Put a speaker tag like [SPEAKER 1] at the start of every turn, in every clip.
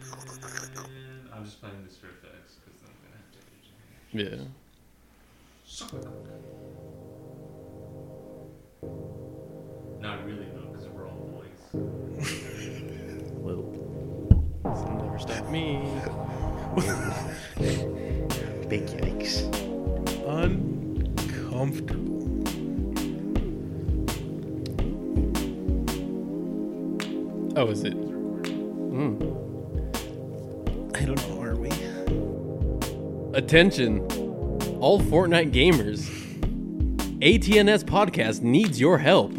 [SPEAKER 1] then I'm just playing this for effects because I'm gonna have to do
[SPEAKER 2] Yeah.
[SPEAKER 1] it. Not really though, because we're all noise.
[SPEAKER 2] Well, it's never stop me.
[SPEAKER 3] Big yikes.
[SPEAKER 2] Uncomfortable. Oh, is it? Mm.
[SPEAKER 3] I don't know, are we?
[SPEAKER 2] Attention, all Fortnite gamers. ATNS podcast needs your help.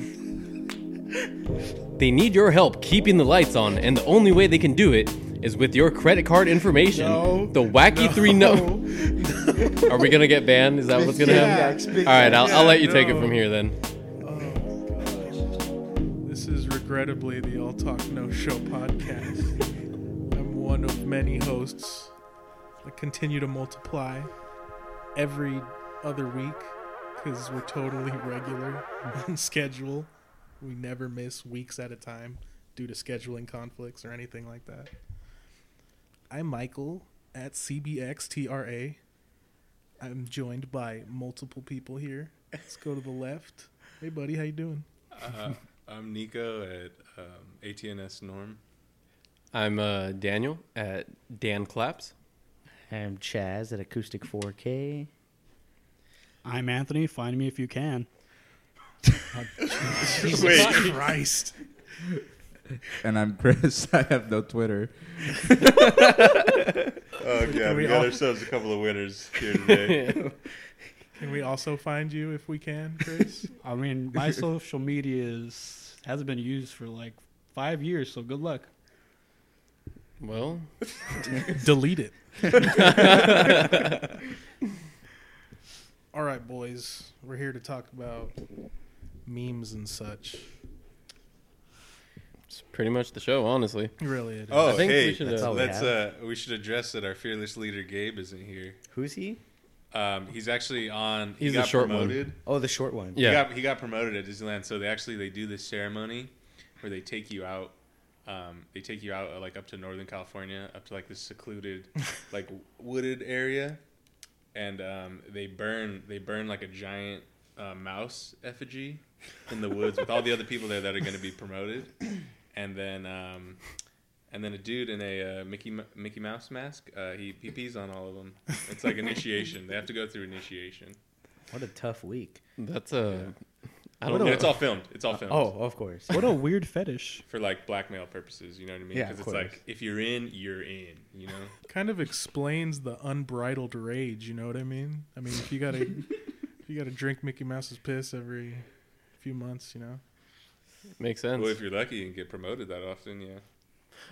[SPEAKER 2] They need your help keeping the lights on, and the only way they can do it is with your credit card information.
[SPEAKER 4] No.
[SPEAKER 2] the wacky three no. Are we gonna get banned? Is that what's gonna happen? All right, I'll, I'll let you take it
[SPEAKER 4] no.
[SPEAKER 2] from here then.
[SPEAKER 4] This is regrettably the All Talk No Show podcast. I'm one of many hosts that continue to multiply every other week because we're totally regular on schedule. We never miss weeks at a time due to scheduling conflicts or anything like that. I'm Michael at CBXTRA. I'm joined by multiple people here. Let's go to the left. Hey, buddy, how you doing?
[SPEAKER 5] Uh, I'm Nico at um, ATNS Norm.
[SPEAKER 2] I'm uh, Daniel at Dan Claps.
[SPEAKER 3] I'm Chaz at Acoustic 4K.
[SPEAKER 6] I'm Anthony. Find me if you can.
[SPEAKER 4] Jesus Christ.
[SPEAKER 7] and I'm Chris. I have no Twitter.
[SPEAKER 5] Oh god,
[SPEAKER 4] we
[SPEAKER 5] we
[SPEAKER 4] got
[SPEAKER 5] got ourselves a couple of winners here today.
[SPEAKER 4] Can we also find you if we can, Chris?
[SPEAKER 6] I mean, my social media is hasn't been used for like five years, so good luck.
[SPEAKER 2] Well,
[SPEAKER 4] Delete it. All right, boys. We're here to talk about memes and such.
[SPEAKER 2] it's pretty much the show, honestly.
[SPEAKER 4] Really, it is.
[SPEAKER 5] oh,
[SPEAKER 2] I think we
[SPEAKER 5] hey,
[SPEAKER 2] should,
[SPEAKER 5] let's,
[SPEAKER 2] uh,
[SPEAKER 3] all we
[SPEAKER 5] let's,
[SPEAKER 3] have.
[SPEAKER 5] uh, we should address that our fearless leader Gabe isn't here.
[SPEAKER 3] Who's he?
[SPEAKER 5] Um, he's actually on. He
[SPEAKER 2] He's the
[SPEAKER 5] got
[SPEAKER 2] short one.
[SPEAKER 5] promoted.
[SPEAKER 3] Oh, the short one.
[SPEAKER 2] Yeah.
[SPEAKER 5] He got he got promoted at Disneyland, so they actually they do this ceremony where they take you out. Um, they take you out uh, like up to Northern California, up to like this secluded, like wooded area, and um, they burn they burn like a giant uh, mouse effigy in the woods with all the other people there that are going to be promoted, and then um, and then a dude in a uh, Mickey M- Mickey Mouse mask uh, he he pees on all of them. It's like initiation. They have to go through initiation.
[SPEAKER 3] What a tough week.
[SPEAKER 2] That's a. I
[SPEAKER 5] And
[SPEAKER 2] don't know. Uh,
[SPEAKER 5] it's all filmed. It's all filmed.
[SPEAKER 3] Oh, of course.
[SPEAKER 6] What a weird fetish.
[SPEAKER 5] for like blackmail purposes. You know what I mean?
[SPEAKER 3] Yeah,
[SPEAKER 5] Because
[SPEAKER 3] of
[SPEAKER 5] it's
[SPEAKER 3] course.
[SPEAKER 5] like if you're in, you're in. You know?
[SPEAKER 4] kind of explains the unbridled rage. You know what I mean? I mean, if you gotta, if you gotta drink Mickey Mouse's piss every few months, you know.
[SPEAKER 2] Makes sense.
[SPEAKER 5] well, if you're lucky, you can get promoted that often. Yeah.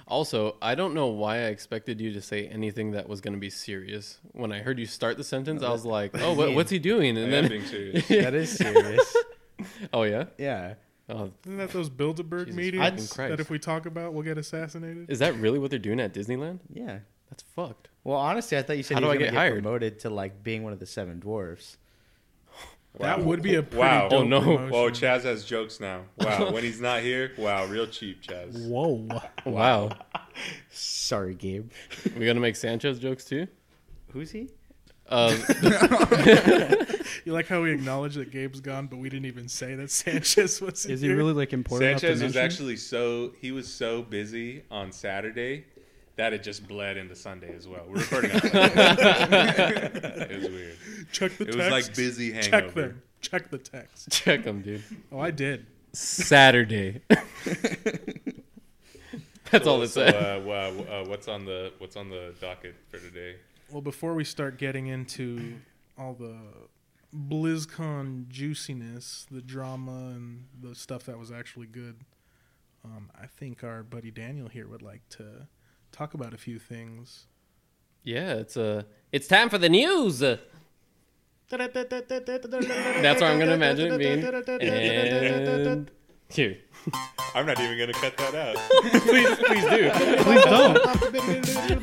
[SPEAKER 2] Also, I don't know why I expected you to say anything that was going to be serious. When I heard you start the sentence, I was like, "Oh, what, what's he doing?"
[SPEAKER 5] I
[SPEAKER 2] And
[SPEAKER 5] am
[SPEAKER 2] then,
[SPEAKER 5] being serious.
[SPEAKER 3] that is serious.
[SPEAKER 2] oh yeah,
[SPEAKER 3] Yeah.
[SPEAKER 2] oh,
[SPEAKER 4] Isn't that those Bilderberg
[SPEAKER 2] Jesus fucking
[SPEAKER 4] meetings
[SPEAKER 2] Christ.
[SPEAKER 4] that if we talk about, we'll get assassinated?
[SPEAKER 2] is that really what they're doing at Disneyland?
[SPEAKER 3] Yeah.
[SPEAKER 2] That's fucked.
[SPEAKER 3] Well, honestly, I thought you said
[SPEAKER 2] How
[SPEAKER 3] you
[SPEAKER 2] do
[SPEAKER 3] were
[SPEAKER 2] I
[SPEAKER 3] gonna
[SPEAKER 2] get
[SPEAKER 3] get,
[SPEAKER 2] hired?
[SPEAKER 3] promoted to like being one of the seven dwarfs.
[SPEAKER 4] That would be a pretty
[SPEAKER 5] Wow.
[SPEAKER 4] Dope
[SPEAKER 2] Oh, no.
[SPEAKER 4] promotion.
[SPEAKER 5] Whoa, Chaz has jokes now. Wow. when he's not here, wow, real cheap, Chaz.
[SPEAKER 4] Whoa.
[SPEAKER 2] Wow,
[SPEAKER 3] Sorry, Gabe.
[SPEAKER 2] we're gonna make Sanchez jokes too.
[SPEAKER 3] Who's he?
[SPEAKER 2] Um,
[SPEAKER 4] You like how we acknowledge that Gabe's gone, but we didn't even say that Sanchez was.
[SPEAKER 6] Is he
[SPEAKER 4] here?
[SPEAKER 6] really like important? enough to
[SPEAKER 5] Sanchez was
[SPEAKER 6] mention?
[SPEAKER 5] actually so he was so busy on Saturday that it just bled into Sunday as well. We're recording. on Sunday. it was weird.
[SPEAKER 4] Check the
[SPEAKER 5] It
[SPEAKER 4] text.
[SPEAKER 5] was like busy hangover.
[SPEAKER 4] Check them. Check the text.
[SPEAKER 2] check them, dude.
[SPEAKER 4] Oh, I did.
[SPEAKER 2] Saturday. That's all it
[SPEAKER 5] So,
[SPEAKER 2] said.
[SPEAKER 5] uh, wow, uh, what's on the what's on the docket for today?
[SPEAKER 4] Well, before we start getting into all the BlizzCon juiciness, the drama, and the stuff that was actually good, um, I think our buddy Daniel here would like to talk about a few things.
[SPEAKER 2] yeah, it's uh, it's time for the news. That's what I'm gonna imagine it being. And here,
[SPEAKER 5] I'm not even gonna cut that out.
[SPEAKER 2] please, please do.
[SPEAKER 6] Please don't.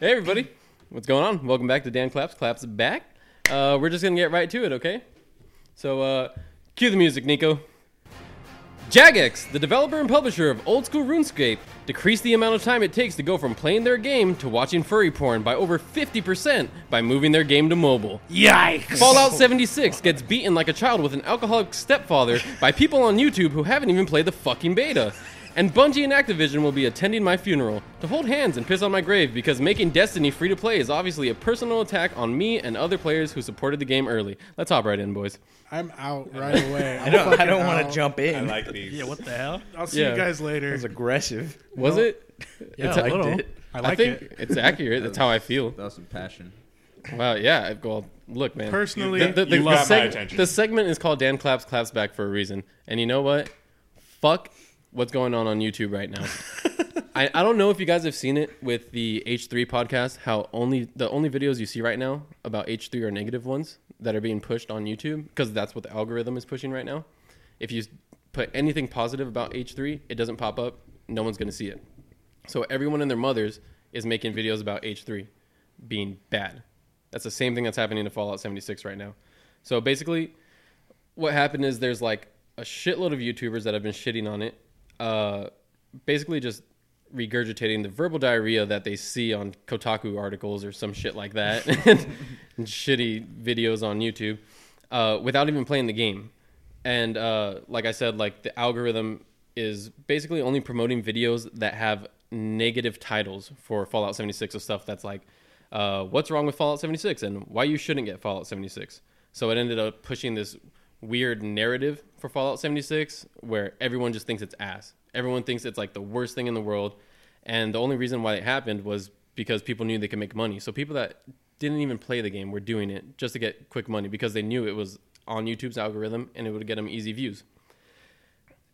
[SPEAKER 2] Hey everybody, what's going on? Welcome back to Dan Claps. Claps back. Uh, we're just gonna get right to it, okay? So, uh, cue the music, Nico. Jagex, the developer and publisher of old school RuneScape, decreased the amount of time it takes to go from playing their game to watching furry porn by over 50% by moving their game to mobile. Yikes! Fallout 76 gets beaten like a child with an alcoholic stepfather by people on YouTube who haven't even played the fucking beta. And Bungie and Activision will be attending my funeral to hold hands and piss on my grave because making Destiny free to play is obviously a personal attack on me and other players who supported the game early. Let's hop right in, boys.
[SPEAKER 4] I'm out right away.
[SPEAKER 8] I don't. I don't want to jump in.
[SPEAKER 5] I like these.
[SPEAKER 6] Yeah, what the hell?
[SPEAKER 4] I'll see
[SPEAKER 2] Yeah.
[SPEAKER 4] you guys later.
[SPEAKER 8] It's aggressive.
[SPEAKER 2] Was it?
[SPEAKER 6] Yeah,
[SPEAKER 2] It's
[SPEAKER 6] a
[SPEAKER 2] a-
[SPEAKER 6] little.
[SPEAKER 8] it.
[SPEAKER 4] I like
[SPEAKER 2] I think
[SPEAKER 4] it.
[SPEAKER 2] it's accurate. That's how I feel.
[SPEAKER 7] That was some passion.
[SPEAKER 2] Wow. Yeah. I- Well, look, man.
[SPEAKER 4] Personally,
[SPEAKER 2] the, the, the,
[SPEAKER 5] You got
[SPEAKER 2] the
[SPEAKER 5] my
[SPEAKER 2] seg-
[SPEAKER 5] attention.
[SPEAKER 2] the segment is called Dan Claps Claps Back for a reason. And you know what? Fuck what's going on on YouTube right now. I, I don't know if you guys have seen it with the H3 podcast, how only the only videos you see right now about H3 are negative ones that are being pushed on YouTube because that's what the algorithm is pushing right now. If you s- put anything positive about H3, it doesn't pop up. No one's going to see it. So everyone and their mothers is making videos about H3 being bad. That's the same thing that's happening to Fallout 76 right now. So basically, what happened is there's like a shitload of YouTubers that have been shitting on it, uh, basically just regurgitating the verbal diarrhea that they see on Kotaku articles or some shit like that, and, shitty videos on YouTube, uh, without even playing the game. And uh, like I said, like the algorithm is basically only promoting videos that have negative titles for Fallout 76 of stuff that's like, uh, what's wrong with Fallout 76 and why you shouldn't get Fallout 76. So it ended up pushing this weird narrative for Fallout 76 where everyone just thinks it's ass. Everyone thinks it's like the worst thing in the world. And the only reason why it happened was because people knew they could make money. So people that didn't even play the game were doing it just to get quick money because they knew it was on YouTube's algorithm and it would get them easy views.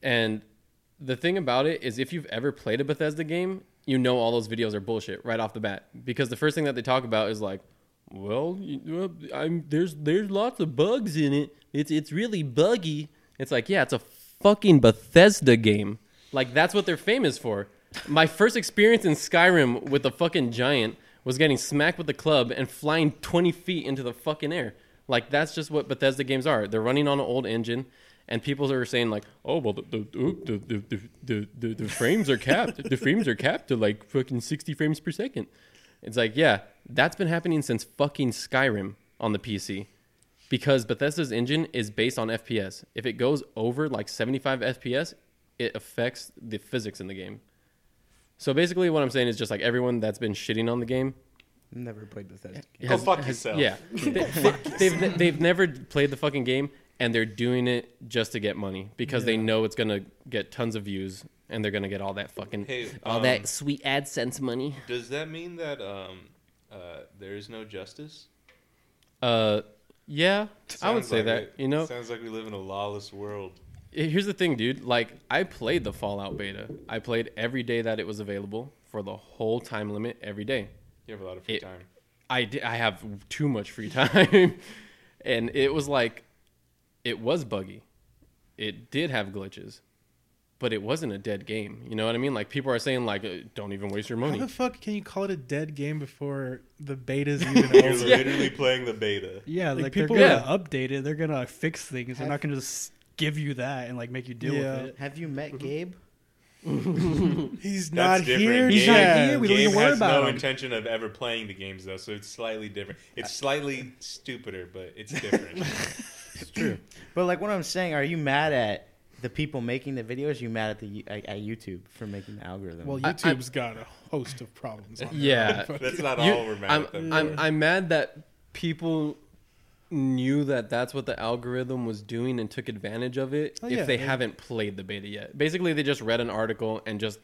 [SPEAKER 2] And the thing about it is, if you've ever played a Bethesda game, you know all those videos are bullshit right off the bat because the first thing that they talk about is like, well, you, well, I'm there's there's lots of bugs in it. It's it's really buggy. It's like yeah, it's a fucking Bethesda game. Like that's what they're famous for. My first experience in Skyrim with a fucking giant was getting smacked with the club and flying 20 feet into the fucking air. Like that's just what Bethesda games are. They're running on an old engine, and people are saying like, "Oh well, the the oop, the the the, the, the, the frames are capped. the frames are capped to like fucking 60 frames per second. It's like, yeah, that's been happening since fucking Skyrim on the PC, because Bethesda's engine is based on FPS. If it goes over like 75 FPS, it affects the physics in the game. So basically, what I'm saying is just like everyone that's been shitting on the game
[SPEAKER 8] Never played Bethesda.
[SPEAKER 5] Go fuck yourself.
[SPEAKER 2] yeah, they, have they've never played the fucking game, and they're doing it just to get money because they know it's gonna get tons of views, and they're gonna get all that fucking
[SPEAKER 5] Hey,
[SPEAKER 2] all
[SPEAKER 5] um,
[SPEAKER 2] that sweet AdSense money.
[SPEAKER 5] Does that mean that um, uh, there is no justice?
[SPEAKER 2] Uh, yeah, I would
[SPEAKER 5] Sounds
[SPEAKER 2] say
[SPEAKER 5] like
[SPEAKER 2] that.
[SPEAKER 5] it.
[SPEAKER 2] You know,
[SPEAKER 5] sounds like we live in a lawless world.
[SPEAKER 2] Eh, here's the thing, dude. Like, I played the Fallout beta. I played every day that it was available for the whole time limit every day.
[SPEAKER 5] You have a lot of free
[SPEAKER 2] It-
[SPEAKER 5] time.
[SPEAKER 2] I di- I have too much free time, and it was like, it was buggy, it did have glitches, but it wasn't a dead game. You know what I mean? Like people are saying like, uh, don't even waste your
[SPEAKER 4] How
[SPEAKER 2] money.
[SPEAKER 4] the fuck can you call it a dead game before the beta's even
[SPEAKER 5] You're
[SPEAKER 4] over?
[SPEAKER 5] literally playing the beta.
[SPEAKER 6] Yeah, like,
[SPEAKER 4] Like, people-
[SPEAKER 6] they're gonna update it. They're gonna fix things. They're not gonna just give you that and like make you deal
[SPEAKER 4] Yeah.
[SPEAKER 6] with it.
[SPEAKER 3] Have you met Gabe?
[SPEAKER 4] He's not
[SPEAKER 5] That's different.
[SPEAKER 4] here.
[SPEAKER 5] Gabe-
[SPEAKER 6] He's not
[SPEAKER 4] yet.
[SPEAKER 6] here. We don't
[SPEAKER 5] Gabe
[SPEAKER 6] even worry
[SPEAKER 5] has
[SPEAKER 6] about
[SPEAKER 5] no
[SPEAKER 6] him.
[SPEAKER 5] intention of ever playing the games though, so it's slightly different. It's slightly stupider, but it's different.
[SPEAKER 3] It's true. but like what I'm saying, are you mad at the people making the videos? You mad at the at, at YouTube for making the algorithm?
[SPEAKER 4] Well,
[SPEAKER 2] I- I-
[SPEAKER 4] YouTube's got a host of problems. On their
[SPEAKER 2] Yeah.
[SPEAKER 4] own.
[SPEAKER 5] That's not
[SPEAKER 2] You-
[SPEAKER 5] all we're mad
[SPEAKER 2] I'm,
[SPEAKER 5] at them
[SPEAKER 2] I'm,
[SPEAKER 5] for.
[SPEAKER 2] I'm mad that people knew that that's what the algorithm was doing and took advantage of it
[SPEAKER 4] Oh,
[SPEAKER 2] if
[SPEAKER 4] yeah,
[SPEAKER 2] they
[SPEAKER 4] they-
[SPEAKER 2] haven't played the beta yet. Basically, they just read an article and just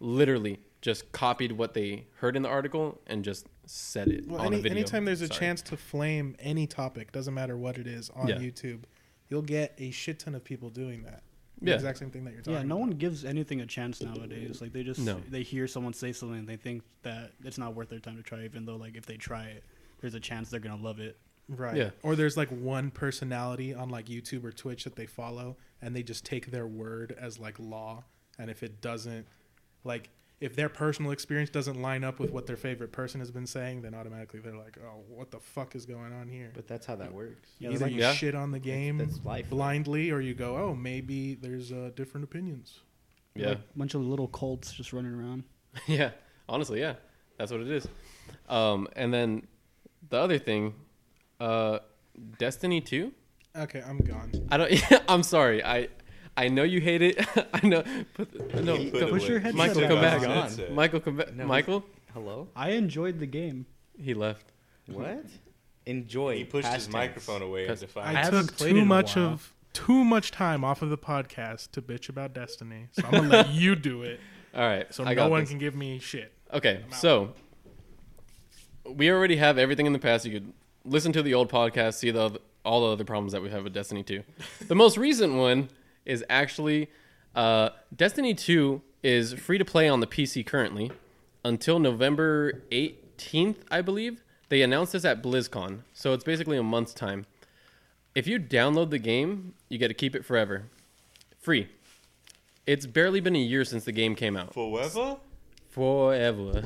[SPEAKER 2] literally just copied what they heard in the article and just said it
[SPEAKER 4] Well,
[SPEAKER 2] on a
[SPEAKER 4] any,
[SPEAKER 2] video.
[SPEAKER 4] anytime there's a
[SPEAKER 2] Sorry.
[SPEAKER 4] chance to flame any topic, doesn't matter what it is, on
[SPEAKER 2] Yeah.
[SPEAKER 4] YouTube, you'll get a shit ton of people doing that. The
[SPEAKER 2] Yeah.
[SPEAKER 4] exact same thing that you're talking
[SPEAKER 6] Yeah, no
[SPEAKER 4] about.
[SPEAKER 6] one gives anything a chance nowadays. Like they just
[SPEAKER 2] No.
[SPEAKER 6] they hear someone say something and they think that it's not worth their time to try, even though like if they try it, there's a chance they're gonna love it.
[SPEAKER 4] Right.
[SPEAKER 2] Yeah.
[SPEAKER 4] Or there's like one personality on like YouTube or Twitch that they follow and they just take their word as like law. And if it doesn't, like, if their personal experience doesn't line up with what their favorite person has been saying, then automatically they're like, "Oh, what the fuck is going on here?"
[SPEAKER 3] But that's how that works.
[SPEAKER 4] You Either
[SPEAKER 3] like,
[SPEAKER 4] you
[SPEAKER 2] Yeah.
[SPEAKER 4] shit on the game
[SPEAKER 3] that's life.
[SPEAKER 4] blindly, or you go, "Oh, maybe there's uh, different opinions."
[SPEAKER 2] Yeah.
[SPEAKER 6] bunch of little cults just running around.
[SPEAKER 2] yeah. Honestly, yeah. That's what it is. Um, and then the other thing, uh, Destiny 2?
[SPEAKER 4] Okay, I'm gone.
[SPEAKER 2] I don't. I'm sorry. I I know you hate it. I know. But, no,
[SPEAKER 5] He put
[SPEAKER 2] go-
[SPEAKER 6] Push your
[SPEAKER 5] away- he
[SPEAKER 6] headset
[SPEAKER 5] took
[SPEAKER 2] Michael, come
[SPEAKER 5] off his
[SPEAKER 2] back.
[SPEAKER 5] headset.
[SPEAKER 2] Michael, come back.
[SPEAKER 3] No.
[SPEAKER 2] Michael,
[SPEAKER 3] Hello?
[SPEAKER 6] I enjoyed the game.
[SPEAKER 2] he left.
[SPEAKER 3] What? Enjoy.
[SPEAKER 5] He pushed his
[SPEAKER 3] past tense.
[SPEAKER 5] microphone away and
[SPEAKER 2] Cause-
[SPEAKER 5] defied.
[SPEAKER 4] I,
[SPEAKER 3] haven't
[SPEAKER 4] took
[SPEAKER 3] played in
[SPEAKER 4] too
[SPEAKER 3] a
[SPEAKER 4] much
[SPEAKER 3] while.
[SPEAKER 4] of too much time off of the podcast to bitch about Destiny, so I'm gonna let you do it,
[SPEAKER 2] All right.
[SPEAKER 4] so
[SPEAKER 2] I
[SPEAKER 4] no
[SPEAKER 2] got
[SPEAKER 4] one
[SPEAKER 2] this.
[SPEAKER 4] can give me shit.
[SPEAKER 2] Okay,
[SPEAKER 4] I'm out.
[SPEAKER 2] so we already have everything in the past. You could listen to the old podcast, see the oth- all the other problems that we have with Destiny 2. the most recent one is actually uh, Destiny 2 is free to play on the PC currently until November 18th, I believe. They announced this at BlizzCon, so it's basically a month's time. If you download the game, you get to keep it forever. Free. It's barely been a year since the game came out.
[SPEAKER 5] Forever?
[SPEAKER 2] Forever.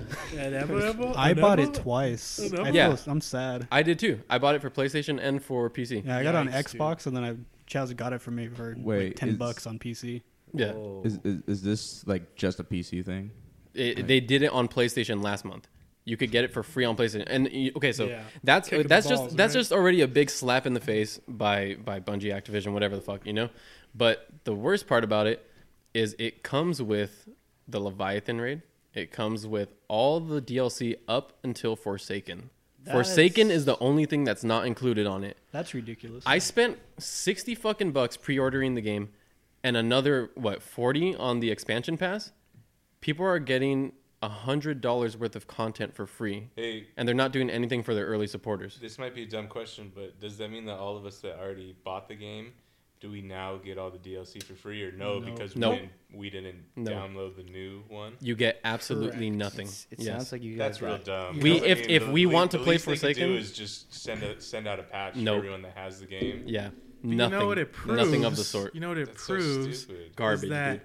[SPEAKER 6] I bought it twice. I
[SPEAKER 2] Yeah.
[SPEAKER 6] feel, I'm sad.
[SPEAKER 2] I did too. I bought it for PlayStation and for PC. Yeah.
[SPEAKER 6] Yeah, I got it on
[SPEAKER 4] Yikes, dude.
[SPEAKER 6] Xbox and then I Chaz got it for me for like
[SPEAKER 7] Wait,
[SPEAKER 6] ten
[SPEAKER 7] is-
[SPEAKER 6] bucks on PC.
[SPEAKER 4] Oh.
[SPEAKER 7] Is, is is this like just a PC thing?
[SPEAKER 2] It- they did it on PlayStation last month. You could get it for free on PlayStation. And you- okay, so
[SPEAKER 4] Yeah.
[SPEAKER 2] that's
[SPEAKER 4] Kick in the
[SPEAKER 2] that's
[SPEAKER 4] balls,
[SPEAKER 2] just that's
[SPEAKER 4] right?
[SPEAKER 2] just already a big slap in the face by by Bungie, Activision, whatever the fuck, you know. But the worst part about it is it comes with the Leviathan raid. It comes with all the DLC up until Forsaken. Forsaken
[SPEAKER 6] That's-
[SPEAKER 2] is the only thing that's not included on it.
[SPEAKER 6] That's ridiculous.
[SPEAKER 2] I spent sixty fucking bucks pre-ordering the game, and another what forty on the expansion pass. People are getting hundred dollars worth of content for free,
[SPEAKER 5] Hey,
[SPEAKER 2] and they're not doing anything for their early supporters.
[SPEAKER 5] this might be a dumb question, but does that mean that all of us that already bought the game, do we now get all the DLC for free, or no,
[SPEAKER 4] No.
[SPEAKER 5] because
[SPEAKER 2] Nope.
[SPEAKER 5] we didn't, we
[SPEAKER 2] No.
[SPEAKER 5] didn't download the new one?
[SPEAKER 2] You get absolutely
[SPEAKER 4] Correct.
[SPEAKER 2] nothing.
[SPEAKER 3] It's- It
[SPEAKER 2] yes.
[SPEAKER 3] sounds like you guys
[SPEAKER 5] That's real
[SPEAKER 3] got
[SPEAKER 5] dumb.
[SPEAKER 2] We-
[SPEAKER 5] You know, I
[SPEAKER 2] if-
[SPEAKER 5] mean,
[SPEAKER 2] if
[SPEAKER 5] the
[SPEAKER 2] we
[SPEAKER 5] lea-
[SPEAKER 2] want to
[SPEAKER 5] the
[SPEAKER 2] play
[SPEAKER 5] least they could
[SPEAKER 2] Forsaken-
[SPEAKER 5] do is just send a, send out a patch
[SPEAKER 2] Nope.
[SPEAKER 5] for everyone that has the game.
[SPEAKER 2] yeah,
[SPEAKER 4] You
[SPEAKER 2] nothing.
[SPEAKER 4] know what it proves?
[SPEAKER 2] Nothing of the sort.
[SPEAKER 4] You know what it
[SPEAKER 5] That's so
[SPEAKER 4] proves?
[SPEAKER 5] stupid.
[SPEAKER 2] Garbage.
[SPEAKER 4] is that
[SPEAKER 2] dude.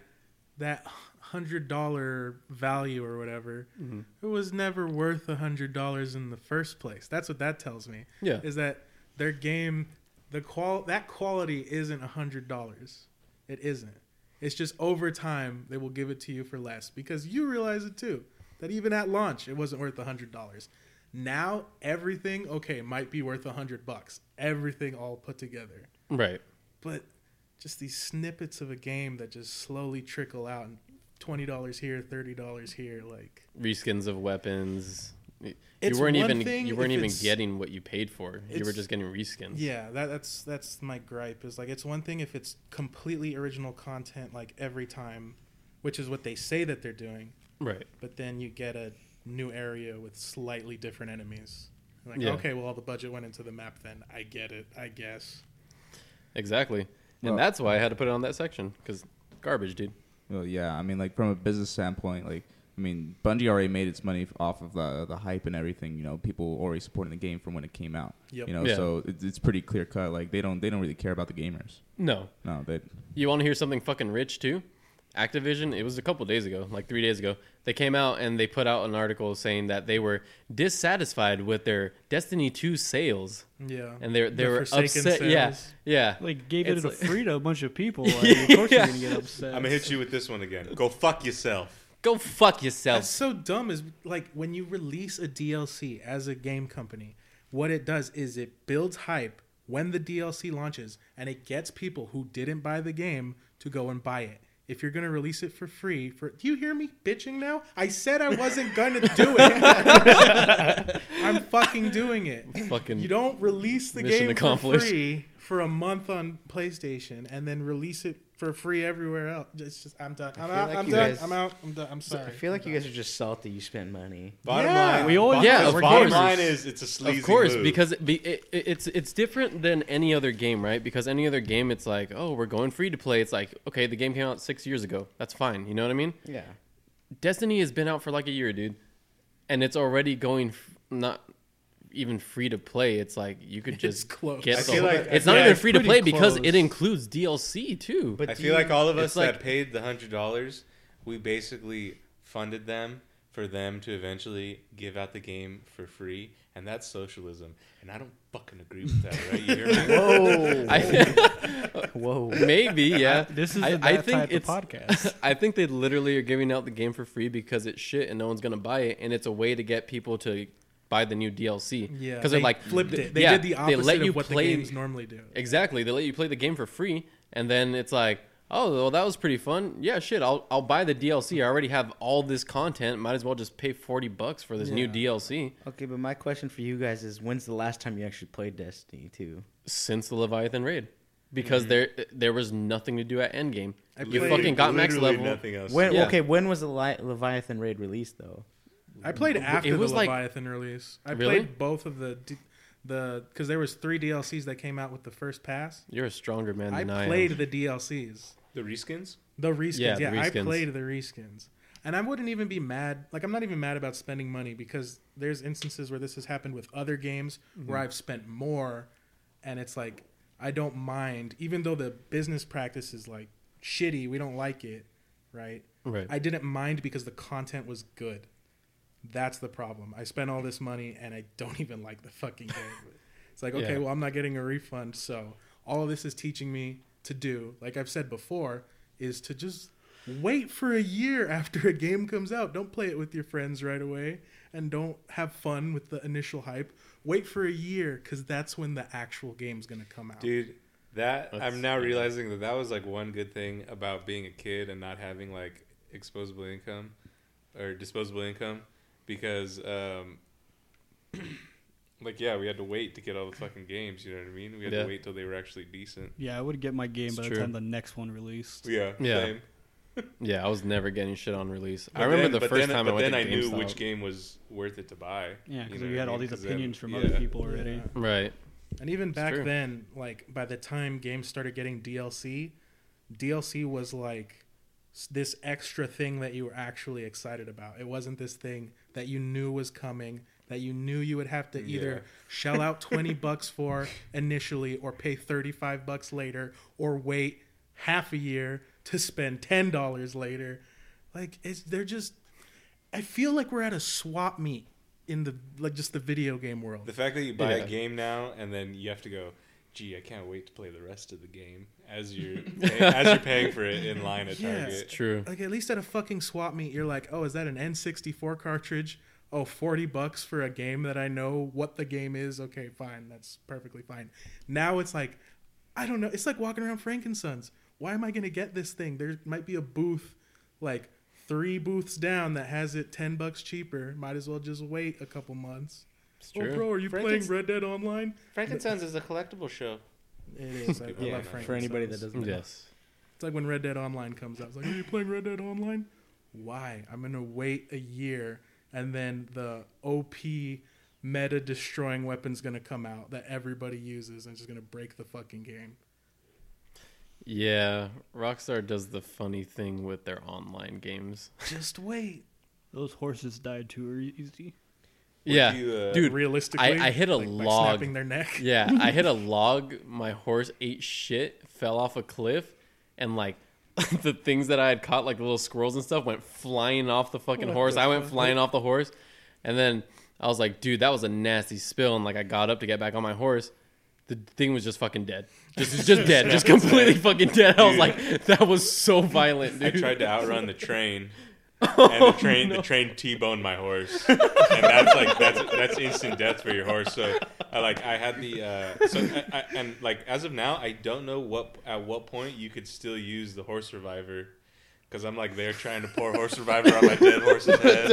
[SPEAKER 4] that hundred dollar value or whatever
[SPEAKER 2] Mm-hmm.
[SPEAKER 4] it was never worth a hundred dollars in the first place that's what that tells me
[SPEAKER 2] Yeah.
[SPEAKER 4] is that their game the qual that quality isn't a hundred dollars it isn't it's just over time they will give it to you for less because you realize it too that even at launch it wasn't worth a hundred dollars now everything okay might be worth a hundred bucks everything all put together
[SPEAKER 2] Right.
[SPEAKER 4] but just these snippets of a game that just slowly trickle out and twenty dollars here, thirty dollars here, like
[SPEAKER 2] Reskins of weapons. You
[SPEAKER 4] It's
[SPEAKER 2] weren't
[SPEAKER 4] one
[SPEAKER 2] even
[SPEAKER 4] thing
[SPEAKER 2] you weren't
[SPEAKER 4] if
[SPEAKER 2] even
[SPEAKER 4] it's-
[SPEAKER 2] getting what you paid for. You were
[SPEAKER 4] it's-
[SPEAKER 2] just getting reskins.
[SPEAKER 4] yeah, that, that's that's my gripe is like it's one thing if it's completely original content like every time, which is what they say that they're doing,
[SPEAKER 2] Right.
[SPEAKER 4] but then you get a new area with slightly different enemies. Like
[SPEAKER 2] Yeah.
[SPEAKER 4] okay, well all the budget went into the map then. I get it, I guess.
[SPEAKER 2] Exactly. And
[SPEAKER 7] Well-
[SPEAKER 2] that's why I had to put it on that section because garbage, dude.
[SPEAKER 7] Well, yeah. I mean, like from a business standpoint, like I mean, Bungie already made its money off of the the hype and everything. You know, people already supporting the game from when it came out.
[SPEAKER 4] Yep.
[SPEAKER 7] You know,
[SPEAKER 2] Yeah.
[SPEAKER 7] so it, it's pretty clear cut. Like they don't they don't really care about the gamers.
[SPEAKER 2] No,
[SPEAKER 7] No, they
[SPEAKER 2] You want to hear something fucking rich too? Activision, it was a couple days ago, like three days ago. They came out and they put out an article saying that they were dissatisfied with their Destiny 2 sales,
[SPEAKER 4] Yeah.
[SPEAKER 2] and they're they
[SPEAKER 4] Mm. The
[SPEAKER 2] were
[SPEAKER 4] Forsaken
[SPEAKER 2] upset. Yeah,
[SPEAKER 4] sales.
[SPEAKER 2] yeah.
[SPEAKER 6] like gave
[SPEAKER 2] It's
[SPEAKER 6] it a
[SPEAKER 2] like-
[SPEAKER 6] free to a bunch of people. Like, of course you're gonna get upset.
[SPEAKER 5] I'm gonna hit you with this one again. Go fuck yourself.
[SPEAKER 2] Go fuck yourself.
[SPEAKER 4] That's so dumb. Is like when you release a DLC as a game company, what it does is it builds hype when the DLC launches, and it gets people who didn't buy the game to go and buy it. If you're gonna release it for free, for do you hear me bitching now? I said I wasn't gonna do it. I'm fucking doing it.
[SPEAKER 2] Fucking-
[SPEAKER 4] you don't release the
[SPEAKER 2] Mission
[SPEAKER 4] game for
[SPEAKER 2] accomplished.
[SPEAKER 4] free for a month on PlayStation and then release it for free everywhere else. It's just I'm done. I'm
[SPEAKER 3] feel
[SPEAKER 4] out.
[SPEAKER 3] like
[SPEAKER 4] I'm
[SPEAKER 3] you
[SPEAKER 4] done.
[SPEAKER 3] guys-
[SPEAKER 4] I'm out. I'm done. I'm sorry.
[SPEAKER 3] I feel like
[SPEAKER 4] I'm
[SPEAKER 3] you
[SPEAKER 4] done.
[SPEAKER 3] guys are just salty you spent money.
[SPEAKER 5] Bottom
[SPEAKER 4] Yeah.
[SPEAKER 5] line,
[SPEAKER 6] We always-
[SPEAKER 5] bottom,
[SPEAKER 2] Yeah, of
[SPEAKER 5] bottom
[SPEAKER 2] course.
[SPEAKER 5] line is it's a sleazy
[SPEAKER 2] of course,
[SPEAKER 5] move.
[SPEAKER 2] because it, be, it, it, it's it's different than any other game, right? Because any other game, it's like, oh, we're going free to play. It's like, okay, the game came out six years ago. That's fine. You know what I mean?
[SPEAKER 3] Yeah.
[SPEAKER 2] Destiny has been out for like a year, dude, and it's already going f- not even free to play. It's like you could
[SPEAKER 4] It's
[SPEAKER 2] just
[SPEAKER 4] close.
[SPEAKER 2] get
[SPEAKER 5] I
[SPEAKER 2] the
[SPEAKER 5] feel
[SPEAKER 2] whole-
[SPEAKER 5] like-
[SPEAKER 2] it's not
[SPEAKER 5] I feel
[SPEAKER 2] even
[SPEAKER 5] like
[SPEAKER 2] free to
[SPEAKER 6] pretty
[SPEAKER 2] play because
[SPEAKER 6] close.
[SPEAKER 2] it includes DLC too.
[SPEAKER 3] But
[SPEAKER 5] I
[SPEAKER 3] do
[SPEAKER 5] feel
[SPEAKER 3] you-
[SPEAKER 5] like all of
[SPEAKER 2] it's
[SPEAKER 5] us
[SPEAKER 2] like-
[SPEAKER 5] that paid the hundred dollars, we basically funded them for them to eventually give out the game for free, and that's socialism. And I don't fucking agree with that, right? You hear me?
[SPEAKER 3] Whoa.
[SPEAKER 2] I,
[SPEAKER 3] Whoa.
[SPEAKER 2] maybe, yeah.
[SPEAKER 6] This is
[SPEAKER 2] I-
[SPEAKER 6] the
[SPEAKER 2] I
[SPEAKER 6] bad
[SPEAKER 2] think
[SPEAKER 6] type
[SPEAKER 2] it's-
[SPEAKER 6] of podcast.
[SPEAKER 2] I think they literally are giving out the game for free because it's shit and no one's gonna buy it, and it's a way to get people to buy the new DLC.
[SPEAKER 4] Yeah,
[SPEAKER 2] because
[SPEAKER 4] they
[SPEAKER 2] they're like
[SPEAKER 4] flipped it. They
[SPEAKER 2] yeah,
[SPEAKER 4] did the opposite
[SPEAKER 2] They let you
[SPEAKER 4] of what
[SPEAKER 2] play
[SPEAKER 4] the games normally do.
[SPEAKER 2] exactly. They let you play the game for free, and then it's like, oh, well, that was pretty fun. Yeah, shit. I'll I'll buy the DLC. I already have all this content. Might as well just pay forty bucks for this new
[SPEAKER 4] Yeah.
[SPEAKER 2] DLC
[SPEAKER 3] Okay, but my question for you guys is when's the last time you actually played Destiny 2?
[SPEAKER 2] since the Leviathan raid. Because
[SPEAKER 5] Mm-hmm.
[SPEAKER 2] there there was nothing to do at endgame. You
[SPEAKER 4] played
[SPEAKER 2] fucking got max
[SPEAKER 5] Literally
[SPEAKER 2] level.
[SPEAKER 5] Nothing else.
[SPEAKER 3] When,
[SPEAKER 2] Yeah.
[SPEAKER 3] Okay, when was the Li- Leviathan Raid released, though?
[SPEAKER 4] I played after
[SPEAKER 2] was
[SPEAKER 4] the
[SPEAKER 2] like-
[SPEAKER 4] Leviathan release. I
[SPEAKER 2] Really?
[SPEAKER 4] played both of the d- the because there was three DLCs that came out with the first pass.
[SPEAKER 2] You're a stronger man
[SPEAKER 4] I
[SPEAKER 2] than I, am.
[SPEAKER 4] played the DLCs,
[SPEAKER 5] the reskins?
[SPEAKER 4] the reskins.
[SPEAKER 2] Yeah,
[SPEAKER 4] Yeah,
[SPEAKER 2] the
[SPEAKER 4] I
[SPEAKER 2] reskins.
[SPEAKER 4] played the reskins, and I wouldn't even be mad. Like I'm not even mad about spending money because there's instances where this has happened with other games
[SPEAKER 2] Mm-hmm.
[SPEAKER 4] where I've spent more, and it's like I don't mind, even though the business practice is like shitty. We don't like it, right?
[SPEAKER 2] Right.
[SPEAKER 4] I didn't mind because the content was good. That's the problem. I spent all this money and I don't even like the fucking game. it's like, okay,
[SPEAKER 2] Yeah.
[SPEAKER 4] well, I'm not getting a refund, so all of this is teaching me to do, like I've said before, is to just wait for a year after a game comes out. Don't play it with your friends right away and don't have fun with the initial hype. Wait for a year cuz that's when the actual game's going to come out.
[SPEAKER 5] Dude, that
[SPEAKER 2] That's-
[SPEAKER 5] I'm now realizing that that was like one good thing about being a kid and not having like exposable income or disposable income because um like yeah, we had to wait to get all the fucking games, you know what I mean? We had
[SPEAKER 2] Yeah.
[SPEAKER 5] to wait till they were actually decent.
[SPEAKER 6] yeah, I would get my game
[SPEAKER 2] It's
[SPEAKER 6] by the
[SPEAKER 2] true.
[SPEAKER 6] time the next one released.
[SPEAKER 5] Yeah,
[SPEAKER 2] Yeah.
[SPEAKER 5] same.
[SPEAKER 2] Yeah, I was never getting shit on release.
[SPEAKER 5] But
[SPEAKER 2] I
[SPEAKER 5] then-
[SPEAKER 2] remember the
[SPEAKER 5] but
[SPEAKER 2] first
[SPEAKER 5] then,
[SPEAKER 2] time I
[SPEAKER 5] but
[SPEAKER 2] went
[SPEAKER 5] then
[SPEAKER 2] to
[SPEAKER 5] I knew
[SPEAKER 2] GameStop.
[SPEAKER 5] which game was worth it to buy.
[SPEAKER 6] Yeah, because
[SPEAKER 5] you know
[SPEAKER 6] we
[SPEAKER 5] what
[SPEAKER 6] had
[SPEAKER 5] I
[SPEAKER 6] all
[SPEAKER 5] mean?
[SPEAKER 6] these
[SPEAKER 5] 'Cause then-
[SPEAKER 6] opinions from
[SPEAKER 5] yeah.
[SPEAKER 6] other people already.
[SPEAKER 4] Yeah.
[SPEAKER 2] Right.
[SPEAKER 4] And even back
[SPEAKER 2] true.
[SPEAKER 4] then, like by the time games started getting DLC, DLC was like s- this extra thing that you were actually excited about. It wasn't this thing that you knew was coming, that you knew you would have to either shell out 20 bucks for initially or pay 35 bucks later or wait half a year to spend $10 later. Like it's they're just I feel like we're at a swap meet in the like just the video game world.
[SPEAKER 5] The fact that you buy
[SPEAKER 2] Yeah.
[SPEAKER 5] a game now and then you have to go, gee, I can't wait to play the rest of the game as you're pay- as you're paying for it in line at
[SPEAKER 4] Yeah.
[SPEAKER 5] Target.
[SPEAKER 2] It's true.
[SPEAKER 4] Like at least at a fucking swap meet, you're like, oh, is that an N64 cartridge? Oh, 40 bucks for a game that I know what the game is. Okay, fine. That's perfectly fine. Now it's like, I don't know. It's like walking around Frankenstein's. Why am I going to get this thing? There might be a booth like three booths down that has it 10 bucks cheaper. Might as well just wait a couple months.
[SPEAKER 2] It's
[SPEAKER 4] Oh,
[SPEAKER 2] true.
[SPEAKER 4] bro, are you playing
[SPEAKER 5] Frankenst-
[SPEAKER 4] Red Dead Online?
[SPEAKER 5] Frankenstein's is a collectible show.
[SPEAKER 4] It is. I, I
[SPEAKER 5] Yeah,
[SPEAKER 4] love
[SPEAKER 5] for
[SPEAKER 4] Frankenstein's.
[SPEAKER 8] For anybody that doesn't know.
[SPEAKER 2] Yes.
[SPEAKER 4] It's like when Red Dead Online comes out. It's like, are you playing Red Dead Online? Why? I'm gonna wait a year, and then the OP meta destroying weapon's gonna come out that everybody uses, and it's just gonna break the fucking game.
[SPEAKER 2] Yeah. Rockstar does the funny thing with their online games.
[SPEAKER 4] Just wait.
[SPEAKER 6] Those horses died too easy.
[SPEAKER 2] yeah.
[SPEAKER 5] you, uh,
[SPEAKER 2] Dude.
[SPEAKER 4] Realistically,
[SPEAKER 2] I- I hit a
[SPEAKER 4] by
[SPEAKER 2] log.
[SPEAKER 4] snapping their neck.
[SPEAKER 2] yeah. I hit a log. My horse ate shit, fell off a cliff, and like the things that I had caught, like the little squirrels and stuff, went flying off the fucking
[SPEAKER 4] What
[SPEAKER 2] horse.
[SPEAKER 4] the
[SPEAKER 2] I went
[SPEAKER 4] fuck?
[SPEAKER 2] flying off the horse. And then I was like, dude, that was a nasty spill. And like I got up to get back on my horse. The thing was just fucking dead. Just just dead. Just completely fucking dead. I was
[SPEAKER 5] Dude.
[SPEAKER 2] like, that was so violent,
[SPEAKER 5] I
[SPEAKER 2] dude. Oh,
[SPEAKER 5] tried to outrun the train. and the train, the train T-boned my horse, and that's like that's that's instant death for your horse. So, I like I had the uh, so I, I, and like as of now, I don't know what at what point you could still use the horse reviver, because I'm like there trying to pour horse reviver on my dead horse's head.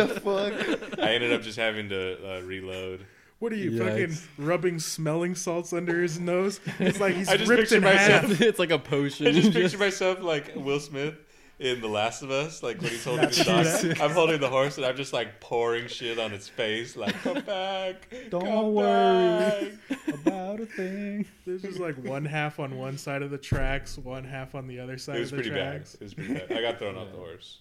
[SPEAKER 5] I ended up just having to uh, reload.
[SPEAKER 4] What are you
[SPEAKER 2] Yikes.
[SPEAKER 4] fucking rubbing smelling salts under his nose? It's like he's
[SPEAKER 5] I just
[SPEAKER 4] ripped
[SPEAKER 5] picture
[SPEAKER 4] in half.
[SPEAKER 5] myself-
[SPEAKER 2] it's like a potion.
[SPEAKER 5] I just
[SPEAKER 2] Just-
[SPEAKER 5] picture myself like Will Smith in The Last of Us, like when he's holding
[SPEAKER 4] Not
[SPEAKER 5] his dog.
[SPEAKER 4] Jesus.
[SPEAKER 5] I'm holding the horse and I'm just like pouring shit on its face, like come back,
[SPEAKER 6] Don't
[SPEAKER 5] come
[SPEAKER 6] worry.
[SPEAKER 5] back."
[SPEAKER 6] About a thing.
[SPEAKER 4] There's just like one half on one side of the tracks, one half on the other side
[SPEAKER 5] It was
[SPEAKER 4] of the
[SPEAKER 5] pretty bad.
[SPEAKER 4] tracks.
[SPEAKER 5] It was pretty bad. I got thrown off the horse.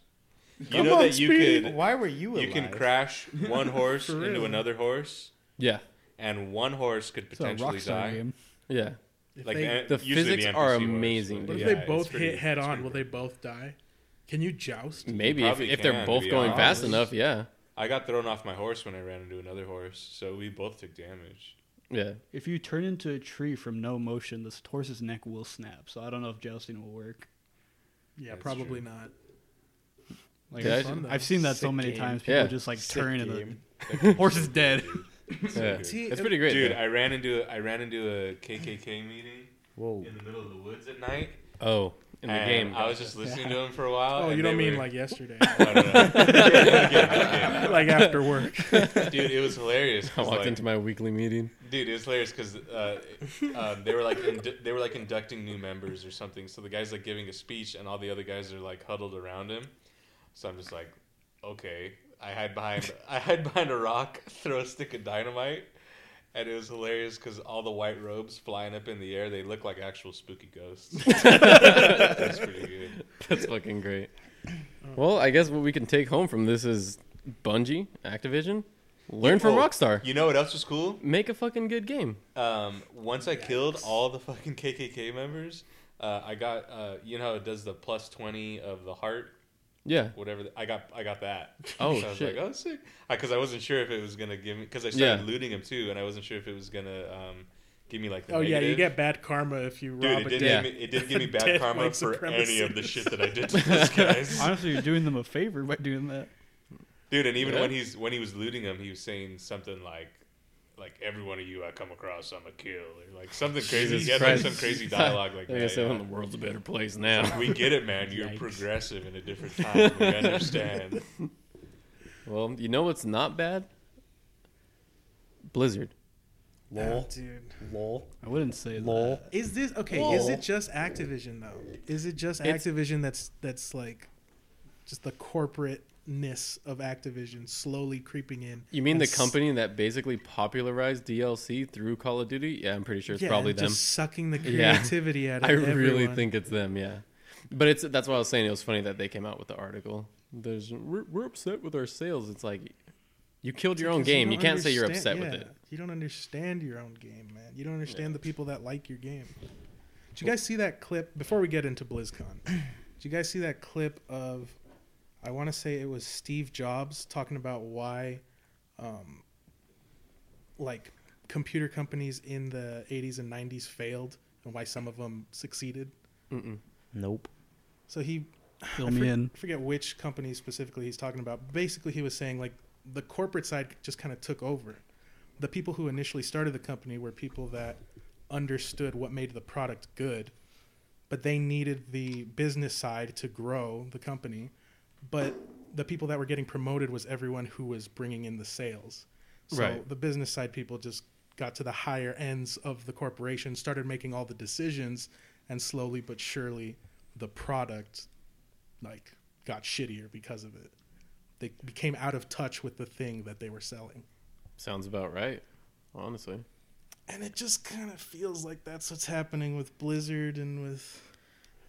[SPEAKER 5] You
[SPEAKER 4] Come
[SPEAKER 5] know
[SPEAKER 4] on,
[SPEAKER 5] that you
[SPEAKER 4] Speedy.
[SPEAKER 5] could
[SPEAKER 3] Why were you alive?
[SPEAKER 5] you can crash one horse
[SPEAKER 4] For
[SPEAKER 5] into
[SPEAKER 4] real.
[SPEAKER 5] another horse,
[SPEAKER 2] yeah,
[SPEAKER 5] and one horse could
[SPEAKER 6] It's a
[SPEAKER 5] potentially
[SPEAKER 6] Rockstar
[SPEAKER 5] die.
[SPEAKER 6] game.
[SPEAKER 2] yeah.
[SPEAKER 4] If
[SPEAKER 5] Like
[SPEAKER 4] they-
[SPEAKER 5] the,
[SPEAKER 2] The
[SPEAKER 5] usually the
[SPEAKER 2] physics
[SPEAKER 5] NPC
[SPEAKER 2] are
[SPEAKER 5] horse,
[SPEAKER 2] amazing,
[SPEAKER 5] but-
[SPEAKER 4] What
[SPEAKER 2] dude.
[SPEAKER 4] if
[SPEAKER 5] Yeah,
[SPEAKER 4] they
[SPEAKER 5] it's
[SPEAKER 4] both
[SPEAKER 5] pretty-
[SPEAKER 4] hit head
[SPEAKER 5] it's
[SPEAKER 4] on?
[SPEAKER 5] pretty
[SPEAKER 4] Will they both die? Can you joust?
[SPEAKER 2] Maybe if,
[SPEAKER 5] probably
[SPEAKER 2] if
[SPEAKER 5] can,
[SPEAKER 2] they're
[SPEAKER 5] to
[SPEAKER 2] both
[SPEAKER 5] be
[SPEAKER 2] going fast
[SPEAKER 5] honest.
[SPEAKER 2] enough, yeah,
[SPEAKER 5] I got thrown off my horse when I ran into another horse, so we both took damage.
[SPEAKER 2] yeah.
[SPEAKER 6] If you turn into a tree from no motion, this horse's neck will snap. So I don't know if jousting will work.
[SPEAKER 4] Yeah,
[SPEAKER 5] That's
[SPEAKER 4] probably
[SPEAKER 5] true.
[SPEAKER 4] not.
[SPEAKER 2] Uh,
[SPEAKER 6] Like
[SPEAKER 2] Yeah,
[SPEAKER 6] I've,
[SPEAKER 2] I-
[SPEAKER 6] seen- I've seen that so
[SPEAKER 4] Sick
[SPEAKER 6] many
[SPEAKER 4] game.
[SPEAKER 6] times. People
[SPEAKER 2] Yeah.
[SPEAKER 6] just like
[SPEAKER 8] Sick
[SPEAKER 6] turn and
[SPEAKER 8] game.
[SPEAKER 6] the horse is dead.
[SPEAKER 2] yeah.
[SPEAKER 5] good.
[SPEAKER 4] See,
[SPEAKER 2] It's pretty great,
[SPEAKER 5] Dude,
[SPEAKER 2] though.
[SPEAKER 5] I ran into I ran into a KKK meeting
[SPEAKER 3] Whoa.
[SPEAKER 5] in the middle of the woods at night.
[SPEAKER 2] Oh, in the
[SPEAKER 5] and
[SPEAKER 2] game,
[SPEAKER 5] I was just listening to him for a while.
[SPEAKER 4] Oh,
[SPEAKER 5] and
[SPEAKER 4] you don't
[SPEAKER 5] they
[SPEAKER 4] mean
[SPEAKER 5] were-
[SPEAKER 4] like yesterday?
[SPEAKER 5] No, no, no. Okay,
[SPEAKER 4] like after work.
[SPEAKER 5] okay. Dude, it was hilarious.
[SPEAKER 2] I
[SPEAKER 5] 'cause,
[SPEAKER 2] walked
[SPEAKER 5] like,
[SPEAKER 2] into my weekly meeting.
[SPEAKER 5] Dude, it was hilarious because uh, um, they were like ind- they were like inducting new members or something. So the guy's like giving a speech, and all the other guys are like huddled around him. So I'm just like, okay, I hide behind I hide behind a rock, throw a stick of dynamite, and it was hilarious because all the white robes flying up in the air, they look like actual spooky ghosts. That's pretty good.
[SPEAKER 2] That's fucking great. Well, I guess what we can take home from this is Bungie, Activision, learn from
[SPEAKER 5] Oh,
[SPEAKER 2] Rockstar,
[SPEAKER 5] You know what else was cool?
[SPEAKER 2] make a fucking good game.
[SPEAKER 5] Um, once I killed all the fucking KKK members, uh, I got uh, you know how it does the plus twenty of the heart
[SPEAKER 2] Yeah,
[SPEAKER 5] whatever. The, I got I got that.
[SPEAKER 2] Oh,
[SPEAKER 5] so I was
[SPEAKER 2] shit.
[SPEAKER 5] like, oh sick, because I, wasn't sure if it was gonna give me because I started
[SPEAKER 2] Yeah.
[SPEAKER 5] looting him too, and I wasn't sure if it was gonna um, give me like. The
[SPEAKER 4] Oh yeah, you
[SPEAKER 5] negative.
[SPEAKER 4] get bad karma if you rob
[SPEAKER 5] Dude,
[SPEAKER 4] a
[SPEAKER 5] it did,
[SPEAKER 4] dead.
[SPEAKER 5] give me, it did give me
[SPEAKER 4] Dead
[SPEAKER 5] bad karma
[SPEAKER 4] white
[SPEAKER 5] for any of the
[SPEAKER 4] supremacists.
[SPEAKER 5] shit that I did to those guys.
[SPEAKER 6] Honestly, you're doing them a favor by doing that.
[SPEAKER 5] Dude, and even
[SPEAKER 2] Yeah.
[SPEAKER 5] when he's when he was looting him, he was saying something like, "Like every one of you I come across, I'm a kill," or like something crazy.
[SPEAKER 2] Jesus
[SPEAKER 5] he had like
[SPEAKER 2] Christ.
[SPEAKER 5] some crazy dialogue like
[SPEAKER 2] like I
[SPEAKER 5] that.
[SPEAKER 2] said,
[SPEAKER 5] yeah.
[SPEAKER 2] when the world's a better place now.
[SPEAKER 5] We get it, man. You're
[SPEAKER 6] Yikes.
[SPEAKER 5] progressive in a different time. We understand.
[SPEAKER 2] well, you know what's not bad? Blizzard.
[SPEAKER 4] Oh, dude.
[SPEAKER 8] Lol.
[SPEAKER 6] I wouldn't say
[SPEAKER 8] Lol.
[SPEAKER 6] that.
[SPEAKER 4] Is this okay? Is
[SPEAKER 8] Whoa.
[SPEAKER 4] it just Activision though? Is it just
[SPEAKER 2] It's-
[SPEAKER 4] Activision that's that's like just the corporateness of Activision slowly creeping in?
[SPEAKER 2] You mean
[SPEAKER 4] and
[SPEAKER 2] the
[SPEAKER 4] s-
[SPEAKER 2] company that basically popularized DLC through Call of Duty? Yeah, I'm pretty sure it's
[SPEAKER 4] yeah,
[SPEAKER 2] probably
[SPEAKER 4] and
[SPEAKER 2] them.
[SPEAKER 4] just sucking the
[SPEAKER 2] Yeah.
[SPEAKER 4] creativity out of
[SPEAKER 2] I really
[SPEAKER 4] everyone.
[SPEAKER 2] think it's them, yeah. But it's that's why I was saying it was funny that they came out with the article. There's we're, we're upset with our sales. It's like you killed your own
[SPEAKER 4] Because
[SPEAKER 2] game. You
[SPEAKER 4] don't
[SPEAKER 2] can't say you're upset
[SPEAKER 4] understand-
[SPEAKER 2] with
[SPEAKER 4] yeah,
[SPEAKER 2] it.
[SPEAKER 4] You don't understand your own game, man. You don't understand the people that like your game. Did you guys see that clip before we get into BlizzCon? Did you guys see that clip of I want to say it was Steve Jobs talking about why um like computer companies in the 80s and 90s failed and why some of them succeeded.
[SPEAKER 2] Mm-mm.
[SPEAKER 3] Nope.
[SPEAKER 4] So he
[SPEAKER 6] Fill
[SPEAKER 4] I
[SPEAKER 6] me
[SPEAKER 4] for-
[SPEAKER 6] in.
[SPEAKER 4] forget which company specifically he's talking about. Basically, he was saying like the corporate side just kind of took over. The people who initially started the company were people that understood what made the product good, but they needed the business side to grow the company. But the people that were getting promoted was everyone who was bringing in the sales. So
[SPEAKER 2] Right.
[SPEAKER 4] the business side people just got to the higher ends of the corporation, started making all the decisions, and slowly but surely the product like got shittier because of it. They became out of touch with the thing that they were selling.
[SPEAKER 2] Sounds about right, honestly.
[SPEAKER 4] And it just kind of feels like that's what's happening with Blizzard and with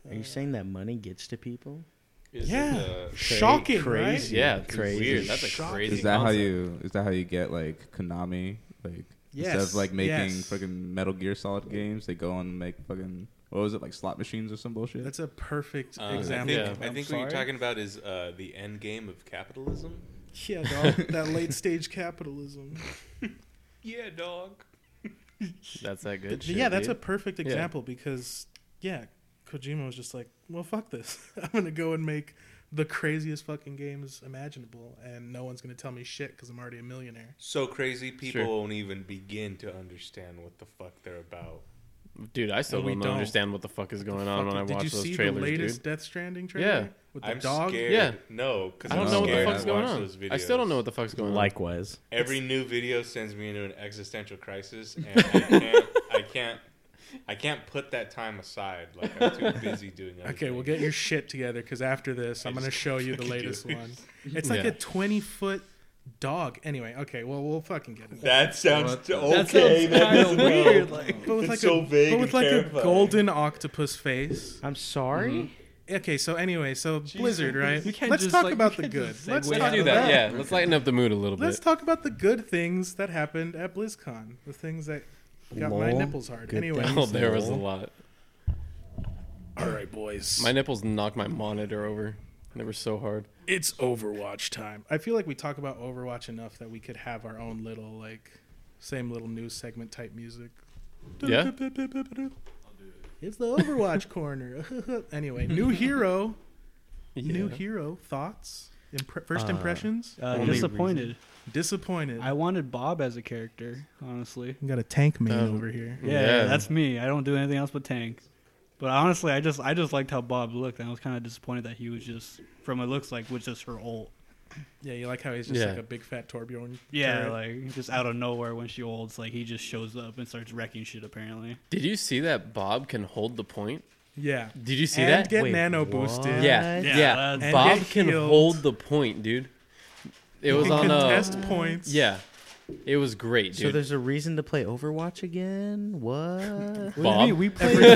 [SPEAKER 3] Are you saying that money gets to people?
[SPEAKER 5] Is it,
[SPEAKER 4] Yeah.
[SPEAKER 5] uh,
[SPEAKER 4] shocking,
[SPEAKER 3] crazy.
[SPEAKER 4] right?
[SPEAKER 2] Yeah,
[SPEAKER 3] Crazy.
[SPEAKER 2] Weird. That's a
[SPEAKER 4] Shocking.
[SPEAKER 2] crazy.
[SPEAKER 7] Is that how
[SPEAKER 2] concept.
[SPEAKER 7] you? Is that how you get like Konami? Like instead
[SPEAKER 4] Yes,
[SPEAKER 7] of like making
[SPEAKER 4] yes.
[SPEAKER 7] fucking Metal Gear Solid games, they go and make fucking what was it like slot machines or some bullshit?
[SPEAKER 4] That's a perfect
[SPEAKER 5] Um,
[SPEAKER 4] example.
[SPEAKER 5] I think,
[SPEAKER 2] Uh, Yeah.
[SPEAKER 5] I think what you're talking about is uh, the end game of capitalism.
[SPEAKER 4] Yeah, dog, that late stage capitalism.
[SPEAKER 5] Yeah, dog.
[SPEAKER 2] That's that good.
[SPEAKER 4] But
[SPEAKER 2] shit,
[SPEAKER 4] yeah, that's a
[SPEAKER 2] dude.
[SPEAKER 4] perfect
[SPEAKER 2] Yeah.
[SPEAKER 4] example because yeah, Kojima was just like, well, fuck this. I'm gonna go and make the craziest fucking games imaginable, and no one's gonna tell me shit because I'm already a millionaire.
[SPEAKER 5] So crazy, people
[SPEAKER 2] Sure.
[SPEAKER 5] won't even begin to understand what the fuck they're about.
[SPEAKER 2] dude. I still
[SPEAKER 4] And we
[SPEAKER 2] don't,
[SPEAKER 4] don't.
[SPEAKER 2] understand what the fuck is going on when I
[SPEAKER 4] Fuck,
[SPEAKER 2] watch
[SPEAKER 4] did you
[SPEAKER 2] those
[SPEAKER 4] see
[SPEAKER 2] trailers,
[SPEAKER 4] the latest
[SPEAKER 2] dude.
[SPEAKER 4] Death Stranding trailer
[SPEAKER 2] Yeah.
[SPEAKER 4] with the
[SPEAKER 5] I'm
[SPEAKER 4] dog?
[SPEAKER 5] scared.
[SPEAKER 2] Yeah.
[SPEAKER 5] No, because
[SPEAKER 2] I don't
[SPEAKER 5] I'm
[SPEAKER 2] know what the
[SPEAKER 5] scared
[SPEAKER 2] fuck's
[SPEAKER 5] to
[SPEAKER 2] going
[SPEAKER 5] watch
[SPEAKER 2] on.
[SPEAKER 5] Those videos.
[SPEAKER 2] I still don't know what the fuck's going on.
[SPEAKER 8] Likewise.
[SPEAKER 5] Every new video sends me into an existential crisis, and I can't, I can't, I can't put that time aside. Like I'm too busy doing. Other
[SPEAKER 4] Okay, well,
[SPEAKER 5] things.
[SPEAKER 4] get your shit together because after this,
[SPEAKER 5] I
[SPEAKER 4] I'm going to
[SPEAKER 5] just
[SPEAKER 4] show you the
[SPEAKER 5] fucking do
[SPEAKER 4] latest
[SPEAKER 5] this.
[SPEAKER 4] one. It's like
[SPEAKER 2] Yeah.
[SPEAKER 4] a 20 foot dog. Anyway, okay, well, we'll fucking get it.
[SPEAKER 5] That sounds
[SPEAKER 7] What
[SPEAKER 5] t-
[SPEAKER 7] the-
[SPEAKER 6] That
[SPEAKER 5] okay.
[SPEAKER 6] sounds
[SPEAKER 5] that
[SPEAKER 6] kinda
[SPEAKER 5] is wild.
[SPEAKER 6] weird, like-
[SPEAKER 4] But with
[SPEAKER 5] It's
[SPEAKER 4] like
[SPEAKER 5] so
[SPEAKER 4] a,
[SPEAKER 5] vague
[SPEAKER 4] but
[SPEAKER 5] and
[SPEAKER 4] with like a
[SPEAKER 5] terrifying.
[SPEAKER 4] golden octopus face.
[SPEAKER 3] I'm sorry.
[SPEAKER 5] Mm-hmm.
[SPEAKER 4] Okay, so anyway, so Blizzard, right?
[SPEAKER 6] You can't
[SPEAKER 4] Let's
[SPEAKER 6] just,
[SPEAKER 4] talk
[SPEAKER 6] like-
[SPEAKER 4] about the
[SPEAKER 6] you can't
[SPEAKER 4] good.
[SPEAKER 6] just
[SPEAKER 4] Let's
[SPEAKER 6] segue
[SPEAKER 4] talk
[SPEAKER 6] out
[SPEAKER 2] Let's do
[SPEAKER 6] of
[SPEAKER 2] that. Yeah, let's lighten up the mood a little
[SPEAKER 4] Let's
[SPEAKER 2] bit.
[SPEAKER 4] talk about the good things that happened at BlizzCon. The things that got my
[SPEAKER 8] Lol.
[SPEAKER 4] nipples hard.
[SPEAKER 8] Good
[SPEAKER 4] Anyway,
[SPEAKER 2] oh, there was a lot.
[SPEAKER 4] all right, boys.
[SPEAKER 2] My nipples knocked my monitor over. They were so hard.
[SPEAKER 4] It's Overwatch time. I feel like we talk about Overwatch enough that we could have our own little like same little news segment type music.
[SPEAKER 2] Yeah.
[SPEAKER 4] It's the Overwatch corner. anyway, new hero, new
[SPEAKER 2] Yeah.
[SPEAKER 4] hero thoughts, impre- first
[SPEAKER 3] Uh,
[SPEAKER 4] impressions.
[SPEAKER 6] Uh,
[SPEAKER 3] Only
[SPEAKER 6] disappointed.
[SPEAKER 4] Disappointed.
[SPEAKER 6] I wanted Bob as a character, honestly.
[SPEAKER 4] got a tank man
[SPEAKER 2] Um,
[SPEAKER 4] over here.
[SPEAKER 6] Yeah,
[SPEAKER 2] Yeah.
[SPEAKER 6] that's me. I don't do anything else but tank. But honestly, I just I just liked how Bob looked, and I was kind of disappointed that he was just from it looks like was just her ult.
[SPEAKER 4] Yeah, you like how he's just
[SPEAKER 2] Yeah.
[SPEAKER 4] like a big fat Torbjorn.
[SPEAKER 6] Yeah,
[SPEAKER 4] turret?
[SPEAKER 6] like just out of nowhere when she holds, like he just shows up and starts wrecking shit. Apparently,
[SPEAKER 2] Did you see that Bob can hold the point?
[SPEAKER 4] yeah.
[SPEAKER 2] Did you see
[SPEAKER 4] and
[SPEAKER 2] that?
[SPEAKER 4] get
[SPEAKER 3] Wait,
[SPEAKER 4] nano
[SPEAKER 3] what?
[SPEAKER 4] boosted.
[SPEAKER 2] yeah,
[SPEAKER 6] Yeah,
[SPEAKER 2] yeah.
[SPEAKER 6] that's-
[SPEAKER 2] Bob
[SPEAKER 4] And get
[SPEAKER 2] can
[SPEAKER 4] healed.
[SPEAKER 2] hold the point, dude. It was
[SPEAKER 4] Can
[SPEAKER 2] on uh
[SPEAKER 4] contest points.
[SPEAKER 2] Yeah. It was great,
[SPEAKER 3] So
[SPEAKER 2] dude.
[SPEAKER 3] there's a reason to play Overwatch again? What?
[SPEAKER 6] What do you
[SPEAKER 2] Bob.
[SPEAKER 6] mean? we play
[SPEAKER 4] Every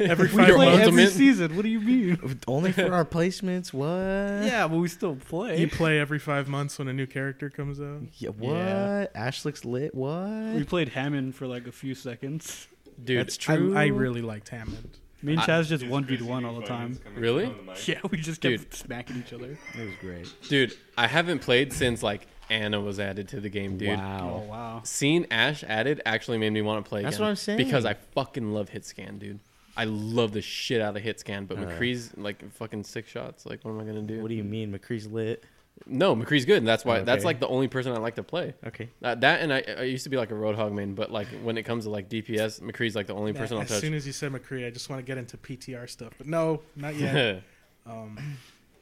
[SPEAKER 4] every
[SPEAKER 6] we
[SPEAKER 4] five
[SPEAKER 2] don't
[SPEAKER 6] play
[SPEAKER 2] own
[SPEAKER 4] months,
[SPEAKER 2] them
[SPEAKER 6] every
[SPEAKER 2] in.
[SPEAKER 6] season. What do you mean?
[SPEAKER 3] Only for our placements? What?
[SPEAKER 6] yeah, but we still play.
[SPEAKER 4] you play every five months when a new character comes out.
[SPEAKER 3] Yeah, what?
[SPEAKER 6] Yeah.
[SPEAKER 3] Ash looks lit. What?
[SPEAKER 6] we played Hammond for like a few seconds.
[SPEAKER 2] Dude,
[SPEAKER 3] That's
[SPEAKER 4] I,
[SPEAKER 3] true.
[SPEAKER 4] I really liked Hammond.
[SPEAKER 6] Me and
[SPEAKER 2] I-
[SPEAKER 6] Chaz just
[SPEAKER 1] It's
[SPEAKER 6] one v
[SPEAKER 1] crazy
[SPEAKER 6] one
[SPEAKER 1] new
[SPEAKER 6] all the time.
[SPEAKER 1] photos coming
[SPEAKER 2] Really?
[SPEAKER 1] on the mic.
[SPEAKER 6] Yeah, we just kept
[SPEAKER 2] Dude.
[SPEAKER 6] smacking each other.
[SPEAKER 3] It was great.
[SPEAKER 2] dude, I haven't played since like Anna was added to the game, dude.
[SPEAKER 6] Oh
[SPEAKER 3] Wow. um,
[SPEAKER 6] wow.
[SPEAKER 2] Seeing Ash added actually made me want to play
[SPEAKER 3] That's
[SPEAKER 2] again
[SPEAKER 3] what I'm saying.
[SPEAKER 2] Because I fucking love hit scan, dude. I love the shit out of hit scan, but McCree's like fucking six shots. Like, what am I gonna do?
[SPEAKER 3] What do you mean? McCree's lit.
[SPEAKER 2] No, McCree's good, and that's why that's
[SPEAKER 3] Okay.
[SPEAKER 2] like the only person I like to play.
[SPEAKER 3] Okay.
[SPEAKER 2] Uh, that and I, I used to be like a roadhog main, but like when it comes to like DPS, McCree's like the only person I'll
[SPEAKER 4] As
[SPEAKER 2] touch.
[SPEAKER 4] soon as you said McCree, I just want to get into PTR stuff, but no, not yet.
[SPEAKER 2] yeah,
[SPEAKER 4] um,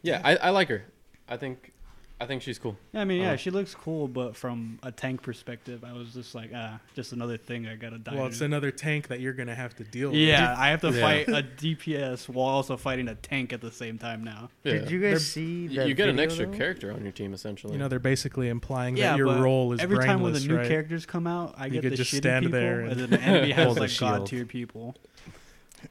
[SPEAKER 2] I, I like her. I think, I think she's cool.
[SPEAKER 6] Yeah, I mean, yeah,
[SPEAKER 2] Uh,
[SPEAKER 6] she looks cool, but from a tank perspective, I was just like, ah, just another thing I gotta die.
[SPEAKER 4] well,
[SPEAKER 6] to.
[SPEAKER 4] it's another tank that you're gonna have to deal with.
[SPEAKER 6] yeah, I have to
[SPEAKER 2] Yeah.
[SPEAKER 6] fight a DPS while also fighting a tank at the same time now.
[SPEAKER 2] Yeah.
[SPEAKER 3] Did you guys see
[SPEAKER 2] You-
[SPEAKER 3] that?
[SPEAKER 2] you get an
[SPEAKER 3] video,
[SPEAKER 2] extra
[SPEAKER 3] though?
[SPEAKER 2] character on your team essentially.
[SPEAKER 4] You know, they're basically implying
[SPEAKER 6] yeah,
[SPEAKER 4] that your
[SPEAKER 6] but
[SPEAKER 4] role is
[SPEAKER 6] every time when the
[SPEAKER 4] brainless,
[SPEAKER 6] new
[SPEAKER 4] right?
[SPEAKER 6] characters come out, I
[SPEAKER 4] You
[SPEAKER 6] get
[SPEAKER 4] could
[SPEAKER 6] the
[SPEAKER 4] just
[SPEAKER 6] shitty
[SPEAKER 4] stand
[SPEAKER 6] people,
[SPEAKER 4] there
[SPEAKER 6] and then the enemy has
[SPEAKER 3] Hold a
[SPEAKER 6] like god
[SPEAKER 3] shield.
[SPEAKER 6] tier people.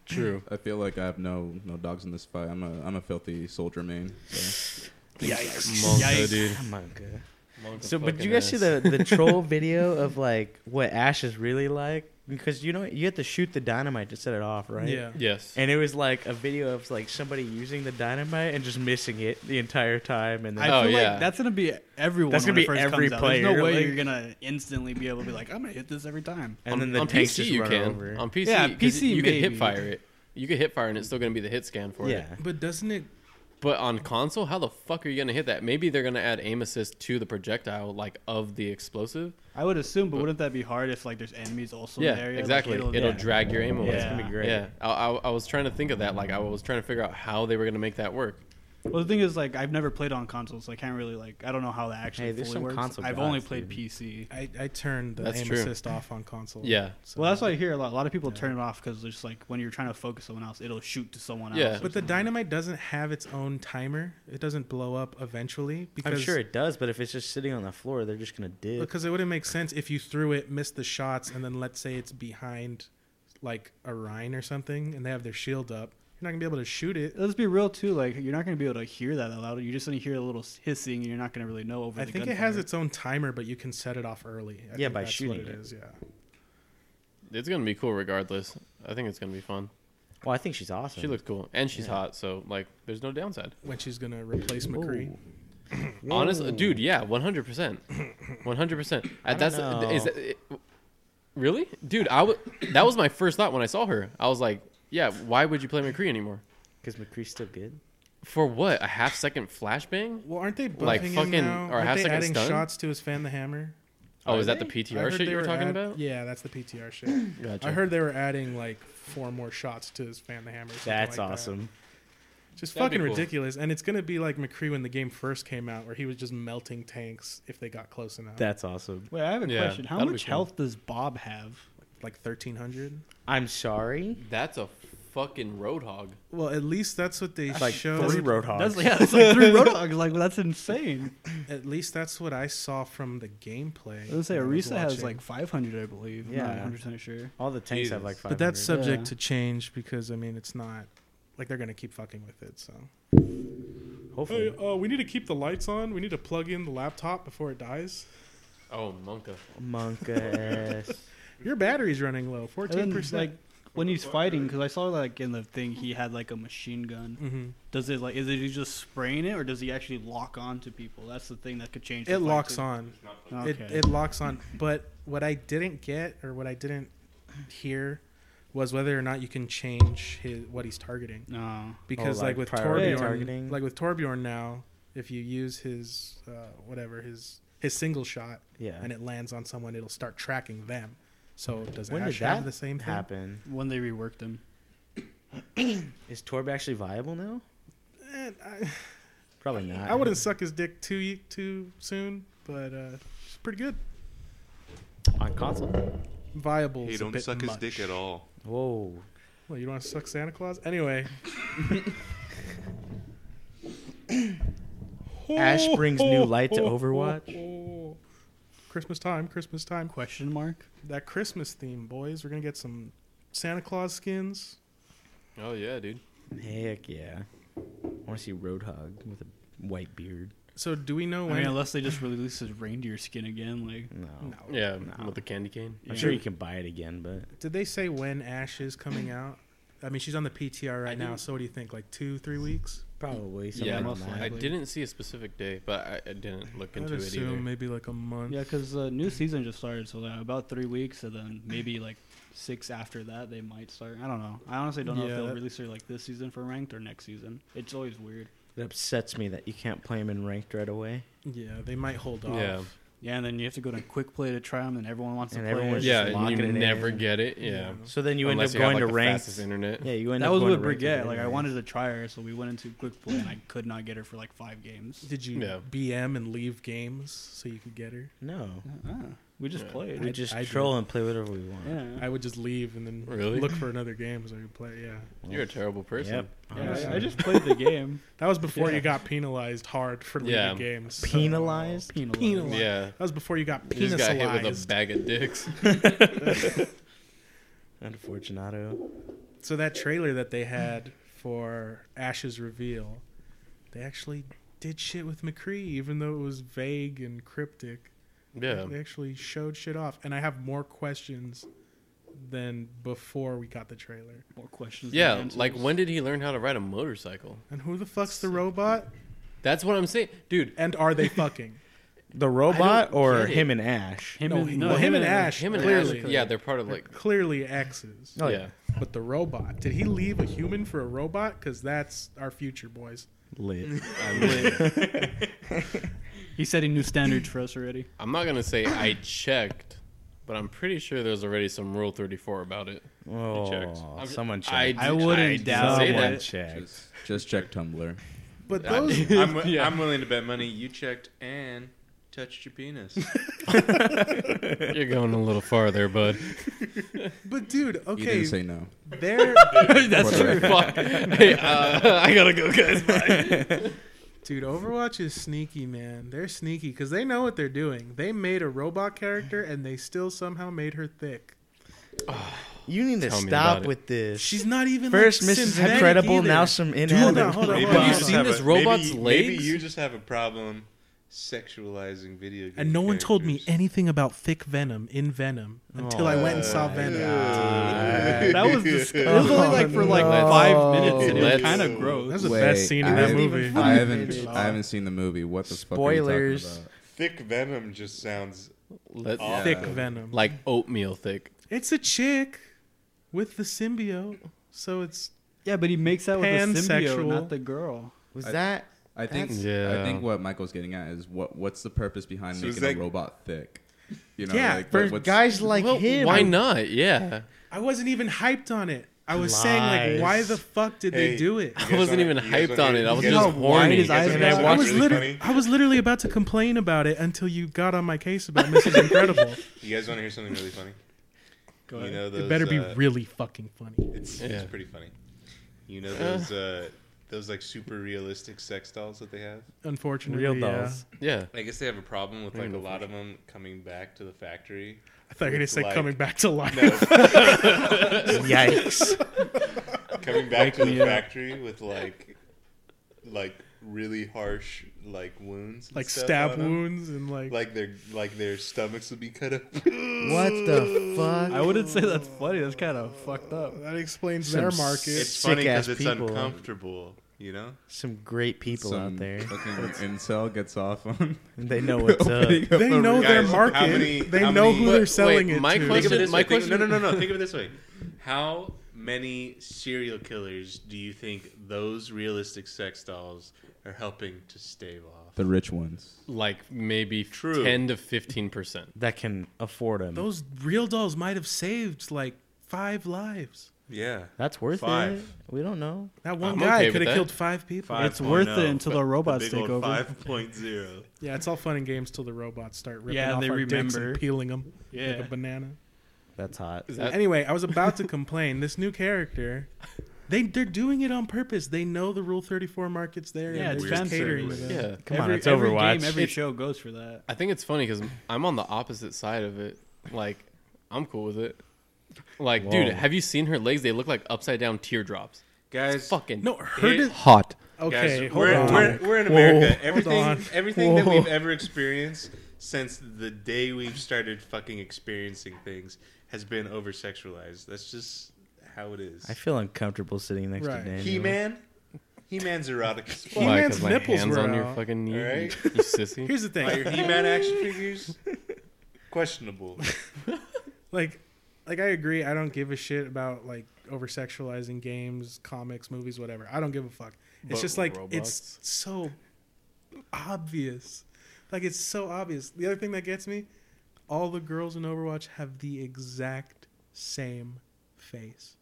[SPEAKER 2] True.
[SPEAKER 7] I feel like I have no no dogs in this fight. I'm a I'm a filthy soldier main. So.
[SPEAKER 2] Monka,
[SPEAKER 6] Yikes.
[SPEAKER 2] dude.
[SPEAKER 3] Come on, good.
[SPEAKER 2] Monka
[SPEAKER 3] Oh So, but
[SPEAKER 2] fucking
[SPEAKER 3] you guys see
[SPEAKER 2] ass.
[SPEAKER 3] the the troll video of like what Ash is really like because you know you have to shoot the dynamite to set it off, right?
[SPEAKER 4] Yeah.
[SPEAKER 2] Yes.
[SPEAKER 3] And it was like a video of like somebody using the dynamite and just missing it the entire time, and then
[SPEAKER 6] I
[SPEAKER 2] Oh,
[SPEAKER 6] feel
[SPEAKER 2] yeah.
[SPEAKER 6] like that's gonna be everyone.
[SPEAKER 3] That's
[SPEAKER 6] when
[SPEAKER 3] gonna
[SPEAKER 6] it
[SPEAKER 3] be
[SPEAKER 6] first
[SPEAKER 3] every
[SPEAKER 6] comes out. There's
[SPEAKER 3] player,
[SPEAKER 6] no way
[SPEAKER 3] like-
[SPEAKER 6] you're gonna instantly be able to be like, I'm gonna hit this every time.
[SPEAKER 3] and
[SPEAKER 2] on,
[SPEAKER 3] then the
[SPEAKER 2] on
[SPEAKER 3] tanks
[SPEAKER 2] PC
[SPEAKER 3] just
[SPEAKER 2] you
[SPEAKER 3] run
[SPEAKER 2] can
[SPEAKER 3] over.
[SPEAKER 2] on PC.
[SPEAKER 6] Yeah,
[SPEAKER 2] 'cause
[SPEAKER 6] PC
[SPEAKER 2] you could
[SPEAKER 6] maybe.
[SPEAKER 2] hit fire it. You could hit fire and it's still gonna be the hit scan for
[SPEAKER 3] yeah,
[SPEAKER 2] it.
[SPEAKER 4] But doesn't it?
[SPEAKER 2] But on console, how the fuck are you gonna hit that? Maybe they're gonna add aim assist to the projectile, like of the explosive.
[SPEAKER 6] I would assume, but wouldn't that be hard if like there's enemies also
[SPEAKER 2] yeah,
[SPEAKER 6] in the area? Like,
[SPEAKER 2] exactly. it'll
[SPEAKER 6] yeah.
[SPEAKER 2] drag your aim away.
[SPEAKER 6] Yeah. It's gonna be
[SPEAKER 3] great.
[SPEAKER 2] Yeah, I, I, I was trying to think of that. Like I was trying to figure out how they were gonna make that work.
[SPEAKER 6] Well, the thing is, like, I've never played on consoles, so I can't really like. I don't know how that actually
[SPEAKER 3] Hey,
[SPEAKER 6] fully
[SPEAKER 3] there's some
[SPEAKER 6] works.
[SPEAKER 3] console
[SPEAKER 6] I've only
[SPEAKER 3] gods,
[SPEAKER 6] played
[SPEAKER 3] dude.
[SPEAKER 6] PC.
[SPEAKER 4] I, I turned the
[SPEAKER 2] That's
[SPEAKER 4] aim
[SPEAKER 2] true.
[SPEAKER 4] assist off on console.
[SPEAKER 2] Yeah.
[SPEAKER 4] So-
[SPEAKER 6] Well, that's what I hear a lot. A lot of people turn it off because just like when you're trying to focus someone else, it'll shoot to someone
[SPEAKER 2] Yeah.
[SPEAKER 6] else. or
[SPEAKER 4] But the
[SPEAKER 6] something.
[SPEAKER 4] dynamite doesn't have its own timer. It doesn't blow up eventually because
[SPEAKER 3] I'm sure it does, but if it's just sitting on the floor, they're just gonna dip.
[SPEAKER 4] because it wouldn't make sense if you threw it, missed the shots, and then let's say it's behind like a Rhine or something, and they have their shield up. You're not gonna be able to shoot it.
[SPEAKER 6] Let's be real too. Like you're not gonna be able to hear that loud. You're just gonna hear a little hissing, and you're not gonna really know over.
[SPEAKER 4] I
[SPEAKER 6] the
[SPEAKER 4] think it has
[SPEAKER 6] gunfire.
[SPEAKER 4] its own timer, but you can set it off early. I
[SPEAKER 3] Yeah,
[SPEAKER 4] think
[SPEAKER 3] by
[SPEAKER 4] that's
[SPEAKER 3] shooting
[SPEAKER 4] what
[SPEAKER 3] it.
[SPEAKER 4] is, Yeah.
[SPEAKER 2] It's gonna be cool regardless. I think it's gonna be fun.
[SPEAKER 3] Well, I think she's awesome.
[SPEAKER 2] She looks cool and she's
[SPEAKER 3] Yeah.
[SPEAKER 2] hot, so like there's no downside.
[SPEAKER 4] When she's gonna replace
[SPEAKER 3] Ooh.
[SPEAKER 4] McCree.
[SPEAKER 2] Honestly, uh, dude, yeah, 100, percent 100. percent
[SPEAKER 3] I
[SPEAKER 2] That's uh,
[SPEAKER 3] don't know.
[SPEAKER 2] is that, it- really, dude. I w- that was my first thought when I saw her. I was like, yeah, why would you play McCree anymore?
[SPEAKER 3] because McCree's still good.
[SPEAKER 2] For what? A half second flashbang?
[SPEAKER 4] Well, aren't they buffing
[SPEAKER 2] Like
[SPEAKER 4] him
[SPEAKER 2] fucking-
[SPEAKER 4] now?
[SPEAKER 2] or
[SPEAKER 4] Aren't
[SPEAKER 2] half
[SPEAKER 4] they
[SPEAKER 2] second
[SPEAKER 4] adding
[SPEAKER 2] stun?
[SPEAKER 4] shots to his fan the hammer?
[SPEAKER 2] Oh,
[SPEAKER 3] Are
[SPEAKER 2] is that the
[SPEAKER 3] they?
[SPEAKER 4] I
[SPEAKER 2] PTR
[SPEAKER 4] heard
[SPEAKER 2] shit
[SPEAKER 4] they
[SPEAKER 2] you were talking
[SPEAKER 4] add-
[SPEAKER 2] about?
[SPEAKER 4] Yeah, that's the PTR shit.
[SPEAKER 2] Gotcha.
[SPEAKER 4] I heard they were adding like four more shots to his fan the hammer. or something
[SPEAKER 3] That's
[SPEAKER 4] like that.
[SPEAKER 3] awesome.
[SPEAKER 4] Just
[SPEAKER 2] That'd be
[SPEAKER 4] fucking
[SPEAKER 2] cool.
[SPEAKER 4] ridiculous. And it's going to be like McCree when the game first came out, where he was just melting tanks if they got close enough.
[SPEAKER 3] That's awesome.
[SPEAKER 6] Wait, I have a
[SPEAKER 2] Yeah,
[SPEAKER 6] question. How
[SPEAKER 2] that'll be
[SPEAKER 6] much
[SPEAKER 2] cool.
[SPEAKER 6] health does Bob have?
[SPEAKER 4] like 1300.
[SPEAKER 3] I'm sorry.
[SPEAKER 2] That's a fucking roadhog.
[SPEAKER 4] Well, at least that's what they
[SPEAKER 3] Like
[SPEAKER 4] showed.
[SPEAKER 3] three roadhogs.
[SPEAKER 6] That's yeah, that's like three roadhogs. Like that's insane.
[SPEAKER 4] At least that's what I saw from the gameplay.
[SPEAKER 6] I would say
[SPEAKER 4] when I was
[SPEAKER 6] Arisa has
[SPEAKER 4] watching.
[SPEAKER 6] like 500, I believe. I'm
[SPEAKER 3] Yeah.
[SPEAKER 6] not 100 percent sure.
[SPEAKER 3] All the tanks have
[SPEAKER 2] Jesus.
[SPEAKER 3] like five.
[SPEAKER 4] But that's subject
[SPEAKER 6] Yeah.
[SPEAKER 4] to change because, I mean, it's not. Like they're going to keep fucking with it, so.
[SPEAKER 3] hopefully.
[SPEAKER 4] uh, we need to keep the lights on. We need to plug in the laptop before it dies.
[SPEAKER 2] Oh, Monka.
[SPEAKER 3] Monk ass.
[SPEAKER 4] Your battery's running low,
[SPEAKER 6] And then,
[SPEAKER 4] 14%.
[SPEAKER 6] like when he's fighting, because I saw like in the thing he had like a machine gun.
[SPEAKER 4] Mm-hmm.
[SPEAKER 6] Does it like is it he just spraying it or does he actually lock on to people? That's the thing that could change. the
[SPEAKER 4] It
[SPEAKER 6] fight,
[SPEAKER 4] locks
[SPEAKER 6] too.
[SPEAKER 4] on.
[SPEAKER 6] Okay.
[SPEAKER 4] It, it locks on. But what I didn't get or what I didn't hear was whether or not you can change his what he's targeting.
[SPEAKER 6] no.
[SPEAKER 4] Because
[SPEAKER 3] Oh,
[SPEAKER 4] like,
[SPEAKER 3] like
[SPEAKER 4] with
[SPEAKER 3] priority
[SPEAKER 4] Torbjorn,
[SPEAKER 3] targeting?
[SPEAKER 4] like with Torbjorn now, if you use his uh, whatever his his single shot
[SPEAKER 3] Yeah.
[SPEAKER 4] and it lands on someone, it'll start tracking them. So does
[SPEAKER 3] When did
[SPEAKER 4] Ash have
[SPEAKER 3] that
[SPEAKER 4] the same thing?
[SPEAKER 3] happen.
[SPEAKER 6] When they reworked him,
[SPEAKER 3] Is Torb actually viable now?
[SPEAKER 4] Eh, I,
[SPEAKER 3] Probably not.
[SPEAKER 4] I wouldn't suck his dick too too soon, but uh, it's pretty good.
[SPEAKER 3] on console.
[SPEAKER 4] Viable.
[SPEAKER 5] Hey,
[SPEAKER 4] is a
[SPEAKER 5] don't
[SPEAKER 4] bit
[SPEAKER 5] suck his dick
[SPEAKER 4] much.
[SPEAKER 5] at all.
[SPEAKER 3] Whoa.
[SPEAKER 4] Well, you don't want to suck Santa Claus? Anyway.
[SPEAKER 3] Ash brings new light to
[SPEAKER 4] Overwatch. Christmas time, Christmas time.
[SPEAKER 6] question mark.
[SPEAKER 4] That Christmas theme, boys. We're going to get some Santa Claus skins.
[SPEAKER 2] Oh yeah, dude.
[SPEAKER 3] Heck yeah. I want to see Roadhog with a white beard.
[SPEAKER 4] So, do we know
[SPEAKER 6] I mean,
[SPEAKER 4] when?
[SPEAKER 6] unless they just release his reindeer skin again, like
[SPEAKER 3] No.
[SPEAKER 4] no.
[SPEAKER 2] Yeah,
[SPEAKER 3] No.
[SPEAKER 2] with the candy cane.
[SPEAKER 3] I'm
[SPEAKER 6] Yeah.
[SPEAKER 3] sure you can buy it again, but
[SPEAKER 4] Did they say when Ash is coming out? I mean, she's on the PTR right
[SPEAKER 2] I
[SPEAKER 4] now.
[SPEAKER 2] didn't-
[SPEAKER 4] So, what do you think? Like two, three weeks?
[SPEAKER 3] probably
[SPEAKER 2] something Yeah, like
[SPEAKER 6] most that.
[SPEAKER 2] I
[SPEAKER 6] likely.
[SPEAKER 2] didn't see a specific day, but I, I didn't look
[SPEAKER 4] I'd
[SPEAKER 2] into it
[SPEAKER 4] assume
[SPEAKER 2] either.
[SPEAKER 4] maybe like a month.
[SPEAKER 6] yeah, because the new season just started, so like, about three weeks, and then maybe like six after that they might start. I don't know. I honestly don't know
[SPEAKER 4] Yeah,
[SPEAKER 6] if
[SPEAKER 4] that-
[SPEAKER 6] they'll release her like this season for ranked or next season. It's always weird.
[SPEAKER 3] It upsets me that you can't play him in ranked right away.
[SPEAKER 4] Yeah, they might hold off.
[SPEAKER 2] Yeah,
[SPEAKER 6] Yeah, and then you have to go to quick play to try them, and everyone wants
[SPEAKER 3] And
[SPEAKER 6] to play.
[SPEAKER 3] everyone
[SPEAKER 6] it.
[SPEAKER 3] was Just
[SPEAKER 2] yeah,
[SPEAKER 3] locking
[SPEAKER 2] and you
[SPEAKER 3] it
[SPEAKER 2] never
[SPEAKER 3] in.
[SPEAKER 2] get it. Yeah,
[SPEAKER 3] So then you
[SPEAKER 2] Unless have,
[SPEAKER 3] end up going
[SPEAKER 2] like,
[SPEAKER 3] to
[SPEAKER 2] the
[SPEAKER 3] ranked.
[SPEAKER 2] fastest internet.
[SPEAKER 3] Yeah, you end
[SPEAKER 6] That
[SPEAKER 3] up
[SPEAKER 6] was
[SPEAKER 3] going
[SPEAKER 6] with
[SPEAKER 3] to ranked
[SPEAKER 6] Brigette.
[SPEAKER 3] with
[SPEAKER 6] Like I
[SPEAKER 3] anyway.
[SPEAKER 6] wanted to try her, so we went into quick play, and I could not get her for like five games.
[SPEAKER 4] Did you
[SPEAKER 2] Yeah.
[SPEAKER 4] BM and leave games so you could get her?
[SPEAKER 3] No.
[SPEAKER 6] Ah, we just
[SPEAKER 2] Yeah.
[SPEAKER 6] played.
[SPEAKER 3] We
[SPEAKER 4] I-
[SPEAKER 3] just
[SPEAKER 4] I
[SPEAKER 3] troll and play whatever we want.
[SPEAKER 6] yeah.
[SPEAKER 4] I would just leave and then
[SPEAKER 2] Really?
[SPEAKER 4] look for another game so I could play. Yeah,
[SPEAKER 2] You're a terrible person.
[SPEAKER 3] Yep.
[SPEAKER 6] Yeah,
[SPEAKER 3] Honestly.
[SPEAKER 6] I, I just played the game.
[SPEAKER 4] that was before
[SPEAKER 6] Yeah.
[SPEAKER 4] you got penalized hard for leaving
[SPEAKER 2] Yeah.
[SPEAKER 4] games. so-
[SPEAKER 3] penalized.
[SPEAKER 6] Penalized.
[SPEAKER 4] Penalized.
[SPEAKER 2] Yeah,
[SPEAKER 4] That was before you got
[SPEAKER 2] you just got hit
[SPEAKER 4] penalized.
[SPEAKER 2] with a bag of dicks.
[SPEAKER 3] Unfortunato.
[SPEAKER 4] so that trailer that they had for Ash's reveal, they actually did shit with McCree, even though it was vague and cryptic.
[SPEAKER 2] yeah,
[SPEAKER 4] They actually showed shit off, and I have more questions than before we got the trailer.
[SPEAKER 6] More questions. than
[SPEAKER 2] yeah.
[SPEAKER 6] answers.
[SPEAKER 2] Like when did he learn how to ride a motorcycle?
[SPEAKER 4] And who the fuck's the robot?
[SPEAKER 2] That's what I'm saying, dude.
[SPEAKER 4] And are they fucking?
[SPEAKER 3] The robot or
[SPEAKER 2] get it.
[SPEAKER 3] him and Ash?
[SPEAKER 6] him
[SPEAKER 4] No,
[SPEAKER 6] and,
[SPEAKER 4] no,
[SPEAKER 6] no,
[SPEAKER 4] him and Ash.
[SPEAKER 2] Him and
[SPEAKER 4] Clearly.
[SPEAKER 2] Ash, yeah, they're part of like
[SPEAKER 4] clearly exes.
[SPEAKER 3] Oh,
[SPEAKER 2] yeah.
[SPEAKER 4] But the robot, did he leave a human for a robot? Because that's our future, boys.
[SPEAKER 3] Lit.
[SPEAKER 2] I'm lit.
[SPEAKER 6] He's setting new standards for us already.
[SPEAKER 2] I'm not gonna say I checked, but I'm pretty sure there's already some Rule 34 about it. checked.
[SPEAKER 3] Oh,
[SPEAKER 2] I'm-
[SPEAKER 3] someone checked.
[SPEAKER 2] I,
[SPEAKER 6] I wouldn't
[SPEAKER 2] didn't
[SPEAKER 6] doubt
[SPEAKER 2] say
[SPEAKER 6] it.
[SPEAKER 2] that.
[SPEAKER 3] someone checked.
[SPEAKER 7] Just, just check Tumblr.
[SPEAKER 4] But
[SPEAKER 2] I
[SPEAKER 4] those,
[SPEAKER 5] I'm, wi-
[SPEAKER 2] Yeah.
[SPEAKER 5] I'm willing to bet money you checked and touched your penis.
[SPEAKER 2] You're going a little far there, bud.
[SPEAKER 4] but dude,
[SPEAKER 7] You
[SPEAKER 4] okay,
[SPEAKER 7] didn't say no.
[SPEAKER 4] they're
[SPEAKER 7] That's true.
[SPEAKER 2] Fuck. Hey, uh, I gotta go, guys.
[SPEAKER 4] dude. Overwatch is sneaky, man. They're sneaky because they know what they're doing. They made a robot character and they still somehow made her thick.
[SPEAKER 3] You need to
[SPEAKER 2] Tell me
[SPEAKER 3] stop
[SPEAKER 2] about it.
[SPEAKER 3] with this.
[SPEAKER 4] She's not even
[SPEAKER 3] First
[SPEAKER 4] like,
[SPEAKER 3] Mrs.
[SPEAKER 4] synthetic
[SPEAKER 3] Incredible,
[SPEAKER 4] either.
[SPEAKER 3] now some
[SPEAKER 4] Dude, hold
[SPEAKER 3] inanimate.
[SPEAKER 4] on, hold on,
[SPEAKER 2] Maybe
[SPEAKER 4] hold on,
[SPEAKER 2] you've
[SPEAKER 4] hold on.
[SPEAKER 2] seen this
[SPEAKER 5] But
[SPEAKER 2] robot's
[SPEAKER 5] maybe, Maybe
[SPEAKER 2] legs?
[SPEAKER 5] you just have a problem sexualizing video games.
[SPEAKER 4] And no one told me anything about thick venom in Venom until I went and saw
[SPEAKER 3] Oh,
[SPEAKER 5] Oh,
[SPEAKER 4] Venom.
[SPEAKER 6] That was disgusting. It was only like for like
[SPEAKER 3] Oh,
[SPEAKER 6] five minutes, and it was
[SPEAKER 2] Let's-
[SPEAKER 6] kind of gross.
[SPEAKER 4] That's the
[SPEAKER 7] Wait,
[SPEAKER 4] best scene in
[SPEAKER 7] I
[SPEAKER 4] that
[SPEAKER 7] haven't-
[SPEAKER 4] movie.
[SPEAKER 7] I haven't, I haven't seen the movie. What the
[SPEAKER 3] Spoilers.
[SPEAKER 7] fuck?
[SPEAKER 5] Thick Venom just sounds.
[SPEAKER 2] Let-
[SPEAKER 5] Aw.
[SPEAKER 4] Thick
[SPEAKER 5] Yeah.
[SPEAKER 4] Venom.
[SPEAKER 2] Like oatmeal thick.
[SPEAKER 4] It's a chick with the symbiote, so it's
[SPEAKER 6] Yeah, but he makes out with a symbiote,
[SPEAKER 4] Pansexual.
[SPEAKER 6] not the girl.
[SPEAKER 3] Was
[SPEAKER 7] I-
[SPEAKER 3] that?
[SPEAKER 7] I think
[SPEAKER 2] That's-
[SPEAKER 7] I think what Michael's getting at is what what's the purpose behind
[SPEAKER 5] So is
[SPEAKER 7] making a
[SPEAKER 5] that-
[SPEAKER 7] robot thick? You know,
[SPEAKER 4] Yeah,
[SPEAKER 7] like,
[SPEAKER 3] For
[SPEAKER 7] what- what's,
[SPEAKER 3] guys like
[SPEAKER 2] well,
[SPEAKER 3] him.
[SPEAKER 2] why not? Yeah.
[SPEAKER 4] I wasn't even hyped on it. I was saying like,
[SPEAKER 3] Lies.
[SPEAKER 4] why the fuck did they
[SPEAKER 5] Hey,
[SPEAKER 4] do it?
[SPEAKER 5] You
[SPEAKER 2] I
[SPEAKER 5] guys
[SPEAKER 2] wasn't
[SPEAKER 5] wanna-
[SPEAKER 2] even
[SPEAKER 5] you
[SPEAKER 2] hyped
[SPEAKER 5] guys wanna
[SPEAKER 2] on it.
[SPEAKER 5] hear-
[SPEAKER 2] I was
[SPEAKER 5] you guys
[SPEAKER 2] just
[SPEAKER 6] wanna- Why
[SPEAKER 2] horny.
[SPEAKER 6] is I-
[SPEAKER 5] guys wanna
[SPEAKER 6] I
[SPEAKER 5] hear
[SPEAKER 4] I
[SPEAKER 5] what's
[SPEAKER 4] was
[SPEAKER 5] really
[SPEAKER 4] literally,
[SPEAKER 5] funny?
[SPEAKER 4] I was literally about to complain about it until you got on my case about Mrs. Incredible.
[SPEAKER 5] You guys want to hear something really funny?
[SPEAKER 6] Go
[SPEAKER 5] You
[SPEAKER 6] ahead.
[SPEAKER 5] know those,
[SPEAKER 4] it better be
[SPEAKER 5] uh,
[SPEAKER 4] really fucking funny.
[SPEAKER 5] It's,
[SPEAKER 2] Yeah.
[SPEAKER 5] it's pretty funny. You know those uh, those like super realistic sex dolls that they have.
[SPEAKER 4] Unfortunately,
[SPEAKER 3] Real
[SPEAKER 4] yeah.
[SPEAKER 3] dolls.
[SPEAKER 2] yeah.
[SPEAKER 5] I guess they have a problem with
[SPEAKER 2] I
[SPEAKER 5] like
[SPEAKER 2] don't
[SPEAKER 5] a
[SPEAKER 2] know
[SPEAKER 5] lot of them coming back to the factory.
[SPEAKER 4] I thought you were gonna
[SPEAKER 5] It's
[SPEAKER 4] say
[SPEAKER 5] like-
[SPEAKER 4] coming back to life.
[SPEAKER 5] No,
[SPEAKER 3] Yikes.
[SPEAKER 5] coming back to
[SPEAKER 6] me
[SPEAKER 5] the
[SPEAKER 6] up.
[SPEAKER 5] factory with like like really harsh like wounds, and
[SPEAKER 4] like
[SPEAKER 5] stuff
[SPEAKER 4] stab
[SPEAKER 5] on 'em.
[SPEAKER 4] wounds and like,
[SPEAKER 5] Like their like their stomachs would be cut up.
[SPEAKER 3] What the fuck?
[SPEAKER 6] I wouldn't say that's funny. That's kind of fucked up.
[SPEAKER 4] oh, that explains
[SPEAKER 3] Some
[SPEAKER 4] their
[SPEAKER 3] s-
[SPEAKER 4] market.
[SPEAKER 5] It's funny
[SPEAKER 3] Sick-ass
[SPEAKER 5] because it's
[SPEAKER 3] people.
[SPEAKER 5] uncomfortable, you know.
[SPEAKER 3] Some great people
[SPEAKER 7] Some
[SPEAKER 3] out there.
[SPEAKER 7] Fucking incel gets off on.
[SPEAKER 3] And they know what's up.
[SPEAKER 7] opening up
[SPEAKER 4] they
[SPEAKER 7] a
[SPEAKER 4] know
[SPEAKER 7] re-
[SPEAKER 4] their
[SPEAKER 5] Guys, how
[SPEAKER 4] market.
[SPEAKER 5] many-
[SPEAKER 4] they
[SPEAKER 5] how
[SPEAKER 4] know
[SPEAKER 5] many-
[SPEAKER 4] who
[SPEAKER 5] But-
[SPEAKER 4] they're
[SPEAKER 2] wait,
[SPEAKER 4] selling it
[SPEAKER 2] my
[SPEAKER 4] to.
[SPEAKER 2] question-
[SPEAKER 5] Think of it this
[SPEAKER 2] my
[SPEAKER 5] way. Think-
[SPEAKER 2] question-
[SPEAKER 5] no, no, no, no. Think of it this way: How many serial killers do you think those realistic sex dolls are helping to stave off?
[SPEAKER 7] the rich ones.
[SPEAKER 2] Like maybe
[SPEAKER 5] True.
[SPEAKER 2] ten to fifteen percent.
[SPEAKER 3] that can afford them.
[SPEAKER 4] Those real dolls might have saved like five lives.
[SPEAKER 5] Yeah,
[SPEAKER 3] That's worth
[SPEAKER 5] Five.
[SPEAKER 3] it. We don't know.
[SPEAKER 4] That one
[SPEAKER 2] I'm
[SPEAKER 4] guy
[SPEAKER 2] okay with
[SPEAKER 4] could have
[SPEAKER 2] that.
[SPEAKER 4] killed five oh. people.
[SPEAKER 5] five.
[SPEAKER 6] It's worth it until the robots take over.
[SPEAKER 5] Five point zero.
[SPEAKER 4] Yeah, it's all fun and games till the robots start ripping
[SPEAKER 6] Yeah,
[SPEAKER 4] off
[SPEAKER 6] they
[SPEAKER 4] our dicks and
[SPEAKER 6] remember.
[SPEAKER 4] peeling them
[SPEAKER 6] Yeah.
[SPEAKER 4] like a banana.
[SPEAKER 3] That's hot.
[SPEAKER 2] That-
[SPEAKER 4] anyway, I was about to complain. This new character, they they're doing it on purpose. They know the Rule Thirty Four market's there.
[SPEAKER 6] Yeah,
[SPEAKER 4] and
[SPEAKER 6] it's
[SPEAKER 4] they're just
[SPEAKER 6] fan
[SPEAKER 4] catering to
[SPEAKER 6] service.
[SPEAKER 4] them.
[SPEAKER 2] Yeah.
[SPEAKER 3] Come on,
[SPEAKER 6] Every-
[SPEAKER 3] it's
[SPEAKER 6] every
[SPEAKER 3] Overwatch.
[SPEAKER 6] Game, every
[SPEAKER 2] It's-
[SPEAKER 6] show goes for that.
[SPEAKER 2] I think it's funny because I'm on the opposite side of it. Like, I'm cool with it. Like, dude,
[SPEAKER 3] Whoa.
[SPEAKER 2] have you seen her legs? They look like upside down teardrops.
[SPEAKER 5] Guys,
[SPEAKER 2] Fucking
[SPEAKER 4] No, her.
[SPEAKER 5] It-
[SPEAKER 4] Did,
[SPEAKER 2] hot.
[SPEAKER 4] okay,
[SPEAKER 5] Guys,
[SPEAKER 4] hold
[SPEAKER 5] we're,
[SPEAKER 4] on.
[SPEAKER 5] We're, we're in America.
[SPEAKER 4] on.
[SPEAKER 5] everything everything that
[SPEAKER 4] Whoa.
[SPEAKER 5] we've ever experienced since the day we've started fucking experiencing things has been over sexualized. That's just how it is.
[SPEAKER 3] I feel uncomfortable sitting next
[SPEAKER 4] Right.
[SPEAKER 3] to Daniel.
[SPEAKER 5] He Man, He Man's erotic. as fuck.
[SPEAKER 4] Why?
[SPEAKER 2] Why?
[SPEAKER 4] He-Man's
[SPEAKER 2] Because my
[SPEAKER 4] nipples
[SPEAKER 2] hands
[SPEAKER 4] were
[SPEAKER 2] on your
[SPEAKER 4] out.
[SPEAKER 2] fucking knee,
[SPEAKER 5] All
[SPEAKER 2] you,
[SPEAKER 5] right.
[SPEAKER 2] you sissy.
[SPEAKER 4] Here's the thing.
[SPEAKER 5] Are your He Man action figures questionable?
[SPEAKER 4] like like I agree, I don't give a shit about like over sexualizing games, comics, movies, whatever. I don't give a fuck.
[SPEAKER 2] But
[SPEAKER 4] it's just like it's
[SPEAKER 2] robots?
[SPEAKER 4] so obvious. Like it's so obvious. The other thing that gets me, all the girls in Overwatch have the exact same face.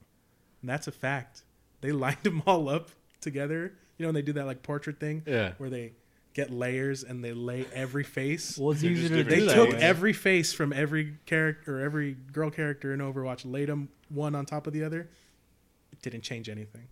[SPEAKER 4] And that's a fact. They lined them all up together. You know, and they do that like portrait thing
[SPEAKER 2] yeah.
[SPEAKER 4] where they get layers and they lay every face
[SPEAKER 6] Well, it's easier to
[SPEAKER 5] different.
[SPEAKER 4] they
[SPEAKER 6] do that.
[SPEAKER 4] took
[SPEAKER 6] way.
[SPEAKER 4] every face from every character or every girl character in Overwatch, laid them one on top of the other. It didn't change anything.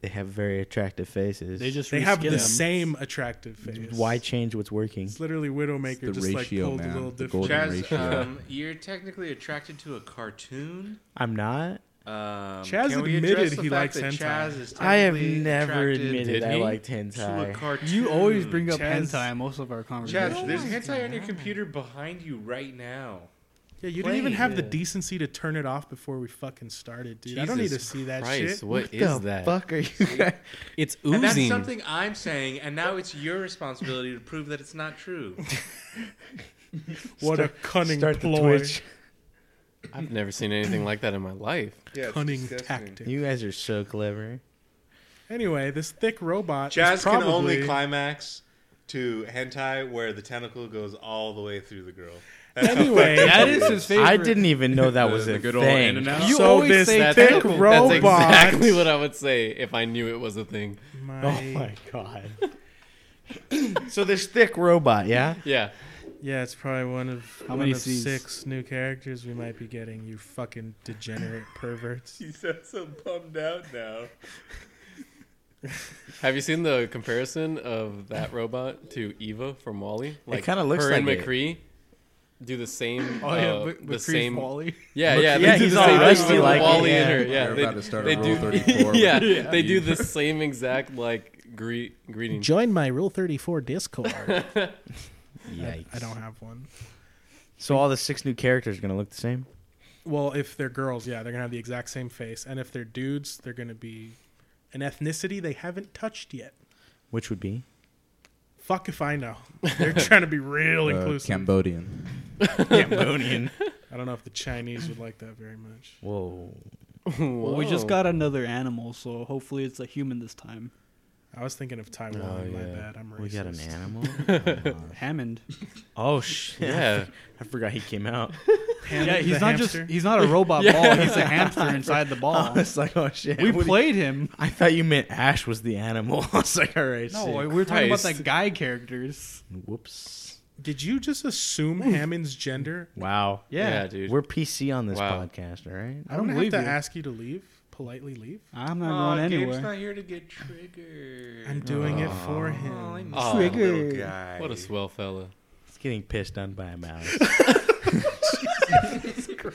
[SPEAKER 3] They have very attractive faces.
[SPEAKER 6] They just
[SPEAKER 4] They have the
[SPEAKER 6] reskin them.
[SPEAKER 4] same attractive face.
[SPEAKER 3] Why change what's working?
[SPEAKER 4] It's literally Widowmaker
[SPEAKER 7] It's the
[SPEAKER 4] just like
[SPEAKER 7] ratio,
[SPEAKER 4] pulled
[SPEAKER 7] man.
[SPEAKER 4] a little
[SPEAKER 7] The
[SPEAKER 4] different.
[SPEAKER 7] golden
[SPEAKER 5] Chaz,
[SPEAKER 7] ratio.
[SPEAKER 5] um, you're technically attracted to a cartoon.
[SPEAKER 3] I'm not.
[SPEAKER 5] Um,
[SPEAKER 4] Chaz
[SPEAKER 5] can we
[SPEAKER 4] admitted
[SPEAKER 5] address the
[SPEAKER 4] he
[SPEAKER 5] fact
[SPEAKER 4] likes
[SPEAKER 5] that
[SPEAKER 4] hentai.
[SPEAKER 5] Chaz is
[SPEAKER 3] I have
[SPEAKER 5] technically
[SPEAKER 3] never
[SPEAKER 5] attracted
[SPEAKER 3] admitted
[SPEAKER 2] Did
[SPEAKER 3] I
[SPEAKER 2] he?
[SPEAKER 3] liked
[SPEAKER 5] to a
[SPEAKER 3] hentai.
[SPEAKER 5] cartoon?
[SPEAKER 6] You always bring up
[SPEAKER 4] Chaz-
[SPEAKER 6] hentai in most of our
[SPEAKER 5] Chaz,
[SPEAKER 6] conversations.
[SPEAKER 4] Oh
[SPEAKER 5] there's hentai on your computer behind you right now.
[SPEAKER 4] Yeah, you didn't even
[SPEAKER 5] Plain.
[SPEAKER 4] have the decency to turn it off before we fucking started, dude. I don't need to see that
[SPEAKER 2] Christ,
[SPEAKER 4] shit.
[SPEAKER 2] what is that?
[SPEAKER 3] fuck are you guys?
[SPEAKER 2] It's
[SPEAKER 5] And that's
[SPEAKER 2] oozing.
[SPEAKER 5] something I'm saying, and now it's your responsibility to prove that it's not true.
[SPEAKER 4] What a cunning
[SPEAKER 3] Start the
[SPEAKER 4] ploy,
[SPEAKER 3] Twitch.
[SPEAKER 2] I've never seen anything like that in my life.
[SPEAKER 5] Yeah,
[SPEAKER 4] cunning tactic.
[SPEAKER 3] You guys are so clever.
[SPEAKER 4] Anyway, this thick robot.
[SPEAKER 5] Jazz
[SPEAKER 4] is probably,
[SPEAKER 5] can only climax to hentai where the tentacle goes all the way through the girl. That's how
[SPEAKER 4] Anyway,
[SPEAKER 5] fucked
[SPEAKER 6] that
[SPEAKER 5] up
[SPEAKER 6] is
[SPEAKER 5] it
[SPEAKER 6] his favorite.
[SPEAKER 3] I didn't even know that
[SPEAKER 7] The-
[SPEAKER 3] was
[SPEAKER 7] the
[SPEAKER 3] a
[SPEAKER 7] good old
[SPEAKER 3] thing.
[SPEAKER 7] in and out.
[SPEAKER 4] You
[SPEAKER 6] So
[SPEAKER 4] always
[SPEAKER 6] this-
[SPEAKER 4] say
[SPEAKER 6] that's-
[SPEAKER 4] thick
[SPEAKER 6] that's
[SPEAKER 4] robot.
[SPEAKER 2] That's exactly what I would say if I knew it was a thing.
[SPEAKER 4] My-
[SPEAKER 3] Oh my god. so this thick robot, yeah?
[SPEAKER 2] Yeah.
[SPEAKER 4] Yeah, it's probably one of
[SPEAKER 6] How
[SPEAKER 4] one
[SPEAKER 6] many
[SPEAKER 4] of
[SPEAKER 6] Cs?
[SPEAKER 4] six new characters we might be getting. You fucking degenerate perverts.
[SPEAKER 5] She sounds so bummed out now.
[SPEAKER 2] Have you seen the comparison of that robot to Eva from Wally?
[SPEAKER 3] kinda looks
[SPEAKER 2] her and
[SPEAKER 3] like it.
[SPEAKER 2] McCree do the same.
[SPEAKER 6] Oh yeah,
[SPEAKER 2] uh,
[SPEAKER 6] but,
[SPEAKER 2] the
[SPEAKER 6] but
[SPEAKER 2] same.
[SPEAKER 6] Wally.
[SPEAKER 2] Yeah, yeah,
[SPEAKER 3] yeah,
[SPEAKER 2] they do
[SPEAKER 3] he's
[SPEAKER 2] the
[SPEAKER 3] all
[SPEAKER 2] same thing
[SPEAKER 3] rusty
[SPEAKER 2] with
[SPEAKER 3] like
[SPEAKER 2] Wally
[SPEAKER 3] it, yeah.
[SPEAKER 2] and her. Yeah,
[SPEAKER 7] They're
[SPEAKER 2] they,
[SPEAKER 7] about to start
[SPEAKER 2] they
[SPEAKER 7] a Rule
[SPEAKER 2] do.
[SPEAKER 7] 34 with
[SPEAKER 2] yeah,
[SPEAKER 7] you.
[SPEAKER 2] they do the same exact like greet greeting.
[SPEAKER 4] Join my Rule Thirty Four Discord.
[SPEAKER 3] Yikes.
[SPEAKER 4] I don't have one.
[SPEAKER 3] So all the six new characters are gonna look the same?
[SPEAKER 4] Well, if they're girls, yeah, they're gonna have the exact same face, and if they're dudes, they're gonna be an ethnicity they haven't touched yet.
[SPEAKER 3] Which would be?
[SPEAKER 4] Fuck if I know. They're trying to be real
[SPEAKER 7] Uh,
[SPEAKER 4] inclusive.
[SPEAKER 7] Cambodian.
[SPEAKER 3] Cambodian.
[SPEAKER 4] I don't know if the Chinese would like that very much.
[SPEAKER 3] Whoa.
[SPEAKER 6] Well, we just
[SPEAKER 2] Whoa.
[SPEAKER 6] got another animal, so hopefully it's a human this time.
[SPEAKER 4] I was thinking of Taiwan.
[SPEAKER 2] Oh,
[SPEAKER 4] My
[SPEAKER 2] yeah.
[SPEAKER 4] bad. I'm racist.
[SPEAKER 3] We got an animal?
[SPEAKER 6] Hammond.
[SPEAKER 3] oh shit.
[SPEAKER 2] Yeah,
[SPEAKER 3] I forgot he came out.
[SPEAKER 4] Ham-
[SPEAKER 6] yeah,
[SPEAKER 4] the
[SPEAKER 6] he's not
[SPEAKER 4] hamster?
[SPEAKER 6] just—he's not a robot ball. He's a hamster inside the
[SPEAKER 3] I
[SPEAKER 6] ball.
[SPEAKER 3] was like, oh shit. what
[SPEAKER 6] we
[SPEAKER 3] do you-
[SPEAKER 6] played him.
[SPEAKER 3] I thought you meant Ash was the animal. I was like, all right,
[SPEAKER 6] No,
[SPEAKER 3] sick.
[SPEAKER 6] we were talking about
[SPEAKER 2] Christ.
[SPEAKER 6] the guy characters.
[SPEAKER 3] Whoops.
[SPEAKER 4] Did you just assume Hammond's gender?
[SPEAKER 3] Wow.
[SPEAKER 2] yeah,
[SPEAKER 6] Yeah,
[SPEAKER 2] dude.
[SPEAKER 3] We're PC on this
[SPEAKER 2] Wow.
[SPEAKER 3] podcast, all right?
[SPEAKER 4] I
[SPEAKER 6] I
[SPEAKER 4] don't
[SPEAKER 6] don't
[SPEAKER 4] have
[SPEAKER 6] believe
[SPEAKER 4] to
[SPEAKER 6] you.
[SPEAKER 4] ask you to leave. Politely leave.
[SPEAKER 6] I'm
[SPEAKER 5] Aw,
[SPEAKER 6] not going
[SPEAKER 5] Gabe's
[SPEAKER 6] anywhere.
[SPEAKER 5] not here to get triggered.
[SPEAKER 4] I'm doing it for
[SPEAKER 5] Aw, I
[SPEAKER 4] him.
[SPEAKER 5] miss
[SPEAKER 2] Aw.
[SPEAKER 5] that little
[SPEAKER 6] Triggered.
[SPEAKER 5] guy.
[SPEAKER 2] Ah, what a swell fella.
[SPEAKER 3] It's getting pissed on by a mouse.
[SPEAKER 5] You're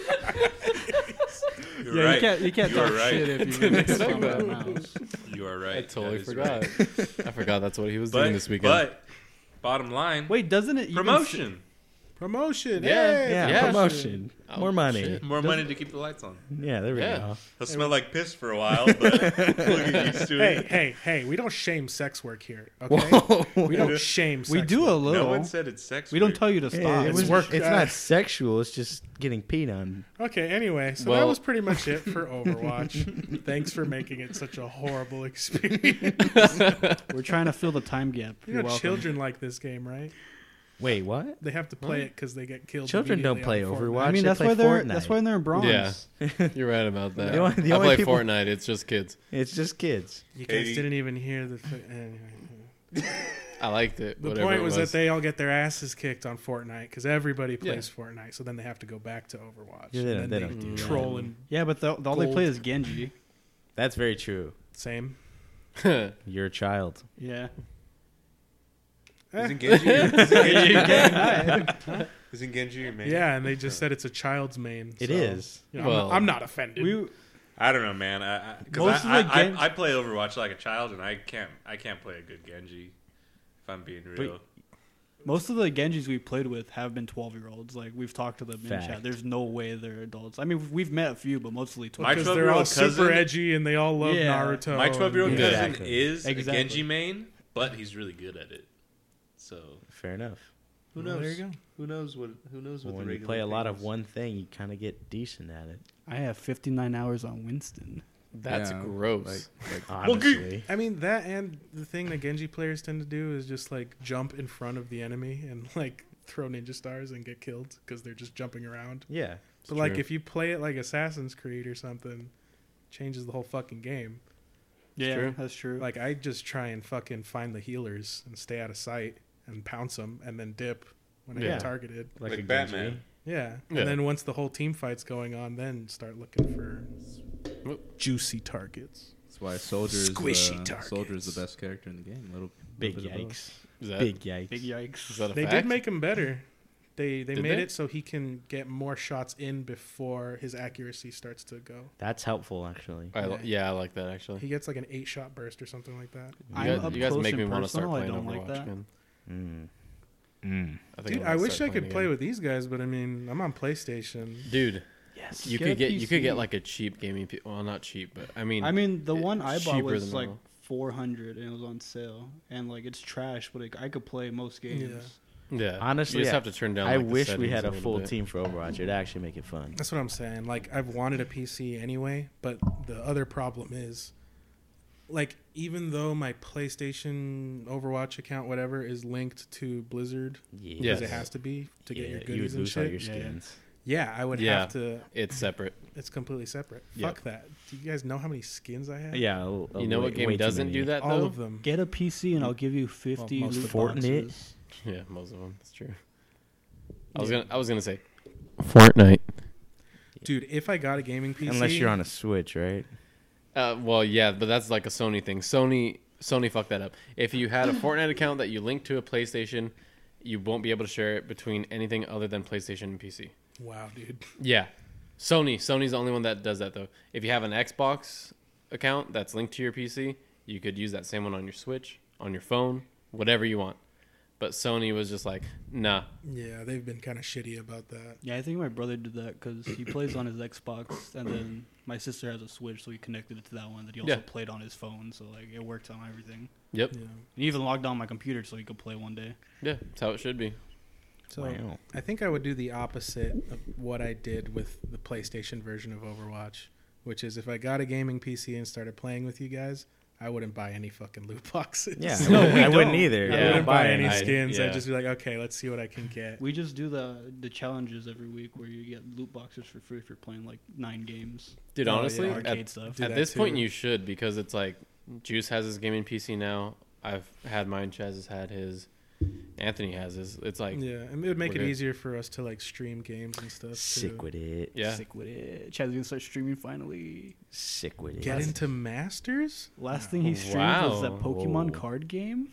[SPEAKER 6] yeah, you
[SPEAKER 5] right.
[SPEAKER 6] can't you can't
[SPEAKER 5] You are
[SPEAKER 6] talk
[SPEAKER 5] right.
[SPEAKER 6] shit if you're gonna talk about mouse.
[SPEAKER 5] You are right.
[SPEAKER 2] I
[SPEAKER 5] That
[SPEAKER 2] totally
[SPEAKER 5] is
[SPEAKER 2] forgot.
[SPEAKER 5] right.
[SPEAKER 2] I forgot that's what he was
[SPEAKER 5] But,
[SPEAKER 2] doing this weekend.
[SPEAKER 5] but bottom line,
[SPEAKER 6] Wait, doesn't it even s-
[SPEAKER 5] promotion.
[SPEAKER 4] Promotion.
[SPEAKER 2] Yeah,
[SPEAKER 4] hey!
[SPEAKER 3] Yeah,
[SPEAKER 2] Yeah.
[SPEAKER 3] promotion.
[SPEAKER 2] Oh,
[SPEAKER 3] More money.
[SPEAKER 2] shit.
[SPEAKER 5] More money to keep the lights on.
[SPEAKER 3] Yeah, there we
[SPEAKER 2] Yeah.
[SPEAKER 3] go.
[SPEAKER 5] It'll smell like piss for a while, but we'll get used to
[SPEAKER 4] Hey,
[SPEAKER 5] it.
[SPEAKER 4] hey, hey, we don't shame sex work here, okay? We don't shame sex
[SPEAKER 6] We do
[SPEAKER 4] work.
[SPEAKER 6] a little.
[SPEAKER 5] No one said it's sex.
[SPEAKER 6] we don't
[SPEAKER 5] work.
[SPEAKER 6] tell you to stop.
[SPEAKER 3] Yeah, it was-
[SPEAKER 4] work,
[SPEAKER 3] it's
[SPEAKER 4] uh,
[SPEAKER 3] not sexual. It's just getting peed on.
[SPEAKER 4] Okay, anyway, so that
[SPEAKER 2] Well-
[SPEAKER 4] was pretty much it for Overwatch. Thanks for making it such a horrible experience.
[SPEAKER 6] We're trying to fill the time gap.
[SPEAKER 4] You
[SPEAKER 6] You're
[SPEAKER 4] know,
[SPEAKER 6] welcome.
[SPEAKER 4] children like this game, right?
[SPEAKER 3] Wait, what?
[SPEAKER 4] They have to play it because they get killed.
[SPEAKER 3] Children don't
[SPEAKER 4] immediately on
[SPEAKER 3] play
[SPEAKER 4] Fortnite.
[SPEAKER 3] Overwatch.
[SPEAKER 6] I mean,
[SPEAKER 3] They
[SPEAKER 6] that's
[SPEAKER 3] play
[SPEAKER 6] why they're that's
[SPEAKER 3] Fortnite.
[SPEAKER 6] why they're in bronze.
[SPEAKER 2] Yeah. You're right about that.
[SPEAKER 3] The only- the
[SPEAKER 2] I
[SPEAKER 3] only
[SPEAKER 2] play
[SPEAKER 3] people-
[SPEAKER 2] Fortnite. It's just kids.
[SPEAKER 3] It's just kids.
[SPEAKER 4] You guys
[SPEAKER 5] Katie.
[SPEAKER 4] didn't even hear the. Th- anyway.
[SPEAKER 2] I liked it.
[SPEAKER 4] The
[SPEAKER 2] whatever
[SPEAKER 4] point
[SPEAKER 2] it
[SPEAKER 4] was,
[SPEAKER 2] was,
[SPEAKER 4] that they all get their asses kicked on Fortnite because everybody plays Fortnite, so then they have to go back to Overwatch.
[SPEAKER 3] Yeah, they
[SPEAKER 4] and then
[SPEAKER 3] don't- they don't do that.
[SPEAKER 4] troll and
[SPEAKER 6] Yeah, but the, the- all they
[SPEAKER 4] Gold.
[SPEAKER 6] play is Genji.
[SPEAKER 3] That's very true.
[SPEAKER 4] same.
[SPEAKER 3] You're a child.
[SPEAKER 6] Yeah.
[SPEAKER 5] Isn't Genji? Isn't Genji, isn't Genji your man?
[SPEAKER 4] Yeah, and they just said it's a child's main.
[SPEAKER 3] It
[SPEAKER 4] so,
[SPEAKER 3] is.
[SPEAKER 4] you know, I'm not-
[SPEAKER 2] Well,
[SPEAKER 4] I'm, not offended.
[SPEAKER 6] We
[SPEAKER 5] I don't know, man. I, I, 'cause
[SPEAKER 6] Most
[SPEAKER 5] I,
[SPEAKER 6] of the
[SPEAKER 5] I,
[SPEAKER 6] game-
[SPEAKER 5] I, I play Overwatch like a child, and I can't. I can't play a good Genji. If I'm being real,
[SPEAKER 6] most of the Genjis we played with have been twelve year olds. Like we've talked to them in
[SPEAKER 3] Fact.
[SPEAKER 6] chat. There's no way they're adults. I mean, we've met a few, but mostly twelve.
[SPEAKER 5] My
[SPEAKER 4] because
[SPEAKER 5] 12
[SPEAKER 4] they're all
[SPEAKER 5] -year-old cousin-
[SPEAKER 4] super edgy and they all love
[SPEAKER 6] Oh, Yeah.
[SPEAKER 4] Naruto.
[SPEAKER 5] my 12 year old
[SPEAKER 4] and-
[SPEAKER 5] cousin
[SPEAKER 3] Exactly.
[SPEAKER 5] is
[SPEAKER 6] Exactly.
[SPEAKER 5] a Genji main, but he's really good at it. So
[SPEAKER 3] Fair enough.
[SPEAKER 5] who
[SPEAKER 4] Well,
[SPEAKER 5] knows?
[SPEAKER 4] there you go.
[SPEAKER 5] Who knows what? Who knows what
[SPEAKER 3] when
[SPEAKER 5] the
[SPEAKER 3] you
[SPEAKER 5] regular
[SPEAKER 3] play a
[SPEAKER 5] thing
[SPEAKER 3] lot of
[SPEAKER 5] is.
[SPEAKER 3] one thing, you kind of get decent at it.
[SPEAKER 6] I have fifty nine hours on Winston.
[SPEAKER 2] that's
[SPEAKER 7] Yeah,
[SPEAKER 2] gross.
[SPEAKER 7] Like, like,
[SPEAKER 3] Honestly,
[SPEAKER 4] I mean that, and the thing that Genji players tend to do is just like jump in front of the enemy and like throw ninja stars and get killed because they're just jumping around.
[SPEAKER 3] yeah.
[SPEAKER 4] But like
[SPEAKER 2] true.
[SPEAKER 4] if you play it like Assassin's Creed or something, changes the whole fucking game.
[SPEAKER 6] Yeah,
[SPEAKER 2] true.
[SPEAKER 6] that's true.
[SPEAKER 4] Like I just try and fucking find the healers and stay out of sight and pounce them and then dip when I
[SPEAKER 3] Yeah.
[SPEAKER 4] get targeted.
[SPEAKER 5] Like,
[SPEAKER 3] a
[SPEAKER 5] Batman.
[SPEAKER 3] Genji.
[SPEAKER 4] Yeah.
[SPEAKER 2] Yeah.
[SPEAKER 4] And then once the whole team fight's going on, then start looking for juicy targets.
[SPEAKER 7] that's why Soldier is,
[SPEAKER 4] Squishy
[SPEAKER 7] the,
[SPEAKER 4] targets.
[SPEAKER 7] Soldier is the best character in the game. Little
[SPEAKER 3] Big
[SPEAKER 7] little bit of both.
[SPEAKER 3] yikes.
[SPEAKER 2] Is that,
[SPEAKER 3] Big yikes.
[SPEAKER 6] Big
[SPEAKER 2] is
[SPEAKER 6] yikes.
[SPEAKER 2] that a
[SPEAKER 4] They
[SPEAKER 2] fact?
[SPEAKER 4] did make him better. They they
[SPEAKER 2] Did
[SPEAKER 4] made
[SPEAKER 2] they?
[SPEAKER 4] it so he can get more shots in before his accuracy starts to go.
[SPEAKER 3] That's helpful, actually.
[SPEAKER 2] I li- yeah, I like that actually.
[SPEAKER 4] He gets like an eight shot burst or something like that.
[SPEAKER 2] You
[SPEAKER 6] I'm
[SPEAKER 2] guys,
[SPEAKER 6] up
[SPEAKER 2] you guys
[SPEAKER 6] close
[SPEAKER 2] make
[SPEAKER 6] and
[SPEAKER 2] me want to start
[SPEAKER 6] personal, I
[SPEAKER 2] playing
[SPEAKER 6] don't like
[SPEAKER 2] Overwatch.
[SPEAKER 6] that.
[SPEAKER 2] man.
[SPEAKER 3] Mm. Mm.
[SPEAKER 2] I think
[SPEAKER 4] Dude,
[SPEAKER 2] I'm gonna
[SPEAKER 4] I wish I
[SPEAKER 2] start
[SPEAKER 4] could
[SPEAKER 2] playing
[SPEAKER 4] play
[SPEAKER 2] again.
[SPEAKER 4] with these guys, but I mean, I'm on PlayStation.
[SPEAKER 2] Dude,
[SPEAKER 6] Yes.
[SPEAKER 2] you could get you could get like a cheap gaming. P- well, not cheap, but I mean,
[SPEAKER 6] I mean, the
[SPEAKER 2] it-
[SPEAKER 6] one I bought
[SPEAKER 2] cheaper
[SPEAKER 6] was
[SPEAKER 2] than
[SPEAKER 6] like
[SPEAKER 2] normal.
[SPEAKER 6] four hundred, and it was on sale. And like, it's trash, but it, I could play most games.
[SPEAKER 4] Yeah.
[SPEAKER 2] yeah.
[SPEAKER 3] Honestly,
[SPEAKER 2] you just
[SPEAKER 3] I-
[SPEAKER 2] have to turn down.
[SPEAKER 3] I
[SPEAKER 2] like, the
[SPEAKER 3] wish we
[SPEAKER 2] settings
[SPEAKER 3] had a
[SPEAKER 2] little
[SPEAKER 3] full
[SPEAKER 2] bit.
[SPEAKER 3] team for Overwatch. It'd actually make it fun.
[SPEAKER 4] That's what I'm saying. Like I've wanted a PC anyway, but the other problem is like even though my PlayStation Overwatch account whatever is linked to Blizzard
[SPEAKER 2] Yes.
[SPEAKER 4] because it has to be to get your
[SPEAKER 3] you would
[SPEAKER 4] goodies and
[SPEAKER 3] lose all
[SPEAKER 4] shit.
[SPEAKER 3] your
[SPEAKER 6] Yeah, yeah.
[SPEAKER 3] skins.
[SPEAKER 4] Yeah, I would
[SPEAKER 2] Yeah.
[SPEAKER 4] have to
[SPEAKER 2] It's separate.
[SPEAKER 4] it's completely separate.
[SPEAKER 2] Yeah.
[SPEAKER 4] Fuck that. Do you guys know how many skins I have?
[SPEAKER 3] Yeah,
[SPEAKER 2] You know what game doesn't do that
[SPEAKER 4] All
[SPEAKER 2] though?
[SPEAKER 4] of them.
[SPEAKER 6] Get a PC, and I'll give you fifty
[SPEAKER 4] most
[SPEAKER 6] loot
[SPEAKER 4] of
[SPEAKER 3] Fortnite.
[SPEAKER 6] boxes.
[SPEAKER 2] Yeah, most of them. That's true. I was gonna I was gonna say Fortnite.
[SPEAKER 4] Dude, if I got a gaming PC
[SPEAKER 3] Unless you're on a Switch, right?
[SPEAKER 2] Uh, well, yeah, but that's like a Sony thing. Sony, Sony fucked that up. If you had a Fortnite account that you linked to a PlayStation, you won't be able to share it between anything other than PlayStation and PC.
[SPEAKER 4] Wow, dude.
[SPEAKER 2] Yeah, Sony. Sony's the only one that does that though. If you have an Xbox account that's linked to your PC, you could use that same one on your Switch, on your phone, whatever you want. But Sony was just like, nah.
[SPEAKER 4] Yeah, they've been kind of shitty about that.
[SPEAKER 6] Yeah, I think my brother did that because he plays on his Xbox, and then my sister has a Switch, so he connected it to that one. That he also
[SPEAKER 2] Yeah.
[SPEAKER 6] played on his phone, so like it worked on everything.
[SPEAKER 2] Yep.
[SPEAKER 4] Yeah.
[SPEAKER 6] He even logged on my computer so he could play one day.
[SPEAKER 2] Yeah, that's how it should be.
[SPEAKER 4] So
[SPEAKER 3] Wow.
[SPEAKER 4] I think I would do the opposite of what I did with the PlayStation version of Overwatch, which is if I got a gaming PC and started playing with you guys, I wouldn't buy any fucking loot boxes.
[SPEAKER 3] Yeah,
[SPEAKER 6] No,
[SPEAKER 3] I,
[SPEAKER 6] we
[SPEAKER 3] wouldn't- I wouldn't
[SPEAKER 6] don't.
[SPEAKER 3] either.
[SPEAKER 4] I
[SPEAKER 2] Yeah.
[SPEAKER 4] wouldn't buy any
[SPEAKER 2] I-
[SPEAKER 4] skins.
[SPEAKER 2] yeah.
[SPEAKER 4] I'd just be like, okay, let's see what I can get.
[SPEAKER 6] We just do the the challenges every week where you get loot boxes for free if you're playing like nine games.
[SPEAKER 2] Dude,
[SPEAKER 4] Oh, yeah,
[SPEAKER 2] honestly,
[SPEAKER 4] Dude,
[SPEAKER 2] at
[SPEAKER 6] arcade stuff.
[SPEAKER 4] do
[SPEAKER 2] At
[SPEAKER 4] that
[SPEAKER 2] this point,
[SPEAKER 4] too.
[SPEAKER 2] you should because it's like Juice has his gaming PC now. I've had mine. Chaz has had his. Anthony has his. It's like yeah,
[SPEAKER 4] yeah, and it would make
[SPEAKER 2] we're
[SPEAKER 4] it
[SPEAKER 2] good.
[SPEAKER 4] easier for us to like stream games and stuff.
[SPEAKER 3] Sick
[SPEAKER 4] too.
[SPEAKER 3] with it.
[SPEAKER 6] Sick with it. Chad's gonna start streaming finally.
[SPEAKER 3] Sick with it.
[SPEAKER 4] Get into masters?
[SPEAKER 6] Last thing he streamed was that
[SPEAKER 2] Wow.
[SPEAKER 6] Pokemon
[SPEAKER 3] Whoa.
[SPEAKER 6] card game.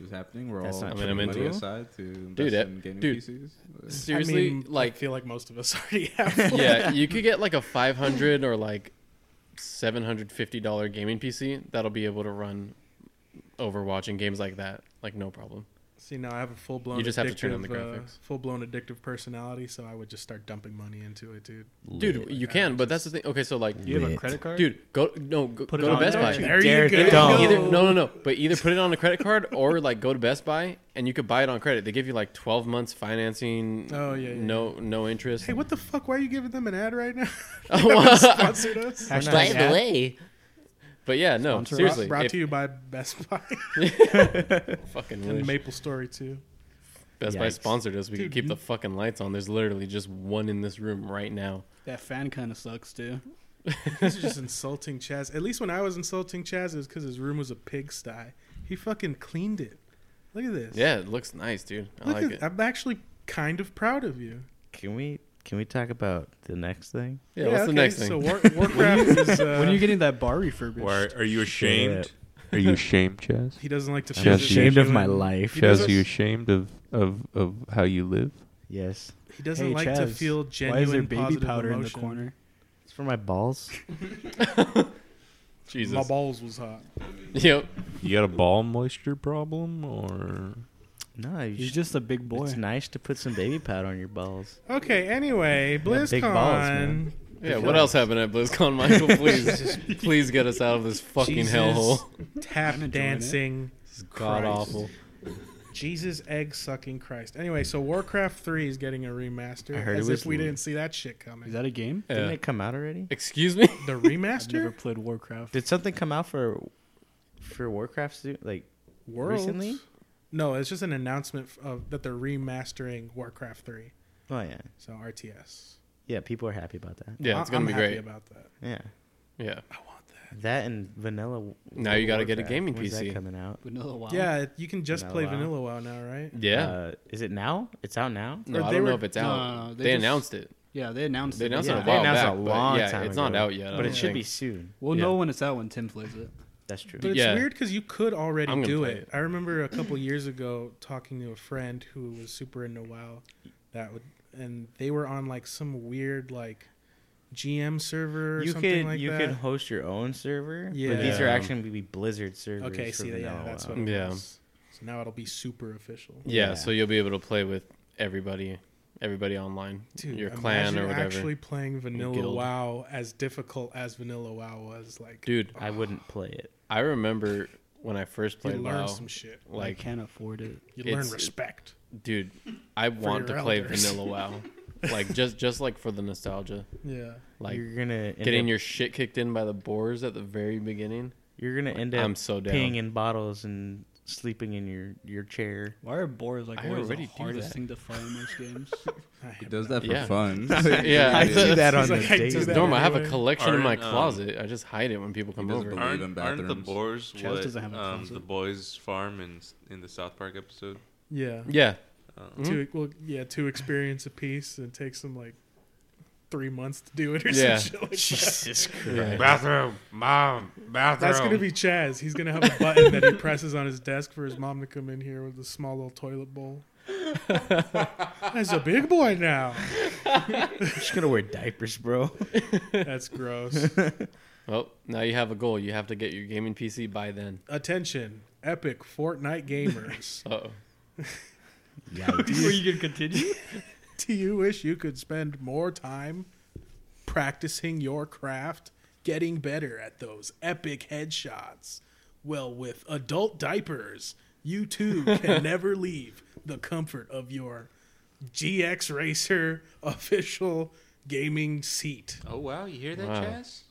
[SPEAKER 7] is happening. We're
[SPEAKER 3] That's
[SPEAKER 7] all
[SPEAKER 3] not
[SPEAKER 7] putting
[SPEAKER 2] true. I mean, I'm
[SPEAKER 7] money
[SPEAKER 2] into it.
[SPEAKER 7] aside to invest
[SPEAKER 2] Dude, that-
[SPEAKER 7] in gaming
[SPEAKER 2] dude.
[SPEAKER 7] PCs.
[SPEAKER 2] Seriously,
[SPEAKER 4] I mean, I
[SPEAKER 2] like
[SPEAKER 4] feel like most of us already have.
[SPEAKER 2] yeah, you could get like a 500 or like 750 dollar gaming PC that'll be able to run Overwatch and games like that, like no problem.
[SPEAKER 4] See, now I have a full blown.
[SPEAKER 2] You just have to turn on the graphics.
[SPEAKER 4] full blown addictive personality, so I would just start dumping money into it, dude.
[SPEAKER 2] Dude, you can, but that's the thing. Okay, so like,
[SPEAKER 6] You have a
[SPEAKER 8] Lit.
[SPEAKER 6] credit card,
[SPEAKER 2] dude, go no go,
[SPEAKER 6] Put it
[SPEAKER 2] go to
[SPEAKER 6] on
[SPEAKER 2] Best
[SPEAKER 6] there.
[SPEAKER 2] Buy.
[SPEAKER 4] There
[SPEAKER 3] dare
[SPEAKER 4] you go.
[SPEAKER 3] to dump.
[SPEAKER 2] Either no no no, but either put it on a credit card or like go to Best Buy and you could buy it on credit. They give you like 12 months financing.
[SPEAKER 4] Oh, yeah, yeah,
[SPEAKER 2] no no interest.
[SPEAKER 4] Hey, what the fuck? Why are you giving them an ad right now?
[SPEAKER 2] Well,
[SPEAKER 4] Sponsored us.
[SPEAKER 3] Hashtag
[SPEAKER 2] By the
[SPEAKER 3] ad.
[SPEAKER 2] way, but yeah, no,
[SPEAKER 6] Sponsor us.
[SPEAKER 2] seriously,
[SPEAKER 4] Brought
[SPEAKER 2] if-
[SPEAKER 4] to you by Best Buy
[SPEAKER 2] fucking
[SPEAKER 4] and
[SPEAKER 2] wish.
[SPEAKER 4] Maple Story too.
[SPEAKER 2] Best Buy
[SPEAKER 3] Yikes.
[SPEAKER 2] sponsored us. We
[SPEAKER 4] Dude,
[SPEAKER 2] could keep
[SPEAKER 4] you-
[SPEAKER 2] the fucking lights on. There's literally just one in this room right now.
[SPEAKER 6] that fan kind of sucks too.
[SPEAKER 4] This is just insulting Chaz. At least when I was insulting Chaz, it was because his room was a pigsty. He fucking cleaned it. Look at this.
[SPEAKER 2] Yeah, it looks nice, dude. I
[SPEAKER 4] Look
[SPEAKER 2] like
[SPEAKER 4] at,
[SPEAKER 2] it.
[SPEAKER 4] I'm actually kind of proud of you.
[SPEAKER 3] Can we can we talk about the next thing?
[SPEAKER 2] Yeah, what's the
[SPEAKER 4] okay,
[SPEAKER 2] next thing?
[SPEAKER 4] So War, Warcraft is. Uh,
[SPEAKER 6] when are you getting that bar refurbished?
[SPEAKER 5] are you ashamed? Are you ashamed, Chaz?
[SPEAKER 4] he doesn't like to.
[SPEAKER 5] I'm
[SPEAKER 4] feel
[SPEAKER 5] ashamed
[SPEAKER 4] issue
[SPEAKER 3] of my
[SPEAKER 4] and
[SPEAKER 3] life.
[SPEAKER 4] He
[SPEAKER 5] Chaz,
[SPEAKER 4] doesn't,
[SPEAKER 5] are you ashamed of, of, of how you live?
[SPEAKER 3] Yes,
[SPEAKER 4] he doesn't
[SPEAKER 6] Hey,
[SPEAKER 4] like to
[SPEAKER 6] Chaz,
[SPEAKER 4] feel
[SPEAKER 6] Why
[SPEAKER 4] genuine
[SPEAKER 6] is there baby
[SPEAKER 4] positive
[SPEAKER 6] powder in the
[SPEAKER 4] emotion.
[SPEAKER 6] corner?
[SPEAKER 3] it's for my balls.
[SPEAKER 4] My
[SPEAKER 2] Jesus.
[SPEAKER 4] balls was hot.
[SPEAKER 2] Yep.
[SPEAKER 5] You got a ball moisture problem, or
[SPEAKER 3] No, you
[SPEAKER 6] He's
[SPEAKER 3] should-
[SPEAKER 6] just a big boy.
[SPEAKER 3] It's nice to put some baby powder on your balls.
[SPEAKER 4] Okay. Anyway,
[SPEAKER 3] balls,
[SPEAKER 4] BlizzCon.
[SPEAKER 3] man.
[SPEAKER 2] Yeah. What else happened at BlizzCon, Michael? Please, please get us out of this fucking
[SPEAKER 4] Jesus
[SPEAKER 2] hellhole.
[SPEAKER 4] Tap
[SPEAKER 6] I'm enjoying it.
[SPEAKER 4] dancing.
[SPEAKER 2] This is god awful.
[SPEAKER 4] Jesus egg sucking Christ. Anyway, so Warcraft 3 is getting a remaster.
[SPEAKER 3] I heard it
[SPEAKER 4] as
[SPEAKER 3] was
[SPEAKER 4] if we
[SPEAKER 3] l-
[SPEAKER 4] didn't see that shit coming.
[SPEAKER 6] Is that a game?
[SPEAKER 3] Didn't
[SPEAKER 2] Yeah.
[SPEAKER 3] it come out already?
[SPEAKER 2] Excuse me.
[SPEAKER 4] the
[SPEAKER 6] I've never
[SPEAKER 4] remaster?
[SPEAKER 6] played Warcraft.
[SPEAKER 3] Did something come out for for Warcraft? soon? Like
[SPEAKER 4] Worlds?
[SPEAKER 3] recently?
[SPEAKER 4] No, it's just an announcement f- of that they're remastering Warcraft 3.
[SPEAKER 3] oh yeah,
[SPEAKER 4] So RTS.
[SPEAKER 3] yeah. People are happy about that.
[SPEAKER 2] Yeah, it's
[SPEAKER 4] I-
[SPEAKER 2] gonna
[SPEAKER 4] I'm
[SPEAKER 2] be
[SPEAKER 4] happy
[SPEAKER 2] great.
[SPEAKER 4] about that.
[SPEAKER 3] Yeah,
[SPEAKER 2] Yeah.
[SPEAKER 4] I want that.
[SPEAKER 3] that and vanilla.
[SPEAKER 2] Now you gotta get a
[SPEAKER 3] Warcraft.
[SPEAKER 2] gaming
[SPEAKER 3] When's that
[SPEAKER 2] PC.
[SPEAKER 3] coming out.
[SPEAKER 6] Vanilla WoW.
[SPEAKER 4] Yeah, it- you can just
[SPEAKER 3] Vanilla
[SPEAKER 4] play
[SPEAKER 3] WoW.
[SPEAKER 4] Vanilla WoW now, right?
[SPEAKER 2] Yeah.
[SPEAKER 3] Uh, is it now? It's out now.
[SPEAKER 2] no,
[SPEAKER 4] or
[SPEAKER 2] I
[SPEAKER 4] they
[SPEAKER 2] don't
[SPEAKER 4] were-
[SPEAKER 2] know if it's
[SPEAKER 6] no,
[SPEAKER 2] out.
[SPEAKER 6] no, no,
[SPEAKER 2] they
[SPEAKER 6] they just-
[SPEAKER 2] announced it.
[SPEAKER 6] yeah. They announced.
[SPEAKER 2] They
[SPEAKER 6] it.
[SPEAKER 2] announced
[SPEAKER 3] yeah,
[SPEAKER 2] it a
[SPEAKER 3] they
[SPEAKER 2] while
[SPEAKER 3] announced
[SPEAKER 2] back.
[SPEAKER 3] a
[SPEAKER 2] but
[SPEAKER 3] long
[SPEAKER 2] yeah,
[SPEAKER 3] time
[SPEAKER 2] it's not
[SPEAKER 3] ago.
[SPEAKER 2] out yet. I
[SPEAKER 3] But
[SPEAKER 2] don't
[SPEAKER 3] it should
[SPEAKER 2] think.
[SPEAKER 3] be soon.
[SPEAKER 6] We'll
[SPEAKER 2] Yeah.
[SPEAKER 6] know when it's out when Tim plays it.
[SPEAKER 3] That's true.
[SPEAKER 4] But it's
[SPEAKER 2] Yeah.
[SPEAKER 4] weird because you could already
[SPEAKER 2] I'm gonna
[SPEAKER 4] do
[SPEAKER 2] play
[SPEAKER 4] it.
[SPEAKER 2] it.
[SPEAKER 4] I remember a couple years ago talking to a friend who was super into WoW, that would, and they were on like some weird like GM server or
[SPEAKER 3] you
[SPEAKER 4] something
[SPEAKER 3] could
[SPEAKER 4] like
[SPEAKER 3] you
[SPEAKER 4] that.
[SPEAKER 3] could host your own server. Yeah,
[SPEAKER 4] Yeah.
[SPEAKER 3] but these are
[SPEAKER 2] Yeah.
[SPEAKER 3] actually gonna be Blizzard servers.
[SPEAKER 4] okay,
[SPEAKER 3] for
[SPEAKER 4] see, that, yeah,
[SPEAKER 3] vanilla
[SPEAKER 4] that's
[SPEAKER 3] WoW.
[SPEAKER 4] what. It
[SPEAKER 2] Yeah.
[SPEAKER 4] was. So now it'll be super official.
[SPEAKER 2] Yeah,
[SPEAKER 3] Yeah.
[SPEAKER 2] so you'll be able to play with everybody, everybody online,
[SPEAKER 4] Dude,
[SPEAKER 2] your clan or
[SPEAKER 4] imagine
[SPEAKER 2] whatever.
[SPEAKER 4] Actually playing Vanilla
[SPEAKER 2] guild.
[SPEAKER 4] WoW as difficult as Vanilla WoW was, like
[SPEAKER 2] Dude,
[SPEAKER 3] I wouldn't play it.
[SPEAKER 2] I remember when I first
[SPEAKER 4] you
[SPEAKER 2] played
[SPEAKER 4] learn
[SPEAKER 2] WoW.
[SPEAKER 4] some shit.
[SPEAKER 6] I
[SPEAKER 2] Like,
[SPEAKER 6] can't afford it.
[SPEAKER 4] You
[SPEAKER 2] it's-
[SPEAKER 4] learn respect.
[SPEAKER 2] dude, I want to
[SPEAKER 4] your
[SPEAKER 2] play
[SPEAKER 4] elders.
[SPEAKER 2] vanilla WoW, like just just like for the nostalgia,
[SPEAKER 4] Yeah,
[SPEAKER 2] like
[SPEAKER 3] you're gonna end
[SPEAKER 2] getting
[SPEAKER 3] up,
[SPEAKER 2] your shit kicked in by the boars at the very beginning.
[SPEAKER 3] you're gonna end up
[SPEAKER 2] I'm so down.
[SPEAKER 3] peeing in bottles and sleeping in your your chair.
[SPEAKER 6] Why are boars like
[SPEAKER 2] I
[SPEAKER 6] always
[SPEAKER 2] already
[SPEAKER 6] the
[SPEAKER 2] do
[SPEAKER 6] hardest
[SPEAKER 2] that.
[SPEAKER 6] thing to fight in most games?
[SPEAKER 4] I have
[SPEAKER 7] It does that for
[SPEAKER 2] Yeah.
[SPEAKER 7] fun.
[SPEAKER 2] yeah, I
[SPEAKER 3] do that on
[SPEAKER 4] He's
[SPEAKER 3] the
[SPEAKER 4] like, I do
[SPEAKER 3] daily.
[SPEAKER 2] It's
[SPEAKER 4] that
[SPEAKER 2] normal. I have a
[SPEAKER 4] anyway.
[SPEAKER 2] collection in my
[SPEAKER 5] Aren't, um,
[SPEAKER 2] closet. I just hide it when people come
[SPEAKER 7] doesn't
[SPEAKER 2] over.
[SPEAKER 7] believe- Aren't- in aren't the
[SPEAKER 5] the
[SPEAKER 7] bathrooms.
[SPEAKER 5] boars
[SPEAKER 6] Chaz what, doesn't have a um, closet.
[SPEAKER 5] the
[SPEAKER 6] the
[SPEAKER 5] boys farm in in the South Park episode?
[SPEAKER 4] Yeah,
[SPEAKER 2] Yeah,
[SPEAKER 4] to well, yeah, to experience a piece and it takes them like three months to do it or
[SPEAKER 2] Yeah.
[SPEAKER 4] some shit like that.
[SPEAKER 3] Jesus Christ.
[SPEAKER 2] yeah.
[SPEAKER 5] Bathroom, mom, bathroom.
[SPEAKER 4] That's gonna be Chaz. He's gonna have a button that he presses on his desk for his mom to come in here with a small little toilet bowl. That's a big boy now.
[SPEAKER 3] I'm just gonna wear diapers, bro.
[SPEAKER 4] That's gross.
[SPEAKER 2] Well, Oh, now you have a goal. You have to get your gaming PC by then.
[SPEAKER 4] Attention, epic Fortnite gamers.
[SPEAKER 2] Uh-oh.
[SPEAKER 6] Before you can continue.
[SPEAKER 4] Do you wish you could spend more time practicing your craft, getting better at those epic headshots? Well, with adult diapers, you too can never leave the comfort of your GX Racer official gaming seat.
[SPEAKER 5] Oh wow, you hear that,
[SPEAKER 2] Wow.
[SPEAKER 5] Chaz?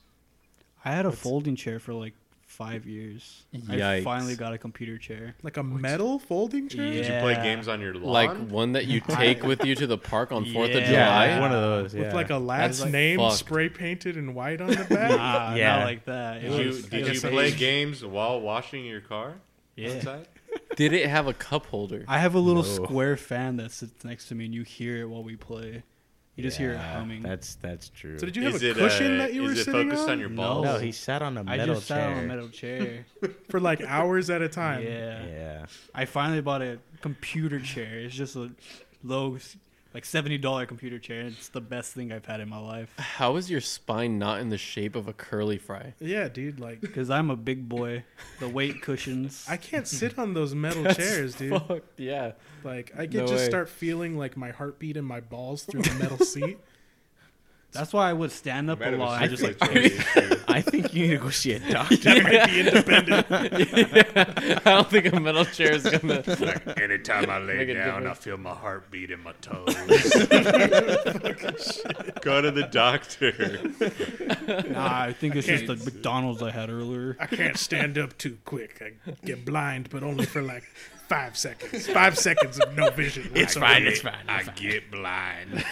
[SPEAKER 6] I had a folding chair for like five years. I
[SPEAKER 2] Yikes.
[SPEAKER 6] finally got a computer chair.
[SPEAKER 4] Like a metal folding chair?
[SPEAKER 5] Did you play games on your lawn?
[SPEAKER 2] Like one that you take with you to the park on Fourth of July.
[SPEAKER 3] one of those. Yeah.
[SPEAKER 4] With like a last
[SPEAKER 2] like,
[SPEAKER 4] name
[SPEAKER 2] fuck.
[SPEAKER 4] spray painted in white on the back?
[SPEAKER 6] Nah,
[SPEAKER 3] Yeah.
[SPEAKER 6] Ah, not like that. It
[SPEAKER 5] did you,
[SPEAKER 6] was- it
[SPEAKER 5] did
[SPEAKER 6] was
[SPEAKER 5] you
[SPEAKER 6] like-
[SPEAKER 5] play games while washing your car?
[SPEAKER 6] Yeah.
[SPEAKER 5] Outside?
[SPEAKER 2] Did it have a cup holder?
[SPEAKER 6] I have a little square fan that sits next to me, and you hear it while we play. You just hear it humming.
[SPEAKER 3] That's that's true.
[SPEAKER 4] So did you have
[SPEAKER 5] is
[SPEAKER 4] a
[SPEAKER 5] it,
[SPEAKER 4] cushion
[SPEAKER 5] uh,
[SPEAKER 4] that you were
[SPEAKER 5] is it
[SPEAKER 4] sitting
[SPEAKER 5] focused
[SPEAKER 4] on,
[SPEAKER 5] on, your
[SPEAKER 6] No.
[SPEAKER 5] balls?
[SPEAKER 3] no, he sat on a
[SPEAKER 6] I
[SPEAKER 3] metal
[SPEAKER 6] just
[SPEAKER 3] chair.
[SPEAKER 6] sat on a metal chair.
[SPEAKER 4] for like hours at a time?
[SPEAKER 6] yeah.
[SPEAKER 3] Yeah.
[SPEAKER 6] I finally bought a computer chair. It's just a low, like seventy dollar computer chair. It's the best thing I've had in my life
[SPEAKER 2] How is your spine not in the shape of a curly fry?
[SPEAKER 4] Yeah, dude. Like
[SPEAKER 6] because I'm a big boy. The weight cushions.
[SPEAKER 4] I can't sit on those metal chairs, dude.
[SPEAKER 2] Fucked, yeah.
[SPEAKER 4] Like I could
[SPEAKER 2] No
[SPEAKER 4] just
[SPEAKER 2] way.
[SPEAKER 4] start feeling like my heartbeat in my balls through the metal seat.
[SPEAKER 6] That's why I would stand up a
[SPEAKER 5] Madam
[SPEAKER 6] lot.
[SPEAKER 5] is
[SPEAKER 6] and just like
[SPEAKER 5] just like trying to-
[SPEAKER 3] I think you need to go see a doctor.
[SPEAKER 4] That might be independent.
[SPEAKER 2] I don't think a metal chair is gonna.
[SPEAKER 5] Like, anytime I lay
[SPEAKER 2] Make a
[SPEAKER 5] down, I
[SPEAKER 2] difference.
[SPEAKER 5] feel my heartbeat in my toes. Go to the doctor.
[SPEAKER 6] nah, I think it's just the McDonald's I had earlier.
[SPEAKER 4] I can't stand up too quick. I get blind, but only for like five seconds. Five seconds of no vision. It's
[SPEAKER 5] fine. I get blind.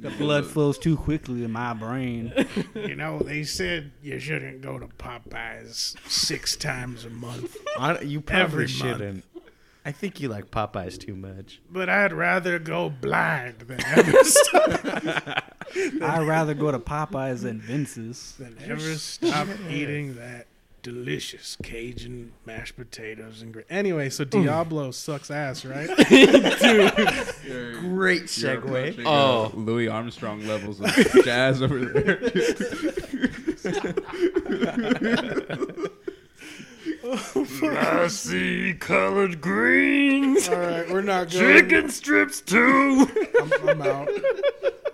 [SPEAKER 6] The blood flows too quickly in my brain.
[SPEAKER 4] You know, they said you shouldn't go to Popeyes six times a month,
[SPEAKER 3] On, you probably
[SPEAKER 4] Every month.
[SPEAKER 3] shouldn't. I think you like Popeyes too much.
[SPEAKER 4] but I'd rather go blind than ever, stop,
[SPEAKER 6] I'd rather go to Popeyes than Vince's.
[SPEAKER 4] than ever stop eating that delicious Cajun mashed potatoes and gravy. Anyway, so Diablo sucks ass, right?
[SPEAKER 8] Great segue.
[SPEAKER 2] Oh.
[SPEAKER 7] uh, Louis Armstrong levels of jazz over there.
[SPEAKER 5] I see colored greens.
[SPEAKER 4] All right, we're not going.
[SPEAKER 5] Chicken strips too.
[SPEAKER 4] I'm, I'm out.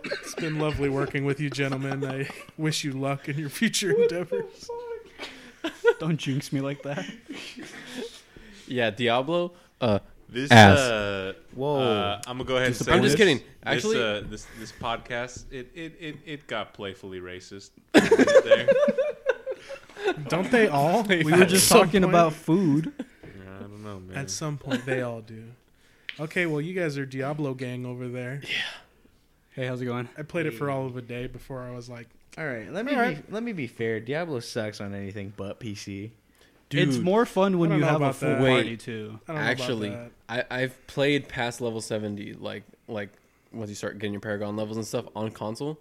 [SPEAKER 4] It's been lovely working with you, gentlemen. I wish you luck in your future endeavors.
[SPEAKER 6] Don't jinx me like that.
[SPEAKER 2] Yeah, Diablo. Uh,
[SPEAKER 5] This
[SPEAKER 2] Ass.
[SPEAKER 5] uh
[SPEAKER 3] Whoa.
[SPEAKER 5] uh, I'm gonna go ahead and say
[SPEAKER 2] I'm just
[SPEAKER 5] this.
[SPEAKER 2] kidding.
[SPEAKER 5] This,
[SPEAKER 2] Actually-
[SPEAKER 5] uh, this this podcast it it, it, it got playfully racist. there.
[SPEAKER 4] Don't they all?
[SPEAKER 6] We were just talking about food.
[SPEAKER 5] I don't know, man.
[SPEAKER 4] At some point, they all do. Okay, well, you guys are Diablo gang over there.
[SPEAKER 6] Hey, how's it going?
[SPEAKER 4] I played it for all of a day before I was like,
[SPEAKER 3] All right, let me
[SPEAKER 4] All right.
[SPEAKER 3] Be, let me be fair. Diablo sucks on anything but PC.
[SPEAKER 6] It's more fun when
[SPEAKER 4] I don't
[SPEAKER 6] you
[SPEAKER 4] know
[SPEAKER 6] have a
[SPEAKER 4] about
[SPEAKER 6] full
[SPEAKER 4] that.
[SPEAKER 6] party too.
[SPEAKER 4] I don't
[SPEAKER 2] actually,
[SPEAKER 4] know about
[SPEAKER 2] I, I've played past level seventy. Like like once you start getting your Paragon levels and stuff on console,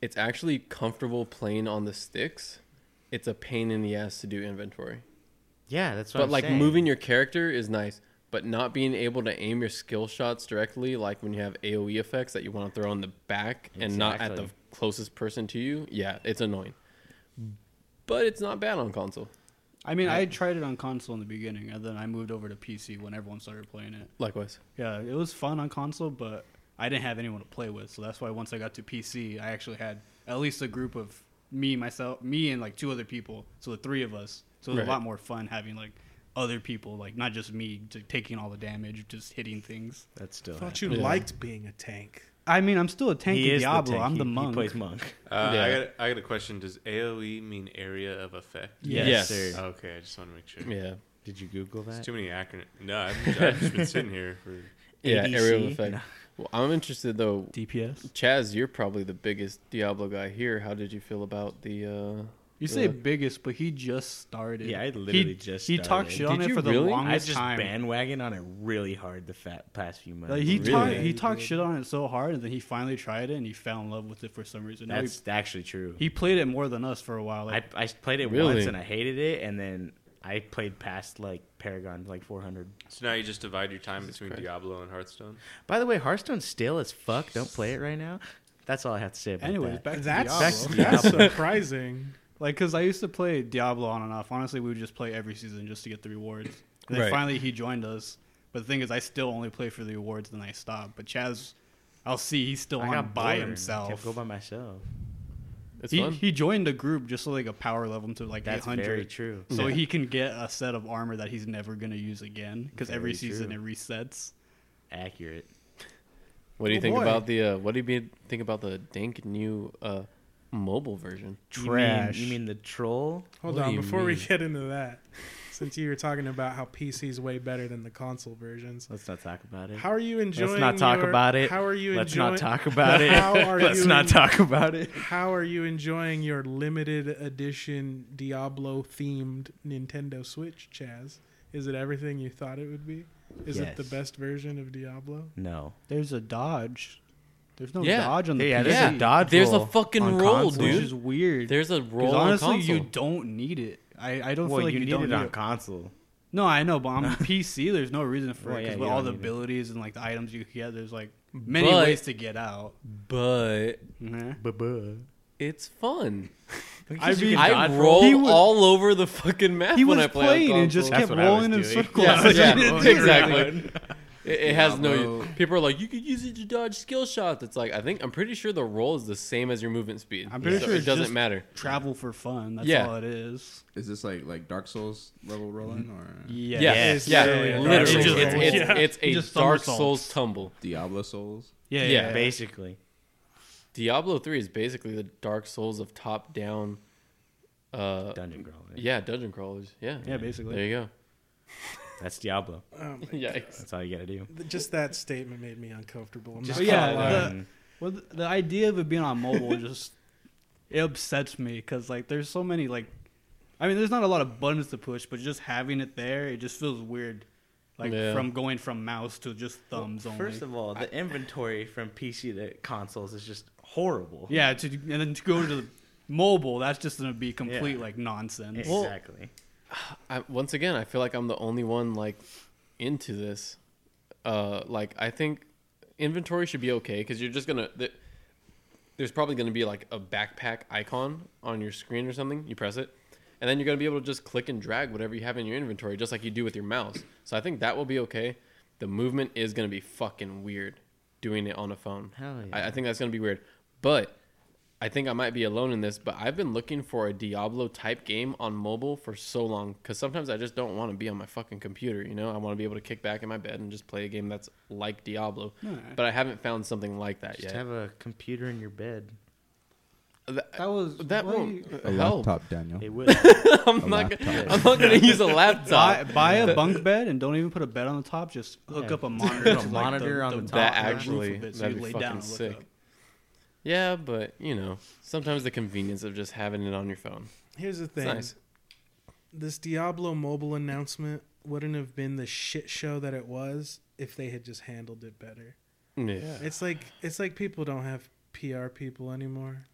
[SPEAKER 2] it's actually comfortable playing on the sticks. It's a pain in the ass to do inventory,
[SPEAKER 3] Yeah, that's what.
[SPEAKER 2] but
[SPEAKER 3] I'm
[SPEAKER 2] like
[SPEAKER 3] saying.
[SPEAKER 2] moving your character is nice. But not being able to aim your skill shots directly, like when you have AOE effects that you want to throw in the back and not at the
[SPEAKER 3] Exactly.
[SPEAKER 2] closest person to you, yeah, it's annoying. But it's not bad on console.
[SPEAKER 6] I mean, I tried it on console in the beginning, and then I moved over to PC when everyone started playing it.
[SPEAKER 2] Likewise.
[SPEAKER 6] Yeah, it was fun on console, but I didn't have anyone to play with, so that's why once I got to PC, I actually had at least a group of me, myself, me, and like two other people, so the three of us. So it was
[SPEAKER 2] Right.
[SPEAKER 6] a lot more fun having like other people, like not just me to taking all the damage, just hitting things.
[SPEAKER 3] That's still.
[SPEAKER 2] uh,
[SPEAKER 4] that. I thought you liked being a tank.
[SPEAKER 6] I mean, I'm still a tank
[SPEAKER 3] he
[SPEAKER 6] in
[SPEAKER 3] is
[SPEAKER 6] Diablo.
[SPEAKER 3] The tank.
[SPEAKER 6] I'm the
[SPEAKER 3] He-
[SPEAKER 6] monk.
[SPEAKER 3] He plays monk.
[SPEAKER 5] Uh, I
[SPEAKER 2] Yeah.
[SPEAKER 5] got I got a question. Does AOE mean area of effect?
[SPEAKER 6] Yes.
[SPEAKER 2] Yes.
[SPEAKER 3] sir.
[SPEAKER 5] Okay, I just want to make sure.
[SPEAKER 2] Yeah.
[SPEAKER 3] Did you Google
[SPEAKER 5] It's
[SPEAKER 3] that?
[SPEAKER 5] too many acronyms. No, I've, I've just been sitting here for.
[SPEAKER 2] Yeah, aerial
[SPEAKER 3] ADC?
[SPEAKER 2] effect.
[SPEAKER 3] No.
[SPEAKER 2] Well, I'm interested though.
[SPEAKER 6] DPS.
[SPEAKER 2] Chaz, you're probably the biggest Diablo guy here. How did you feel about the? Uh,
[SPEAKER 6] You say
[SPEAKER 2] Uh,
[SPEAKER 6] biggest, but he just started.
[SPEAKER 3] Yeah, I literally
[SPEAKER 6] he,
[SPEAKER 3] just
[SPEAKER 6] he
[SPEAKER 3] started.
[SPEAKER 6] talked shit on
[SPEAKER 2] Did
[SPEAKER 6] it
[SPEAKER 2] you
[SPEAKER 6] for the
[SPEAKER 2] really?
[SPEAKER 3] I
[SPEAKER 6] longest
[SPEAKER 3] just
[SPEAKER 6] time.
[SPEAKER 3] bandwagon on it really hard the fat, past few months.
[SPEAKER 6] Like he
[SPEAKER 2] Really?
[SPEAKER 6] talked, he talked shit on it so hard, and then he finally tried it, and he fell in love with it for some reason. Now he-
[SPEAKER 3] That's actually true.
[SPEAKER 6] he, played it more than us for a while.
[SPEAKER 3] I,
[SPEAKER 6] Like,
[SPEAKER 3] I played it
[SPEAKER 2] Really?
[SPEAKER 3] once and I hated it, and then I played past like Paragon like 400.
[SPEAKER 5] So now you just divide your time between
[SPEAKER 2] Christ.
[SPEAKER 5] Diablo and Hearthstone.
[SPEAKER 3] By the way, Hearthstone's stale as fuck. Don't play it right now. That's all I have to say about
[SPEAKER 6] anyways,
[SPEAKER 3] that.
[SPEAKER 6] back to
[SPEAKER 4] That's
[SPEAKER 6] Diablo.
[SPEAKER 4] that's surprising.
[SPEAKER 6] Like, cause I used to play Diablo on and off. Honestly, we would just play every season just to get the rewards. And then
[SPEAKER 2] Right.
[SPEAKER 6] finally, he joined us. But the thing is, I still only play for the rewards, then I stopped. But Chaz, I'll see, he's still
[SPEAKER 3] I
[SPEAKER 6] on
[SPEAKER 3] got
[SPEAKER 6] by
[SPEAKER 3] bored. I
[SPEAKER 6] himself.
[SPEAKER 3] kept going by myself.
[SPEAKER 2] it's
[SPEAKER 6] He,
[SPEAKER 2] fun.
[SPEAKER 6] he joined a group just so they could power level him to like
[SPEAKER 3] That's
[SPEAKER 6] 800.
[SPEAKER 3] very true.
[SPEAKER 6] so he can get a set of armor that he's never going to use again because every
[SPEAKER 3] Very
[SPEAKER 6] season
[SPEAKER 3] true.
[SPEAKER 6] it resets.
[SPEAKER 3] Accurate.
[SPEAKER 2] what do you
[SPEAKER 4] Oh,
[SPEAKER 2] think
[SPEAKER 4] boy.
[SPEAKER 2] about the? Uh, what do you be- think about the dank new uh, mobile version?
[SPEAKER 3] You mean-
[SPEAKER 6] Trash.
[SPEAKER 3] You mean, the troll?
[SPEAKER 4] Hold
[SPEAKER 2] What do
[SPEAKER 4] on,
[SPEAKER 2] you
[SPEAKER 4] before we
[SPEAKER 2] mean?
[SPEAKER 4] get into that, since you were talking about how PC's way better than the console versions,
[SPEAKER 3] Let's not talk about it.
[SPEAKER 4] how are you enjoying?
[SPEAKER 3] Let's not talk
[SPEAKER 4] your-
[SPEAKER 3] about it.
[SPEAKER 4] How are you
[SPEAKER 3] Let's
[SPEAKER 4] enjoying?
[SPEAKER 3] not talk about it.
[SPEAKER 4] How are
[SPEAKER 3] Let's
[SPEAKER 4] you
[SPEAKER 3] not
[SPEAKER 4] en-
[SPEAKER 3] talk about it.
[SPEAKER 4] How are you enjoying your limited edition Diablo themed Nintendo Switch, Chaz? Is it everything you thought it would be? Is it the
[SPEAKER 3] Yes.
[SPEAKER 4] best version of Diablo?
[SPEAKER 3] No.
[SPEAKER 6] There's a dodge. There's no
[SPEAKER 2] Yeah.
[SPEAKER 6] dodge on the
[SPEAKER 3] Yeah,
[SPEAKER 6] PC.
[SPEAKER 3] there's a dodge
[SPEAKER 2] There's
[SPEAKER 3] roll
[SPEAKER 2] a fucking
[SPEAKER 3] on
[SPEAKER 2] roll,
[SPEAKER 3] console.
[SPEAKER 6] which
[SPEAKER 2] dude.
[SPEAKER 6] is weird.
[SPEAKER 2] There's a
[SPEAKER 6] Because
[SPEAKER 2] roll
[SPEAKER 6] honestly,
[SPEAKER 2] on console.
[SPEAKER 6] you don't need it. I, I don't
[SPEAKER 3] Well,
[SPEAKER 6] feel like
[SPEAKER 3] you,
[SPEAKER 6] you,
[SPEAKER 3] need
[SPEAKER 6] don't
[SPEAKER 3] it
[SPEAKER 6] need
[SPEAKER 3] on
[SPEAKER 6] it.
[SPEAKER 3] console.
[SPEAKER 6] No, I know, but on PC, there's no reason for
[SPEAKER 3] Well,
[SPEAKER 6] it.
[SPEAKER 3] yeah,
[SPEAKER 6] Because
[SPEAKER 3] you
[SPEAKER 6] with all
[SPEAKER 3] don't
[SPEAKER 6] the
[SPEAKER 3] need it.
[SPEAKER 6] abilities and like the items you get, there's like many
[SPEAKER 2] But-
[SPEAKER 6] ways to get out.
[SPEAKER 2] but
[SPEAKER 6] Nah.
[SPEAKER 2] it's fun.
[SPEAKER 6] I mean,
[SPEAKER 2] I roll
[SPEAKER 6] He was-
[SPEAKER 2] all over the fucking map
[SPEAKER 6] he
[SPEAKER 2] when
[SPEAKER 6] was
[SPEAKER 2] I play on
[SPEAKER 6] playing and just
[SPEAKER 2] console.
[SPEAKER 6] kept
[SPEAKER 3] what I was
[SPEAKER 6] rolling in
[SPEAKER 3] doing.
[SPEAKER 6] circles.
[SPEAKER 2] Yeah, yeah, exactly. It, it has no.
[SPEAKER 7] bro.
[SPEAKER 2] People are like, you could use it to dodge skill shots. It's like I think I'm pretty sure the roll is the same as your movement speed.
[SPEAKER 6] I'm pretty
[SPEAKER 2] so
[SPEAKER 6] sure
[SPEAKER 2] it
[SPEAKER 6] it's
[SPEAKER 2] doesn't
[SPEAKER 6] just-
[SPEAKER 2] matter.
[SPEAKER 6] Travel for fun. That's
[SPEAKER 2] Yeah.
[SPEAKER 6] all it is.
[SPEAKER 7] Is this like like Dark Souls level rolling or
[SPEAKER 6] Yeah.
[SPEAKER 2] Yeah,
[SPEAKER 3] Yes.
[SPEAKER 2] yeah,
[SPEAKER 4] Yeah, yeah,
[SPEAKER 2] literally,
[SPEAKER 4] Dark
[SPEAKER 2] it's,
[SPEAKER 4] Souls.
[SPEAKER 2] it's,
[SPEAKER 4] Yeah.
[SPEAKER 2] it's
[SPEAKER 6] You
[SPEAKER 2] a
[SPEAKER 6] just
[SPEAKER 2] Dark
[SPEAKER 6] somersaults.
[SPEAKER 2] Souls tumble.
[SPEAKER 7] Diablo Souls?
[SPEAKER 6] Yeah.
[SPEAKER 2] Yeah.
[SPEAKER 6] yeah.
[SPEAKER 3] Basically,
[SPEAKER 2] Diablo three is basically the Dark Souls of top down. Uh,
[SPEAKER 3] dungeon crawler.
[SPEAKER 2] yeah, dungeon crawlers. Yeah,
[SPEAKER 6] Yeah, basically.
[SPEAKER 2] There you
[SPEAKER 3] That's Diablo.
[SPEAKER 4] Um,
[SPEAKER 2] go. Yikes.
[SPEAKER 3] That's all you gotta do.
[SPEAKER 4] just that statement made me uncomfortable. I'm
[SPEAKER 6] Just
[SPEAKER 4] not
[SPEAKER 6] yeah,
[SPEAKER 4] gonna lie.
[SPEAKER 6] the-
[SPEAKER 3] Um,
[SPEAKER 6] Well, the, the idea of it being on mobile just it upsets me because like there's so many like, I mean, there's not a lot of buttons to push, but just having it there, it just feels weird, like
[SPEAKER 2] Yeah.
[SPEAKER 6] from going from mouse to just thumbs only.
[SPEAKER 3] First of all, the inventory from PC to consoles is just horrible.
[SPEAKER 6] yeah, to and then to go to the mobile, that's just gonna be complete
[SPEAKER 3] Yeah.
[SPEAKER 6] like nonsense.
[SPEAKER 3] Exactly.
[SPEAKER 2] I, once again, I feel like I'm the only one like into this. Uh, like I think inventory should be okay because you're just gonna. Th- there's probably gonna be like a backpack icon on your screen or something. You press it, and then you're gonna be able to just click and drag whatever you have in your inventory, just like you do with your mouse. So I think that will be okay. The movement is gonna be fucking weird doing it on a phone.
[SPEAKER 3] Hell
[SPEAKER 2] I,
[SPEAKER 3] yeah.
[SPEAKER 2] I think that's gonna be weird, but. I think I might be alone in this, but I've been looking for a Diablo type game on mobile for so long because sometimes I just don't want to be on my fucking computer. You know, I want to be able to kick back in my bed and just play a game that's like Diablo. But I haven't found something like that
[SPEAKER 3] Just
[SPEAKER 2] yet.
[SPEAKER 3] have a computer in your bed.
[SPEAKER 2] Th-
[SPEAKER 6] that was
[SPEAKER 2] that
[SPEAKER 6] why
[SPEAKER 2] won't uh,
[SPEAKER 6] you-
[SPEAKER 7] A
[SPEAKER 2] help.
[SPEAKER 7] laptop, Daniel.
[SPEAKER 3] It would.
[SPEAKER 2] I'm not. Gonna,
[SPEAKER 7] A laptop.
[SPEAKER 2] I'm not gonna use a
[SPEAKER 6] Buy,
[SPEAKER 2] laptop.
[SPEAKER 6] buy a bunk bed and don't even put a bed on the top. Just hook
[SPEAKER 3] Yeah.
[SPEAKER 6] up a monitor,
[SPEAKER 3] Put a
[SPEAKER 6] to, like,
[SPEAKER 3] monitor
[SPEAKER 6] the,
[SPEAKER 3] on
[SPEAKER 6] the
[SPEAKER 3] the
[SPEAKER 6] top
[SPEAKER 2] That
[SPEAKER 6] and roof
[SPEAKER 2] actually,
[SPEAKER 6] of it, so
[SPEAKER 2] that'd
[SPEAKER 6] you
[SPEAKER 2] be
[SPEAKER 6] lay
[SPEAKER 2] fucking
[SPEAKER 6] down and look
[SPEAKER 2] sick.
[SPEAKER 6] up.
[SPEAKER 2] Yeah, but you know, sometimes the convenience of just having it on your phone.
[SPEAKER 4] Here's the
[SPEAKER 2] It's
[SPEAKER 4] thing.
[SPEAKER 2] nice.
[SPEAKER 4] This Diablo mobile announcement wouldn't have been the shit show that it was if they had just handled it better.
[SPEAKER 2] Yeah.
[SPEAKER 4] It's like it's like people don't have PR people anymore.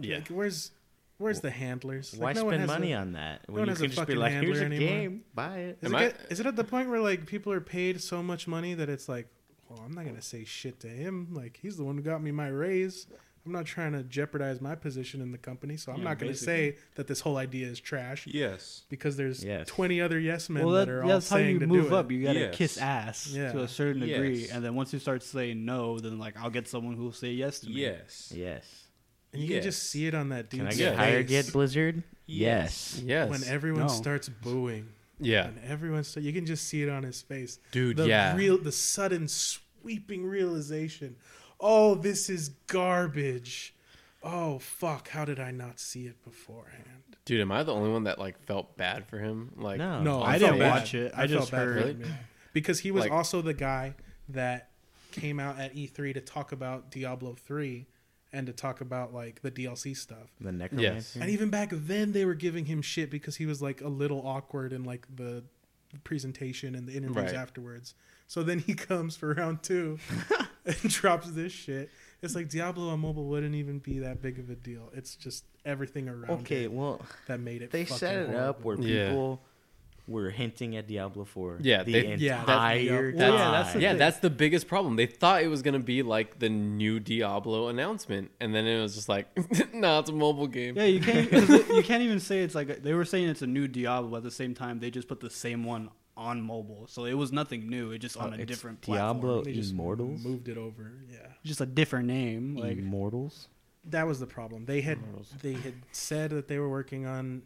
[SPEAKER 2] Yeah.
[SPEAKER 4] Like, where's where's the handlers?
[SPEAKER 3] Why
[SPEAKER 4] like, no one
[SPEAKER 3] spend
[SPEAKER 4] has
[SPEAKER 3] money
[SPEAKER 4] a-
[SPEAKER 3] on that
[SPEAKER 4] one
[SPEAKER 3] when you
[SPEAKER 4] has a
[SPEAKER 3] can just be
[SPEAKER 4] fucking
[SPEAKER 3] like, "Here's a
[SPEAKER 4] handler anymore."
[SPEAKER 3] game, buy it."
[SPEAKER 4] Is
[SPEAKER 2] Am
[SPEAKER 4] it,
[SPEAKER 2] I-
[SPEAKER 4] get, is it at the point where like people are paid so much money that it's like, well, I'm not gonna say shit to him. Like he's the one who got me my raise. I'm not trying to jeopardize my position in the company, so I'm
[SPEAKER 2] Yeah,
[SPEAKER 4] not gonna
[SPEAKER 2] basically.
[SPEAKER 4] say that this whole idea is trash
[SPEAKER 5] Yes.
[SPEAKER 4] because there's
[SPEAKER 3] Yes.
[SPEAKER 4] 20 other yes men
[SPEAKER 6] Well,
[SPEAKER 4] that,
[SPEAKER 6] that,
[SPEAKER 4] are all
[SPEAKER 6] that's how
[SPEAKER 4] saying
[SPEAKER 6] you
[SPEAKER 4] to
[SPEAKER 6] move
[SPEAKER 4] do
[SPEAKER 6] up.
[SPEAKER 4] it.
[SPEAKER 6] You gotta
[SPEAKER 5] Yes.
[SPEAKER 6] kiss ass
[SPEAKER 4] Yeah.
[SPEAKER 6] to a certain degree,
[SPEAKER 5] Yes.
[SPEAKER 6] and then once you start saying no, then like I'll get someone who will say yes to me.
[SPEAKER 5] Yes.
[SPEAKER 3] Yes.
[SPEAKER 4] And you can just see it on that dude's
[SPEAKER 3] Can I
[SPEAKER 4] face
[SPEAKER 3] get
[SPEAKER 5] Yes.
[SPEAKER 3] hired yet, Blizzard?
[SPEAKER 5] Yes.
[SPEAKER 2] Yes.
[SPEAKER 4] when everyone
[SPEAKER 6] No.
[SPEAKER 4] starts booing.
[SPEAKER 2] yeah.
[SPEAKER 4] When everyone starts, you can just see it on his face.
[SPEAKER 2] Dude,
[SPEAKER 4] the
[SPEAKER 2] yeah.
[SPEAKER 4] Real, the sudden sweeping realization. Oh, this is garbage. Oh fuck! How did I not see it beforehand?
[SPEAKER 2] Dude, am I the only one that like felt bad for him? Like,
[SPEAKER 3] No.
[SPEAKER 4] No,
[SPEAKER 6] I
[SPEAKER 4] felt
[SPEAKER 6] didn't
[SPEAKER 4] bad.
[SPEAKER 6] watch it. I
[SPEAKER 4] felt
[SPEAKER 6] just
[SPEAKER 4] bad for
[SPEAKER 6] heard-
[SPEAKER 4] him, yeah. because he was
[SPEAKER 2] Like-
[SPEAKER 4] also the guy that came out at E3 to talk about Diablo 3 and to talk about like the DLC stuff.
[SPEAKER 3] The necromancer.
[SPEAKER 4] And even back then, they were giving him shit because he was like a little awkward in like the presentation and the interviews
[SPEAKER 2] Right.
[SPEAKER 4] afterwards. So then he comes for round two and drops this shit. It's like Diablo on mobile wouldn't even be that big of a deal. It's just everything around
[SPEAKER 3] Okay,
[SPEAKER 4] it
[SPEAKER 3] well,
[SPEAKER 4] that made it.
[SPEAKER 3] they
[SPEAKER 4] fucking
[SPEAKER 3] set it up
[SPEAKER 4] horrible.
[SPEAKER 3] where
[SPEAKER 2] Yeah.
[SPEAKER 3] people were hinting at Diablo 4
[SPEAKER 2] Yeah,
[SPEAKER 3] the
[SPEAKER 2] they-
[SPEAKER 4] yeah, that's-
[SPEAKER 3] entire
[SPEAKER 4] yeah,
[SPEAKER 3] time.
[SPEAKER 4] well, yeah, that's the
[SPEAKER 2] yeah,
[SPEAKER 4] thing.
[SPEAKER 2] that's the biggest problem. They thought it was gonna be like the new Diablo announcement, and then it was just like, no, nah, it's a mobile game.
[SPEAKER 6] Yeah, you can't. 'cause it- you can't even say it's like they were saying it's a new Diablo. At the same time, they just put the same one on mobile, so it was nothing new. It just on
[SPEAKER 3] Oh,
[SPEAKER 6] a
[SPEAKER 3] it's
[SPEAKER 6] different platform.
[SPEAKER 3] Diablo
[SPEAKER 4] They just
[SPEAKER 3] Immortals.
[SPEAKER 4] moved it over. Yeah.
[SPEAKER 6] just a different name. Like
[SPEAKER 3] Mm. Immortals.
[SPEAKER 4] that was the problem. They had they had said that they were working on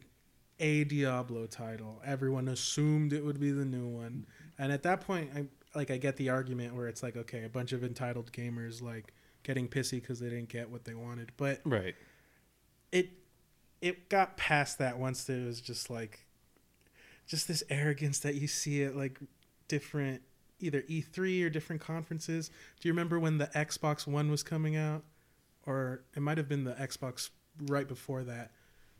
[SPEAKER 4] a Diablo title. Everyone assumed it would be the new one, and at that point, I like I get the argument where it's like, okay, a bunch of entitled gamers like getting pissy because they didn't get what they wanted, but
[SPEAKER 2] Right.
[SPEAKER 4] it it got past that once there was just like just this arrogance that you see at like different either E3 or different conferences. Do you remember when the Xbox One was coming out? Or it might have been the Xbox right before that,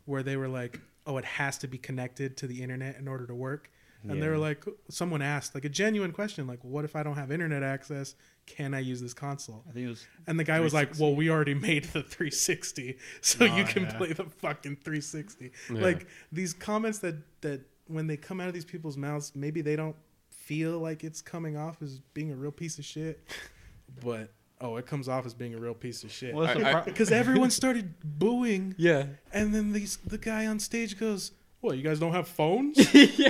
[SPEAKER 4] where they were like, oh, it has to be connected to the internet in order to work. And they were like, someone asked like a genuine question, like, "What if I don't have internet access? Can I use this console?"
[SPEAKER 6] I think it was
[SPEAKER 4] And the guy was like, "Well, we already made the 360, so
[SPEAKER 6] Nah,
[SPEAKER 4] you can
[SPEAKER 6] Oh, yeah.
[SPEAKER 4] play the fucking 360."
[SPEAKER 2] Yeah.
[SPEAKER 4] Like these comments that that when they come out of these people's mouths, maybe they don't feel like it's coming off as being a real piece of shit, but oh, it comes off as being a real piece of shit.
[SPEAKER 6] well, that's the
[SPEAKER 5] I-
[SPEAKER 6] pro-
[SPEAKER 4] Because everyone started booing,
[SPEAKER 2] Yeah.
[SPEAKER 4] and then these the guy on stage goes. What, you guys don't have phones? yeah.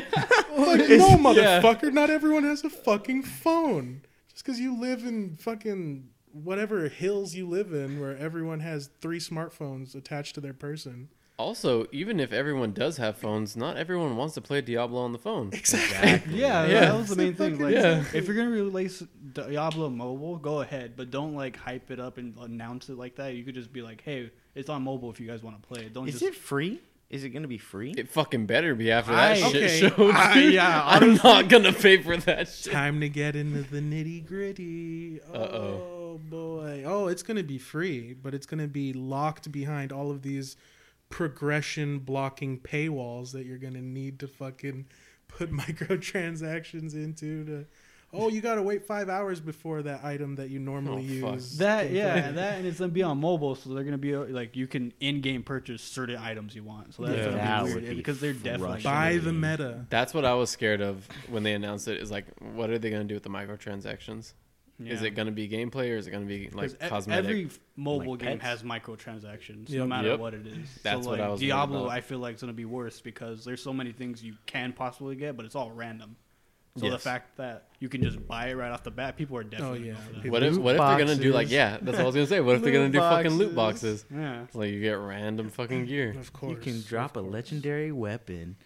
[SPEAKER 4] Like, no, motherfucker. Not everyone has a fucking phone. Just because you live in fucking whatever hills you live in where everyone has three smartphones attached to their person.
[SPEAKER 2] Also, even if everyone does have phones, not everyone wants to play Diablo on the phone.
[SPEAKER 6] yeah,
[SPEAKER 2] Yeah.
[SPEAKER 6] that was the main thing. Like,
[SPEAKER 2] Yeah.
[SPEAKER 6] if you're gonna release Diablo Mobile, go ahead, but don't like hype it up and announce it like that. You could just be like, hey, it's on mobile if you guys want to play it. Don't
[SPEAKER 3] Is
[SPEAKER 6] just
[SPEAKER 3] it free? Is it gonna be free?
[SPEAKER 2] It fucking better be after that
[SPEAKER 6] I-
[SPEAKER 2] shit
[SPEAKER 4] okay.
[SPEAKER 2] show. Dude.
[SPEAKER 6] I- yeah,
[SPEAKER 2] I'm not gonna pay for that shit.
[SPEAKER 4] Time to get into the nitty gritty.
[SPEAKER 2] Uh-oh.
[SPEAKER 4] Oh, boy. Oh, it's going to be free, but it's going to be locked behind all of these progression blocking paywalls that you're going to need to fucking put microtransactions into to. Oh, you gotta wait five hours before that item that you normally
[SPEAKER 2] Oh, fuck.
[SPEAKER 4] use.
[SPEAKER 6] that yeah, that and it's gonna be on mobile, so they're gonna be uh, like you can in-game purchase certain items you want. So that's
[SPEAKER 2] Yeah.
[SPEAKER 6] gonna
[SPEAKER 3] That
[SPEAKER 6] be weird
[SPEAKER 3] would be
[SPEAKER 6] because they're definitely
[SPEAKER 4] Buy the meta.
[SPEAKER 2] That's what I was scared of when they announced it. Is like, what are they gonna do with the microtransactions? Is
[SPEAKER 6] Yeah.
[SPEAKER 2] it gonna be gameplay or is it gonna be like
[SPEAKER 6] 'Cause e-
[SPEAKER 2] cosmetic?
[SPEAKER 6] Every f- mobile
[SPEAKER 3] Like
[SPEAKER 6] game
[SPEAKER 3] pets?
[SPEAKER 6] has microtransactions, no
[SPEAKER 4] Yep.
[SPEAKER 6] matter
[SPEAKER 2] Yep.
[SPEAKER 6] what it is.
[SPEAKER 2] That's
[SPEAKER 6] so,
[SPEAKER 2] what
[SPEAKER 6] like,
[SPEAKER 2] I was worried
[SPEAKER 6] Diablo,
[SPEAKER 2] about.
[SPEAKER 6] I feel like is gonna be worse because there's so many things you can possibly get, but it's all random. So the
[SPEAKER 2] Yes.
[SPEAKER 6] fact that you can just buy it right off the bat, people are definitely
[SPEAKER 4] yeah.
[SPEAKER 6] going for that.
[SPEAKER 4] People-
[SPEAKER 2] what if
[SPEAKER 3] loot
[SPEAKER 2] what if they're gonna do like
[SPEAKER 3] boxes.
[SPEAKER 2] yeah? That's what I was gonna say. What if they're gonna
[SPEAKER 3] Loot
[SPEAKER 2] do fucking loot
[SPEAKER 3] boxes.
[SPEAKER 2] boxes?
[SPEAKER 6] Yeah,
[SPEAKER 2] It's like you get random fucking gear.
[SPEAKER 4] Of course.
[SPEAKER 3] you can drop a legendary weapon.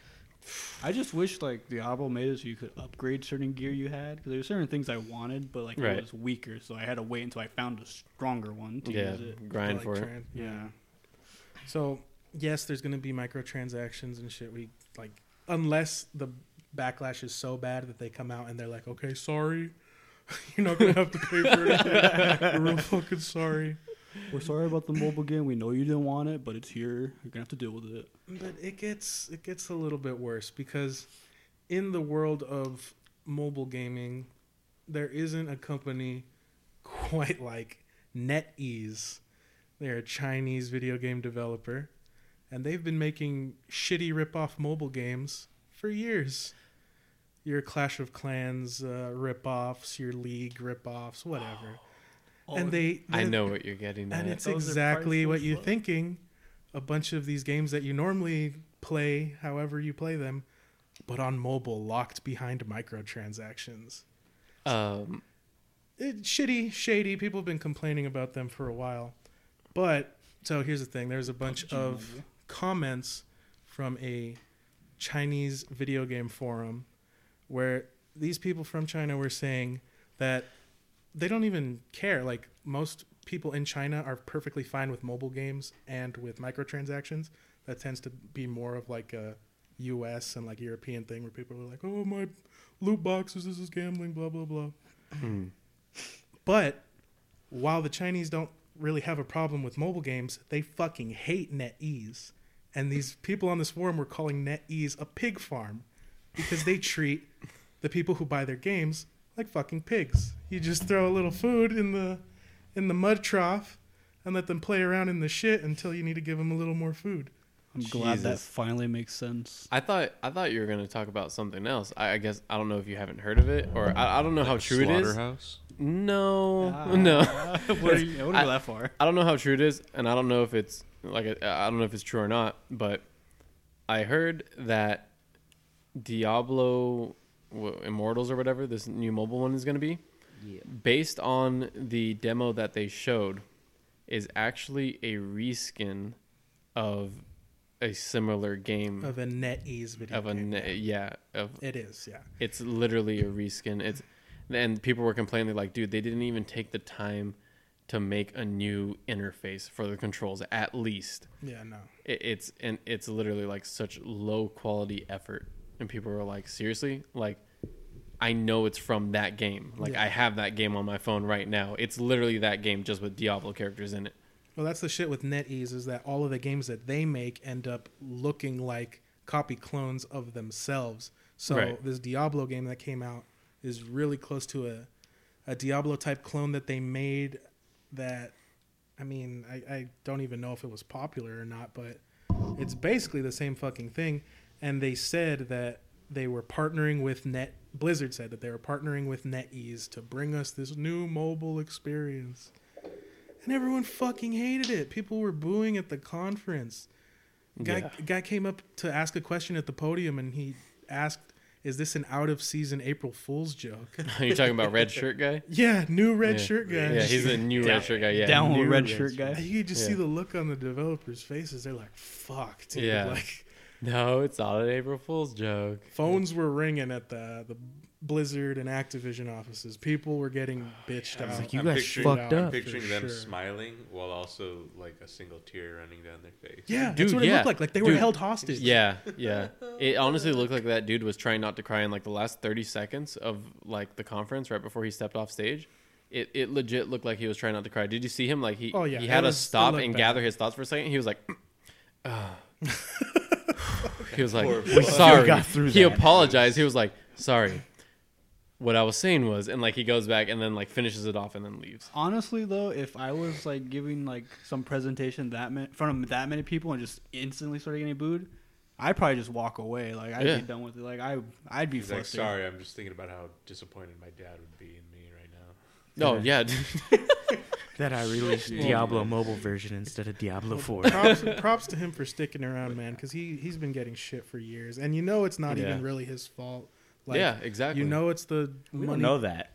[SPEAKER 6] I just wish like Diablo made it so you could upgrade certain gear you had because there's certain things I wanted, but like
[SPEAKER 2] Right.
[SPEAKER 6] it was weaker, so I had to wait until I found a stronger one to
[SPEAKER 2] Yeah,
[SPEAKER 6] use it.
[SPEAKER 2] grind
[SPEAKER 4] Like
[SPEAKER 2] for it.
[SPEAKER 4] tran-
[SPEAKER 6] Yeah,
[SPEAKER 4] So yes, there's gonna be microtransactions and shit. We like unless the backlash is so bad that they come out and they're like, okay, sorry, you're not gonna have to pay for anything. We're real fucking sorry.
[SPEAKER 6] we're sorry about the mobile game. We know you didn't want it, but it's here. You're gonna have to deal with it.
[SPEAKER 4] But it gets it gets a little bit worse because in the world of mobile gaming, there isn't a company quite like NetEase. They're a Chinese video game developer, and they've been making shitty rip-off mobile games for years. Your Clash of Clans uh, rip-offs, your League rip-offs, whatever. and they,
[SPEAKER 2] Oh, I
[SPEAKER 4] they-
[SPEAKER 2] know what you're getting at.
[SPEAKER 4] and it's
[SPEAKER 6] Those are
[SPEAKER 4] exactly
[SPEAKER 6] priceless
[SPEAKER 4] what you're
[SPEAKER 6] love.
[SPEAKER 4] thinking. A bunch of these games that you normally play, however you play them, but on mobile, locked behind microtransactions.
[SPEAKER 2] Um,
[SPEAKER 4] It, shitty, shady. People have been complaining about them for a while. But, so here's the thing there's a bunch of comments from a Chinese video game forum where these people from China were saying that they don't even care. Like most people in China are perfectly fine with mobile games and with microtransactions. That tends to be more of like a U.S. and like European thing where people are like, "Oh my, loot boxes, this is gambling, blah blah blah." But while the Chinese don't really have a problem with mobile games, they fucking hate NetEase. And these people on this forum were calling NetEase a pig farm because they treat the people who buy their games like fucking pigs. You just throw a little food in the in the mud trough and let them play around in the shit until you need to give them a little more food.
[SPEAKER 6] I'm glad that
[SPEAKER 2] Jesus.
[SPEAKER 6] finally makes sense.
[SPEAKER 2] I thought I thought you were gonna talk about something else. I, I guess I don't know if you haven't heard of it or I, I don't know how true it is.
[SPEAKER 5] Slaughterhouse.
[SPEAKER 2] No, no.
[SPEAKER 6] what are you, I wouldn't
[SPEAKER 2] I-
[SPEAKER 6] go that far.
[SPEAKER 2] I don't know how true it is, and I don't know if it's like I I don't know if it's true or not. But I heard that Diablo w- Immortals or whatever this new mobile one is going to be,
[SPEAKER 3] Yeah.
[SPEAKER 2] based on the demo that they showed, is actually a reskin of a similar game
[SPEAKER 4] Of a NetEase video.
[SPEAKER 2] of a
[SPEAKER 4] game.
[SPEAKER 2] ne- yeah of
[SPEAKER 4] It is, yeah.
[SPEAKER 2] it's literally a reskin. It's and people were complaining like, dude, they didn't even take the time to make a new interface for the controls. At least
[SPEAKER 4] Yeah, no.
[SPEAKER 2] it, it's and it's literally like such low quality effort. And people were like, seriously, like I know it's from that game. Like
[SPEAKER 4] Yeah.
[SPEAKER 2] I have that game on my phone right now. It's literally that game just with Diablo characters in it.
[SPEAKER 4] Well, that's the shit with NetEase is that all of the games that they make end up looking like copy clones of themselves. So
[SPEAKER 2] Right.
[SPEAKER 4] this Diablo game that came out is really close to a a Diablo type clone that they made that I mean, I, I don't even know if it was popular or not, but it's basically the same fucking thing. And they said that they were partnering with Net Blizzard said that they were partnering with NetEase to bring us this new mobile experience. And everyone fucking hated it. People were booing at the conference. Guy guy came up to ask a question at the podium and he asked, Is this an out of season April Fool's joke?
[SPEAKER 2] You're talking about red shirt guy.
[SPEAKER 4] yeah, new red
[SPEAKER 2] Yeah.
[SPEAKER 4] shirt guy.
[SPEAKER 2] Yeah, he's a new red shirt guy. Yeah,
[SPEAKER 6] Down with
[SPEAKER 2] New
[SPEAKER 6] red shirt guy.
[SPEAKER 4] You could just
[SPEAKER 2] Yeah.
[SPEAKER 4] see the look on the developers' faces. They're like, "Fuck, dude!"
[SPEAKER 2] Yeah.
[SPEAKER 4] Like
[SPEAKER 2] No, it's not an April Fool's joke.
[SPEAKER 4] phones were ringing at the the Blizzard and Activision offices. People were getting bitched out.
[SPEAKER 5] you
[SPEAKER 4] I'm
[SPEAKER 5] guys
[SPEAKER 4] picturing-
[SPEAKER 5] fucked
[SPEAKER 4] I'm
[SPEAKER 5] I'm
[SPEAKER 4] for
[SPEAKER 5] picturing them
[SPEAKER 4] sure.
[SPEAKER 5] smiling while also like a single tear running down their face.
[SPEAKER 4] Yeah,
[SPEAKER 2] Dude,
[SPEAKER 4] that's what it
[SPEAKER 2] yeah.
[SPEAKER 4] looked like. Like they were
[SPEAKER 2] Dude.
[SPEAKER 4] held hostage.
[SPEAKER 2] Yeah, yeah. It honestly looked like that dude was trying not to cry in like the last 30 seconds of like the conference right before he stepped off stage. It, it legit looked like he was trying not to cry. Did you see him? Like he
[SPEAKER 4] Oh, yeah,
[SPEAKER 2] he
[SPEAKER 4] it
[SPEAKER 2] had to
[SPEAKER 4] was- it
[SPEAKER 2] stop
[SPEAKER 4] looked
[SPEAKER 2] and
[SPEAKER 4] bad.
[SPEAKER 2] gather his thoughts for a second. He was like, "Ah." he was like,
[SPEAKER 5] Poor
[SPEAKER 2] sorry.
[SPEAKER 3] got through
[SPEAKER 2] he
[SPEAKER 3] that.
[SPEAKER 2] apologized. He was like, sorry. What I was saying was, and like he goes back and then like finishes it off and then leaves.
[SPEAKER 6] Honestly, though, if I was like giving like some presentation that ma- in front of that many people and just instantly started getting booed, I'd probably just walk away. Like I'd
[SPEAKER 2] Yeah.
[SPEAKER 6] be done with it. Like I, I'd be
[SPEAKER 5] He's like,
[SPEAKER 6] flustered.
[SPEAKER 5] sorry, I'm just thinking about how disappointed my dad would be in me right now.
[SPEAKER 2] No, yeah, dude.
[SPEAKER 3] That I released Diablo mobile version instead of Diablo 4.
[SPEAKER 4] props, props to him for sticking around, man, because he he's been getting shit for years, and you know it's not
[SPEAKER 2] Yeah.
[SPEAKER 4] even really his fault.
[SPEAKER 2] yeah, exactly.
[SPEAKER 4] you know it's the
[SPEAKER 3] We don't
[SPEAKER 4] money.
[SPEAKER 3] know that.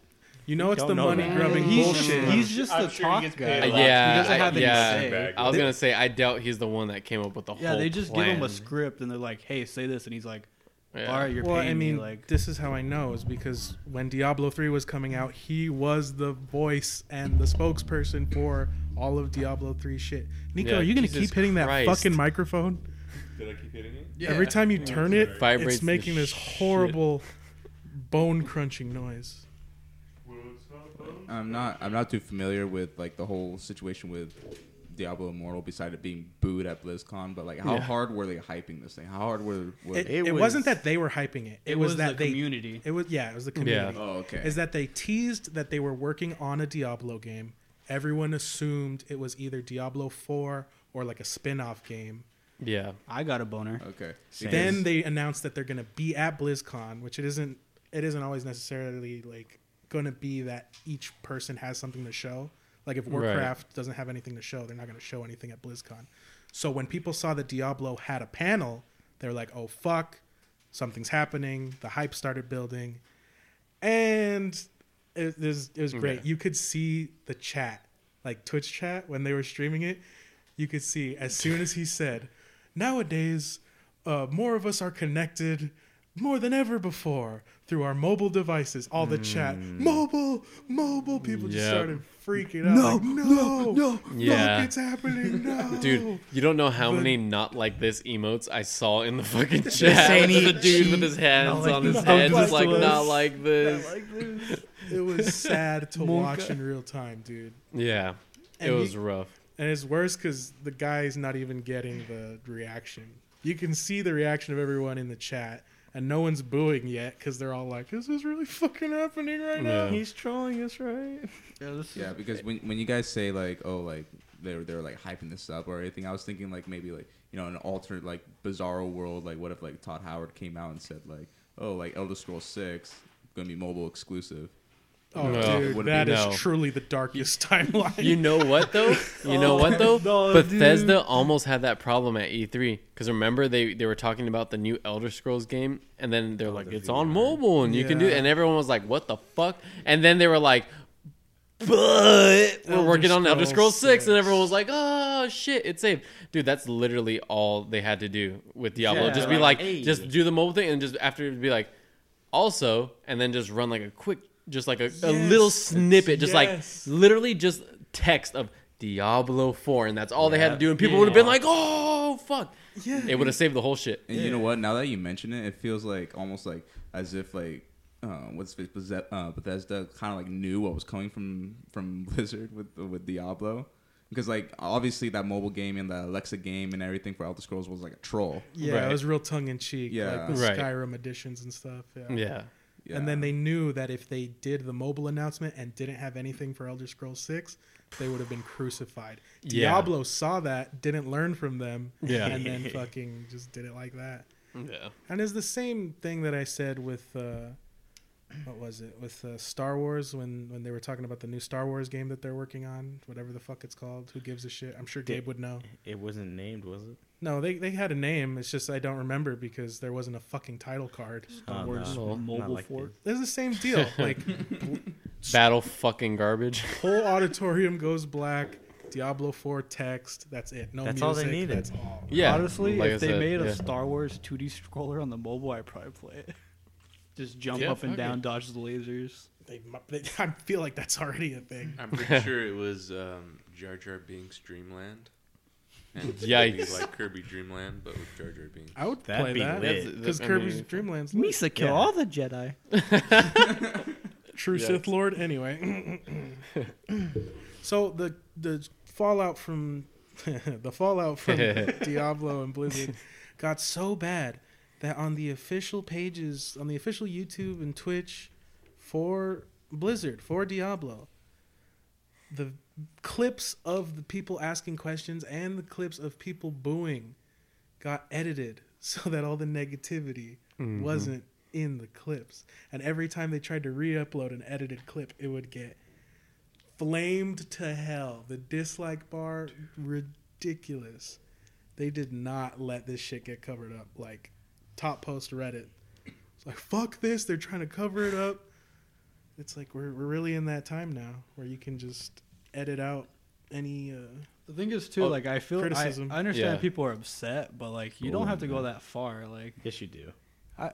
[SPEAKER 4] You know it's
[SPEAKER 3] don't
[SPEAKER 4] the
[SPEAKER 3] know
[SPEAKER 4] money
[SPEAKER 3] that.
[SPEAKER 4] grubbing
[SPEAKER 6] he's,
[SPEAKER 4] bullshit.
[SPEAKER 6] He's just
[SPEAKER 5] I'm
[SPEAKER 6] the
[SPEAKER 5] sure he
[SPEAKER 6] talk
[SPEAKER 5] gets
[SPEAKER 6] guy.
[SPEAKER 5] paid a lot.
[SPEAKER 2] Uh, Yeah,
[SPEAKER 6] he doesn't have
[SPEAKER 2] I-
[SPEAKER 6] any
[SPEAKER 2] yeah.
[SPEAKER 6] say.
[SPEAKER 2] I was gonna say I doubt he's the one that came up with the whole.
[SPEAKER 6] Yeah, they just give him a
[SPEAKER 2] plan.
[SPEAKER 6] script and they're like, "Hey, say this," and he's like,
[SPEAKER 2] Yeah.
[SPEAKER 6] "All right, you're
[SPEAKER 4] well,
[SPEAKER 6] paying
[SPEAKER 4] I mean,
[SPEAKER 6] me." Like,
[SPEAKER 4] this is how I know is because when Diablo 3 was coming out, he was the voice and the spokesperson for all of Diablo 3 shit. Nico,
[SPEAKER 2] Yeah,
[SPEAKER 4] are you going to
[SPEAKER 2] Jesus
[SPEAKER 4] keep hitting that
[SPEAKER 2] Christ.
[SPEAKER 4] fucking microphone?
[SPEAKER 5] Did I keep hitting it?
[SPEAKER 4] Every time you turn it,
[SPEAKER 2] Vibrates
[SPEAKER 4] it's
[SPEAKER 2] the
[SPEAKER 4] making this
[SPEAKER 2] shit.
[SPEAKER 4] horrible bone crunching noise.
[SPEAKER 7] I'm not. I'm not too familiar with like the whole situation with Diablo Immortal. Beside it being booed at BlizzCon, but like, how hard were they hyping this thing? How hard were? were
[SPEAKER 4] It,
[SPEAKER 3] It
[SPEAKER 4] it, was, not
[SPEAKER 3] was-
[SPEAKER 4] that they were hyping it. It,
[SPEAKER 6] it
[SPEAKER 4] was,
[SPEAKER 6] was
[SPEAKER 4] that
[SPEAKER 6] the
[SPEAKER 4] they.
[SPEAKER 6] community.
[SPEAKER 4] It was yeah. It was the community.
[SPEAKER 7] oh, okay.
[SPEAKER 4] Is that they teased that they were working on a Diablo game. Everyone assumed it was either Diablo 4 or like a spin-off game.
[SPEAKER 2] Yeah,
[SPEAKER 6] I got a boner.
[SPEAKER 7] okay.
[SPEAKER 4] then they announced that they're going to be at BlizzCon, which it isn't. It isn't always necessarily like going to be that each person has something to show. Like if Warcraft doesn't have anything to show, they're not going to show anything at BlizzCon. So when people saw that Diablo had a panel, they were like, "Oh fuck, something's happening." The hype started building, and it, it was it was great. You could see the chat, like Twitch chat, when they were streaming it. You could see as soon as he said, "Nowadays, uh, more of us are connected." More than ever before, through our mobile devices, all the chat, mobile, mobile, people just
[SPEAKER 2] Hmm. Yep.
[SPEAKER 4] started freaking out. No, no, no, no,
[SPEAKER 2] Yeah.
[SPEAKER 4] it's happening, no,
[SPEAKER 6] Oh.
[SPEAKER 2] dude, you don't know how many not like this emotes I saw in the fucking chat.
[SPEAKER 3] ain't
[SPEAKER 2] There's a
[SPEAKER 3] it.
[SPEAKER 2] dude with his hands on his head, just like not like this.
[SPEAKER 4] It was sad to watch in real time, dude.
[SPEAKER 2] Yeah, it
[SPEAKER 4] And
[SPEAKER 2] was
[SPEAKER 4] you-
[SPEAKER 2] rough.
[SPEAKER 4] And it's worse because the guy's not even getting the reaction. You can see the reaction of everyone in the chat, and no one's booing yet because they're all like, "This is really fucking happening right now."
[SPEAKER 2] Yeah.
[SPEAKER 6] He's trolling us, right? Yeah, this
[SPEAKER 7] Yeah, because when when you guys say like, oh, like they were they were like hyping this up or anything, I was thinking like maybe like you know an alternate like bizarro world. Like what if like Todd Howard came out and said like, oh, like Elder Scrolls Six gonna be mobile exclusive.
[SPEAKER 4] Oh,
[SPEAKER 2] No.
[SPEAKER 4] dude,
[SPEAKER 7] Would it
[SPEAKER 4] that
[SPEAKER 2] be-
[SPEAKER 4] is
[SPEAKER 2] No.
[SPEAKER 4] truly the darkest timeline.
[SPEAKER 2] You know what though? You know what though? Bethesda almost had that problem at E3 because remember they they were talking about the new Elder Scrolls game, and then they're like, it's on mobile and you can do,
[SPEAKER 4] Yeah.
[SPEAKER 2] and everyone was like, what the fuck? And then they were like. But we're
[SPEAKER 4] Elder
[SPEAKER 2] working on Elder
[SPEAKER 4] Scrolls
[SPEAKER 2] Scrolls 6, and
[SPEAKER 4] six.
[SPEAKER 2] everyone was like, oh shit, it's safe. Dude, that's literally all they had to do with Diablo.
[SPEAKER 3] Yeah,
[SPEAKER 2] just be like,
[SPEAKER 3] like, hey.
[SPEAKER 2] just do the mobile thing, and just after it'd be like, also, and then just run like a quick, just like a, a little
[SPEAKER 4] Yes.
[SPEAKER 2] snippet, just
[SPEAKER 4] Yes.
[SPEAKER 2] like literally just text of Diablo 4, and that's all they had to do, and people would have been like, oh, fuck.
[SPEAKER 4] Yeah.
[SPEAKER 2] It would have saved the whole shit.
[SPEAKER 7] And you know what? Now that you mention it, it feels like almost like as if like uh, what's it, Bethes- uh, Bethesda kind of like knew what was coming from from Blizzard with with Diablo, because like obviously that mobile game and the Alexa game and everything for Elder Scrolls was like a troll.
[SPEAKER 4] Yeah,
[SPEAKER 2] Right.
[SPEAKER 4] it was real tongue in cheek.
[SPEAKER 7] Yeah.
[SPEAKER 4] like the
[SPEAKER 2] Right.
[SPEAKER 4] Skyrim editions and stuff. Yeah.
[SPEAKER 2] Yeah.
[SPEAKER 7] Yeah.
[SPEAKER 4] And then they knew that if they did the mobile announcement and didn't have anything for Elder Scrolls Six, they would have been crucified.
[SPEAKER 2] Yeah.
[SPEAKER 4] Diablo saw that, didn't learn from them,
[SPEAKER 2] Yeah.
[SPEAKER 4] and then fucking just did it like that.
[SPEAKER 2] Yeah.
[SPEAKER 4] And it's the same thing that I said with uh, what was it with uh, Star Wars when when they were talking about the new Star Wars game that they're working on, whatever the fuck it's called. Who gives a shit? I'm sure
[SPEAKER 3] Did-
[SPEAKER 4] Gabe would know.
[SPEAKER 3] It wasn't named, was it?
[SPEAKER 4] No, they they had a name. It's just I don't remember because there wasn't a fucking title card.
[SPEAKER 3] Oh,
[SPEAKER 6] We're just
[SPEAKER 2] no.
[SPEAKER 3] Not
[SPEAKER 6] mobile
[SPEAKER 3] like
[SPEAKER 6] for
[SPEAKER 4] It's
[SPEAKER 3] this.
[SPEAKER 4] the same deal. Like
[SPEAKER 2] Battle fucking garbage.
[SPEAKER 4] whole auditorium goes black. Diablo 4 text. That's it. No
[SPEAKER 3] That's
[SPEAKER 4] music.
[SPEAKER 3] all they needed.
[SPEAKER 4] That's all.
[SPEAKER 2] Yeah.
[SPEAKER 6] Honestly,
[SPEAKER 2] like I
[SPEAKER 6] if they
[SPEAKER 2] said,
[SPEAKER 6] made a
[SPEAKER 2] yeah.
[SPEAKER 6] Star Wars 2D scroller on the mobile, I'd probably play it. Just jump
[SPEAKER 2] Yeah,
[SPEAKER 6] up and
[SPEAKER 2] fuck
[SPEAKER 6] down, dodge the lasers.
[SPEAKER 4] They, they, I feel like that's already a thing.
[SPEAKER 5] I'm pretty sure it was um, Jar Jar Binks Dreamland. And it's gonna be
[SPEAKER 2] Yikes.
[SPEAKER 5] Like Kirby Dreamland, but with Jar Jar Binks.
[SPEAKER 4] I would
[SPEAKER 3] That'd
[SPEAKER 4] play
[SPEAKER 3] be
[SPEAKER 4] that.
[SPEAKER 3] lit.
[SPEAKER 2] That's-
[SPEAKER 4] Because
[SPEAKER 2] I
[SPEAKER 4] Kirby's
[SPEAKER 2] mean-
[SPEAKER 4] Dreamland's lit.
[SPEAKER 6] Misa kill
[SPEAKER 3] Yeah.
[SPEAKER 6] all the Jedi.
[SPEAKER 4] true
[SPEAKER 2] Yeah.
[SPEAKER 4] Sith Lord. Anyway, so the the fallout from the fallout from Diablo and Blizzard got so bad that on the official pages, on the official YouTube and Twitch for Blizzard for Diablo, the clips of the people asking questions and the clips of people booing got edited so that all the negativity wasn't in the clips. And every time they tried to re-upload an edited clip, it would get flamed to hell. The dislike bar ridiculous. They did not let this shit get covered up. Like top post Reddit. It's like fuck this. They're trying to cover it up. It's like we're we're really in that time now where you can just edit out any. Uh,
[SPEAKER 6] The thing is, too,
[SPEAKER 4] Oh,
[SPEAKER 6] like I feel I-
[SPEAKER 4] criticism.
[SPEAKER 6] I, understand
[SPEAKER 2] Yeah.
[SPEAKER 6] people are upset, but like you don't have to go that far. Like,
[SPEAKER 3] Yes, you do.
[SPEAKER 6] I,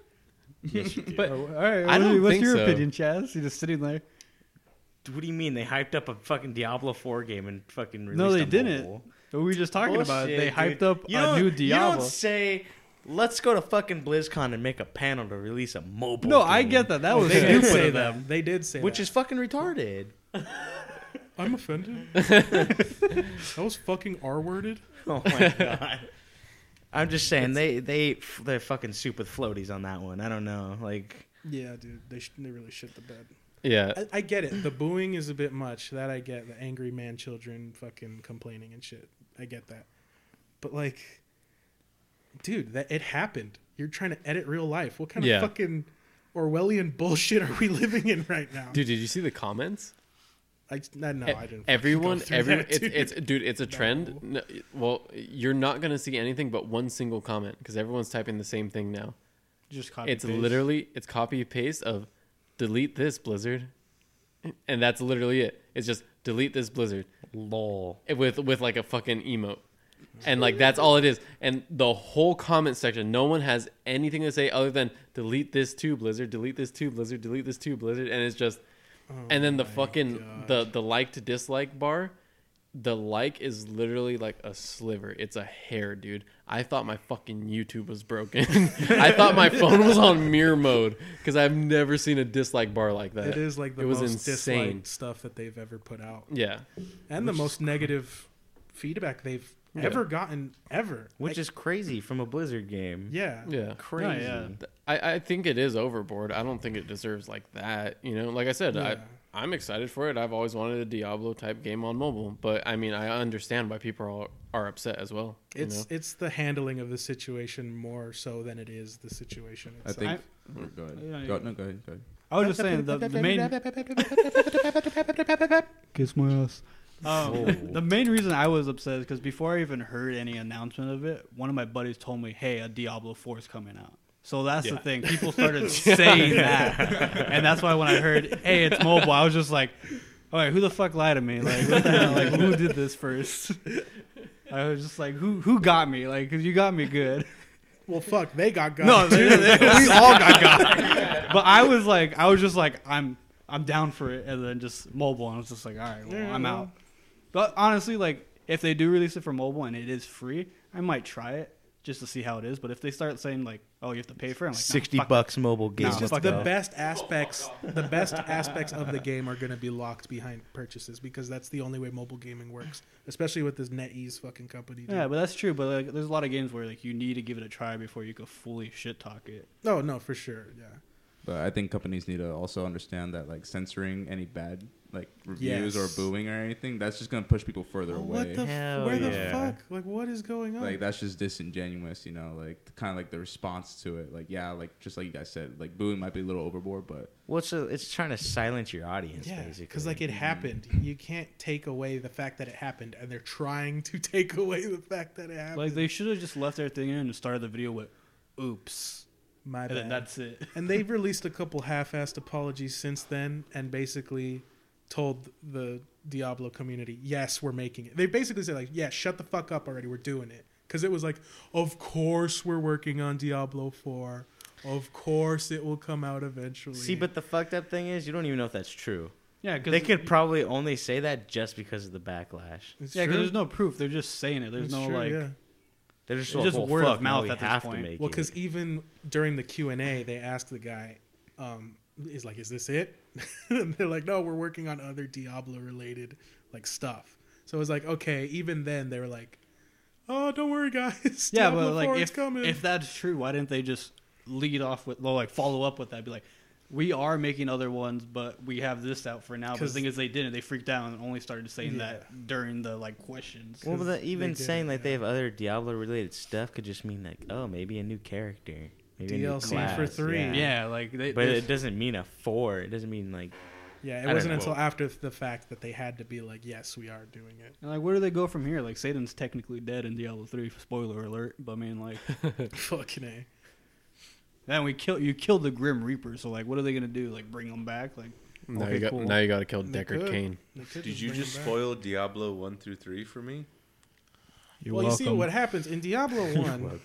[SPEAKER 3] Yes, you do.
[SPEAKER 2] But-
[SPEAKER 6] Oh, all right,
[SPEAKER 2] I
[SPEAKER 6] what-
[SPEAKER 2] don't
[SPEAKER 6] what's
[SPEAKER 2] think
[SPEAKER 6] your
[SPEAKER 2] so.
[SPEAKER 6] opinion, Chaz? You're just sitting there.
[SPEAKER 3] what do you mean they hyped up a fucking Diablo Four game and fucking released
[SPEAKER 6] No, they
[SPEAKER 3] on
[SPEAKER 6] didn't.
[SPEAKER 3] mobile?
[SPEAKER 6] We were just talking about it. They
[SPEAKER 3] Bullshit,
[SPEAKER 6] hyped
[SPEAKER 3] dude.
[SPEAKER 6] up
[SPEAKER 3] You
[SPEAKER 6] a
[SPEAKER 3] don't-
[SPEAKER 6] new
[SPEAKER 3] You
[SPEAKER 6] Diablo.
[SPEAKER 3] don't say, let's go to fucking BlizzCon and make a panel to release a mobile.
[SPEAKER 6] No, I
[SPEAKER 3] game,"
[SPEAKER 6] get that. That was
[SPEAKER 4] they did
[SPEAKER 6] stupid
[SPEAKER 4] say
[SPEAKER 6] of them.
[SPEAKER 4] that. Um, They did say
[SPEAKER 3] which
[SPEAKER 4] that.
[SPEAKER 3] is fucking retarded.
[SPEAKER 4] I'm offended. that was fucking R worded.
[SPEAKER 3] Oh my god. I'm just saying they they ate f- their fucking soup with floaties on that one. I don't know, like
[SPEAKER 4] Yeah, dude, they sh- they really shit the bed.
[SPEAKER 2] Yeah.
[SPEAKER 4] I, I get it. The booing is a bit much. That I get. The angry man children fucking complaining and shit. I get that. But like, dude, that it happened. You're trying to edit real life. What kind
[SPEAKER 2] Yeah.
[SPEAKER 4] of fucking Orwellian bullshit are we living in right now?
[SPEAKER 2] Dude, did you see the comments?
[SPEAKER 4] I, I no, I
[SPEAKER 2] E-
[SPEAKER 4] didn't. fucking
[SPEAKER 2] everyone,
[SPEAKER 4] go through
[SPEAKER 2] every
[SPEAKER 4] that,
[SPEAKER 2] it's,
[SPEAKER 4] dude.
[SPEAKER 2] it's dude, it's a trend. No, well, you're not gonna see anything but one single comment because everyone's typing the same thing now.
[SPEAKER 6] Just copy
[SPEAKER 2] it's
[SPEAKER 6] paste.
[SPEAKER 2] literally it's copy paste of delete this Blizzard, and that's literally it. It's just delete this Blizzard
[SPEAKER 3] lol.
[SPEAKER 2] It- with with like a fucking emote, and like that's all it is. And the whole comment section, no one has anything to say other than delete this too Blizzard, delete this too Blizzard, delete this too Blizzard, and it's just. and then the
[SPEAKER 4] Oh
[SPEAKER 2] fucking the the like to dislike bar, the like is literally like a sliver. It's a hair, dude. I thought my fucking YouTube was broken. I thought my phone was on mirror mode because I've never seen a dislike bar like that.
[SPEAKER 4] it is like the
[SPEAKER 2] it was
[SPEAKER 4] most
[SPEAKER 2] insane.
[SPEAKER 4] disliked stuff that they've ever put out,
[SPEAKER 2] Yeah,
[SPEAKER 4] and the most negative feedback they've ever gotten ever.
[SPEAKER 3] Which
[SPEAKER 4] Like,
[SPEAKER 3] is crazy from a Blizzard game.
[SPEAKER 4] yeah,
[SPEAKER 2] yeah.
[SPEAKER 3] Crazy.
[SPEAKER 6] yeah.
[SPEAKER 2] Th- I, I think it is overboard. I don't think it deserves like that. You know, like I said,
[SPEAKER 4] Yeah.
[SPEAKER 2] I, I'm excited for it. I've always wanted a Diablo type game on mobile, but I mean, I understand why people are, are upset as well. you
[SPEAKER 4] It's
[SPEAKER 2] know?
[SPEAKER 4] it's the handling of the situation more so than it is the situation.
[SPEAKER 7] I
[SPEAKER 4] Itself.
[SPEAKER 7] think.
[SPEAKER 6] I-
[SPEAKER 7] Oh, go ahead.
[SPEAKER 6] Yeah,
[SPEAKER 7] Go,
[SPEAKER 6] yeah.
[SPEAKER 7] no, go ahead. Go ahead.
[SPEAKER 6] I was just saying the, the main Kiss my ass. Um, the main reason I was upset is because before I even heard any announcement of it, one of my buddies told me, "Hey, a Diablo Four is coming out." So that's the
[SPEAKER 2] Yeah.
[SPEAKER 6] thing. People started saying that, and that's why when I heard, "Hey, it's mobile," I was just like, "All right, who the fuck lied to me? Like, what the hell? Like, who did this first? I was just like, "Who who got me? Like, 'cause you got me good."
[SPEAKER 4] well, fuck, they got got.
[SPEAKER 6] No,
[SPEAKER 4] too.
[SPEAKER 6] they- they- we all got got. But I was like, I was just like, I'm, I'm down for it, and then just mobile, and I was just like, all right, well, I'm out. But honestly, like, if they do release it for mobile and it is free, I might try it just to see how it is. But if they start saying like oh, you have to pay for it. I'm like, no,
[SPEAKER 3] 60
[SPEAKER 6] fuck
[SPEAKER 3] bucks mobile game.
[SPEAKER 4] It's
[SPEAKER 6] No,
[SPEAKER 4] just
[SPEAKER 6] fuck
[SPEAKER 4] the
[SPEAKER 6] no.
[SPEAKER 4] best aspects. The best aspects of the game are going to be locked behind purchases because that's the only way mobile gaming works, especially with this NetEase fucking company.
[SPEAKER 6] it.
[SPEAKER 4] dude.
[SPEAKER 6] Yeah, but that's true. But like, there's a lot of games where like you need to give it a try before you go fully shit talk it.
[SPEAKER 4] No, Oh, no, for sure. Yeah.
[SPEAKER 7] But I think companies need to also understand that like censoring any bad like reviews
[SPEAKER 4] Yes. Oh,
[SPEAKER 7] or booing or anything, that's just gonna push people further away.
[SPEAKER 4] What the?
[SPEAKER 3] Hell
[SPEAKER 4] F- where
[SPEAKER 3] yeah.
[SPEAKER 4] the fuck? Like, what is going on?
[SPEAKER 7] like that's just disingenuous, you know. Like kind of like the response to it. Like yeah, like just like you guys said, like booing might be a little overboard, but
[SPEAKER 3] Well, it's, a, it's trying to silence your audience,
[SPEAKER 4] yeah,
[SPEAKER 3] basically.
[SPEAKER 4] because like it happened. You can't take away the fact that it happened, and they're trying to take away the fact that it happened.
[SPEAKER 6] Like they should have just left their thing in and started the video with, "Oops,"
[SPEAKER 4] My
[SPEAKER 6] and then
[SPEAKER 4] bad.
[SPEAKER 6] that's it.
[SPEAKER 4] and they've released a couple half-assed apologies since then and basically told the diablo community yes we're making it they basically said like yeah shut the fuck up already we're doing it because it was like of course we're working on diablo 4 of course it will come out eventually
[SPEAKER 3] See, but the fucked up thing is, you don't even know if that's true.
[SPEAKER 6] Yeah,
[SPEAKER 3] They
[SPEAKER 6] because
[SPEAKER 3] could probably only say that just because of the backlash.
[SPEAKER 4] It's
[SPEAKER 6] yeah, 'cause
[SPEAKER 4] true.
[SPEAKER 6] there's no proof. They're just saying it. There's
[SPEAKER 4] It's
[SPEAKER 6] no
[SPEAKER 4] true,
[SPEAKER 6] like.
[SPEAKER 4] yeah.
[SPEAKER 3] They're just,
[SPEAKER 6] It's
[SPEAKER 3] like,
[SPEAKER 6] just
[SPEAKER 3] well,
[SPEAKER 6] word of
[SPEAKER 3] fuck, now
[SPEAKER 6] mouth
[SPEAKER 3] we
[SPEAKER 6] at this
[SPEAKER 3] have
[SPEAKER 6] point.
[SPEAKER 3] To make
[SPEAKER 4] well e-
[SPEAKER 3] it.
[SPEAKER 4] because even during the q&a they asked the guy um, is like is this it and they're like no we're working on other diablo related like stuff so it was like okay even then they were like oh don't worry guys
[SPEAKER 6] Yeah,
[SPEAKER 4] Diablo
[SPEAKER 6] but like
[SPEAKER 4] 4 is
[SPEAKER 6] if
[SPEAKER 4] coming.
[SPEAKER 6] if that's true, why didn't they just lead off with well, like follow up with that? Be like, we are making other ones, but we have this out for now. But the
[SPEAKER 4] 'Cause-
[SPEAKER 6] thing is, they didn't. They freaked out and only started saying
[SPEAKER 4] Yeah.
[SPEAKER 6] that during the like questions.
[SPEAKER 3] Well, but
[SPEAKER 4] 'cause
[SPEAKER 3] the, even
[SPEAKER 4] they did
[SPEAKER 3] saying
[SPEAKER 4] it,
[SPEAKER 3] like they
[SPEAKER 4] yeah.
[SPEAKER 3] have other Diablo related stuff could just mean like, oh, maybe a new character, maybe a new
[SPEAKER 4] DLC for
[SPEAKER 3] class,
[SPEAKER 4] three.
[SPEAKER 3] yeah.
[SPEAKER 6] yeah, like they.
[SPEAKER 3] But
[SPEAKER 6] they-
[SPEAKER 3] it doesn't mean a four. It doesn't mean like
[SPEAKER 4] yeah
[SPEAKER 3] I
[SPEAKER 4] it
[SPEAKER 3] don't
[SPEAKER 4] wasn't
[SPEAKER 3] know.
[SPEAKER 4] until after the fact that they had to be like yes we are doing it
[SPEAKER 6] and, like, where do they go from here? Like, Satan's technically dead in Diablo three. Spoiler alert. But I mean, like,
[SPEAKER 4] fucking a
[SPEAKER 6] then we kill you killed the Grim Reaper. So like, what are they gonna do? Like, bring him back? Like,
[SPEAKER 2] Now
[SPEAKER 6] Okay,
[SPEAKER 2] you got
[SPEAKER 6] cool.
[SPEAKER 2] now you got to kill
[SPEAKER 4] They
[SPEAKER 2] Deckard
[SPEAKER 4] could.
[SPEAKER 2] Kane.
[SPEAKER 4] They could
[SPEAKER 5] Did you
[SPEAKER 4] bring
[SPEAKER 5] just
[SPEAKER 4] him back.
[SPEAKER 5] spoil Diablo one through three for me?
[SPEAKER 4] well you see what happens in diablo 1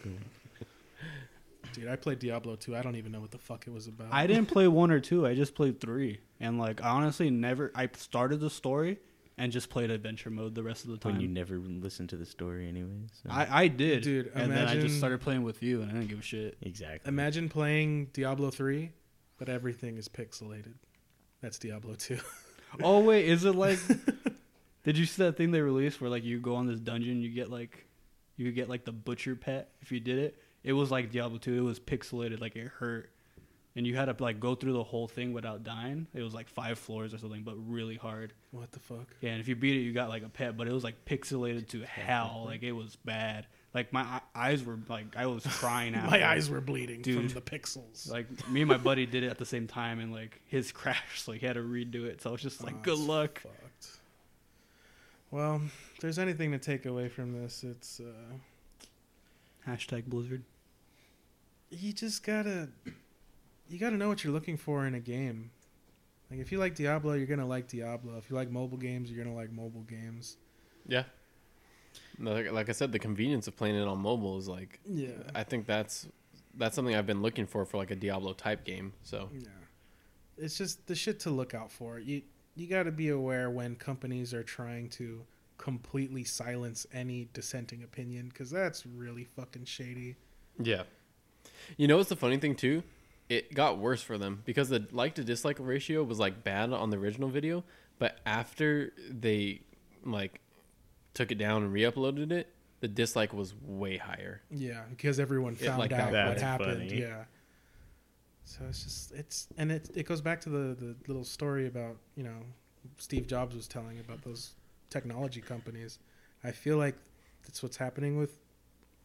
[SPEAKER 4] dude i played diablo 2 i don't even know what the fuck it was
[SPEAKER 3] Oh.
[SPEAKER 4] about
[SPEAKER 6] I didn't play one or two. I just played three, and like I honestly never. I started the story and just played adventure mode the rest of the time.
[SPEAKER 3] when you never listen to the story anyways. So.
[SPEAKER 6] I, I did,
[SPEAKER 4] Dude,
[SPEAKER 6] and then I
[SPEAKER 4] imagine-
[SPEAKER 6] just started playing with you, and I didn't give a shit.
[SPEAKER 3] exactly.
[SPEAKER 4] Imagine playing Diablo 3, but everything is pixelated. That's Diablo 2.
[SPEAKER 6] Oh wait, is it like? did you see that thing they released where like you go on this dungeon, you get like, you could get like the butcher pet if you did it. It was like Diablo two. It was pixelated, like it hurt, and you had to like go through the whole thing without dying. It was like five floors or something, but really hard.
[SPEAKER 4] What the fuck?
[SPEAKER 6] Yeah, and if you beat it, you got like a pet, but it was like pixelated to hell. Like it was bad. Like my eye- eyes were like I was crying out.
[SPEAKER 4] My eyes were bleeding
[SPEAKER 6] Dude.
[SPEAKER 4] from the pixels.
[SPEAKER 6] Like me and my buddy did it at the same time, and like his crashed, so he had to redo it. So I was just like,
[SPEAKER 4] Oh,
[SPEAKER 6] good
[SPEAKER 4] it's
[SPEAKER 6] luck.
[SPEAKER 4] Fucked. Well, if there's anything to take away from this, it's uh,
[SPEAKER 6] Hashtag Blizzard.
[SPEAKER 4] you just gotta you gotta know what you're looking for in a game. Like if you like Diablo, you're gonna like Diablo. If you like mobile games, you're gonna like mobile games.
[SPEAKER 2] Yeah. No, Like, like I said, the convenience of playing it on mobile is like
[SPEAKER 4] Yeah.
[SPEAKER 2] I think that's that's something I've been looking for for like a Diablo type game. So
[SPEAKER 4] Yeah. It's just the shit to look out for. You you got to be aware when companies are trying to completely silence any dissenting opinion cuz that's really fucking shady.
[SPEAKER 2] yeah, you know what's the funny thing too? It got worse for them because the like to dislike ratio was like bad on the original video, but after they like took it down and re-uploaded it, the dislike was way higher.
[SPEAKER 4] Yeah, because everyone
[SPEAKER 2] It-
[SPEAKER 4] found
[SPEAKER 2] like,
[SPEAKER 4] out
[SPEAKER 2] that-
[SPEAKER 4] what
[SPEAKER 8] That's
[SPEAKER 4] happened.
[SPEAKER 8] funny.
[SPEAKER 4] Yeah. So it's just it's and it it goes back to the the little story about, you know, Steve Jobs was telling about those technology companies. I feel like that's what's happening with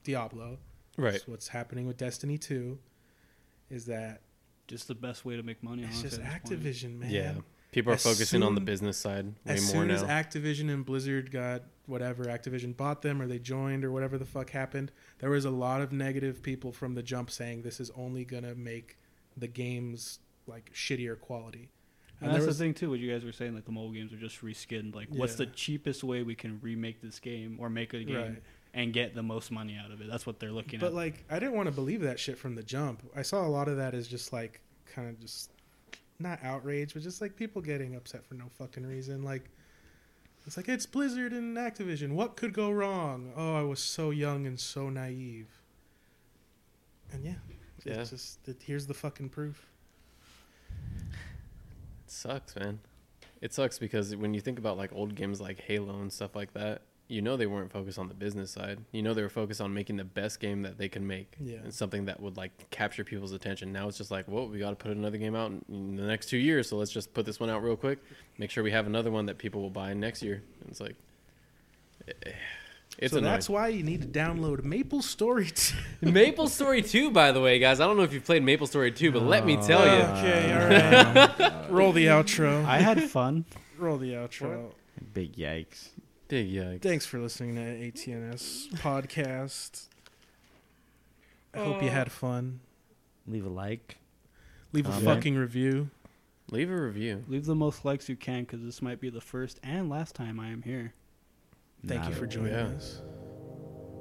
[SPEAKER 4] Diablo. It's what's happening with Destiny 2 is that
[SPEAKER 6] Just the best way to make money.
[SPEAKER 4] It's
[SPEAKER 6] honestly,
[SPEAKER 4] just
[SPEAKER 6] at this point.
[SPEAKER 4] Activision, man.
[SPEAKER 2] Yeah. People are
[SPEAKER 4] As
[SPEAKER 2] focusing on the
[SPEAKER 4] soon-
[SPEAKER 2] business side way
[SPEAKER 4] As
[SPEAKER 2] more
[SPEAKER 4] soon
[SPEAKER 2] now.
[SPEAKER 4] as Activision and Blizzard got whatever, Activision bought them or they joined or whatever the fuck happened, there was a lot of negative people from the jump saying this is only gonna make the games like shittier quality. And
[SPEAKER 6] And,
[SPEAKER 4] there
[SPEAKER 6] that's
[SPEAKER 4] was
[SPEAKER 6] the thing too. What you guys were saying, like the mobile games are just reskinned. Like, what's
[SPEAKER 4] Yeah.
[SPEAKER 6] the cheapest way we can remake this game or make a game
[SPEAKER 4] Right.
[SPEAKER 6] and get the most money out of it? That's what they're looking
[SPEAKER 4] But
[SPEAKER 6] at.
[SPEAKER 4] like, I didn't want to believe that shit from the jump. I saw a lot of that as just like kind of just not outrage, but just like people getting upset for no fucking reason. Like, it's like it's Blizzard and Activision. What could go wrong? Oh, I was so young and so naive. And yeah,
[SPEAKER 2] Yeah.
[SPEAKER 8] It's just it, here's the fucking proof.
[SPEAKER 2] It sucks, man. It sucks because when you think about like old games like Halo and stuff like that, you know they weren't focused on the business side. You know they were focused on making the best game that they can make
[SPEAKER 8] Yeah.
[SPEAKER 2] and something that would like capture people's attention. Now it's just like, well, we got to put another game out in- in the next two years, so let's just put this one out real quick. Make sure we have another one that people will buy next year. And it's like, eh, it's
[SPEAKER 8] so
[SPEAKER 2] annoying.
[SPEAKER 8] that's why you need to download Maple Story. T-
[SPEAKER 2] Maple Story Two, by the way, guys. I don't know if you've played Maple Story Two, but let me tell you,
[SPEAKER 8] Oh, Okay, all right.
[SPEAKER 2] Uh,
[SPEAKER 8] Roll the outro.
[SPEAKER 6] I had fun.
[SPEAKER 8] Roll the outro.
[SPEAKER 3] Big yikes.
[SPEAKER 2] big yikes.
[SPEAKER 8] Thanks for listening to ATNS podcast. I hope
[SPEAKER 2] Uh,
[SPEAKER 8] you had fun.
[SPEAKER 3] Leave a like.
[SPEAKER 8] Leave a
[SPEAKER 3] Comment.
[SPEAKER 8] fucking review.
[SPEAKER 2] Leave a review.
[SPEAKER 6] Leave the most likes you can because this might be the first and last time I am here.
[SPEAKER 8] Thank
[SPEAKER 3] Nah,
[SPEAKER 8] you for
[SPEAKER 3] but-
[SPEAKER 8] joining
[SPEAKER 2] Yeah.
[SPEAKER 8] us.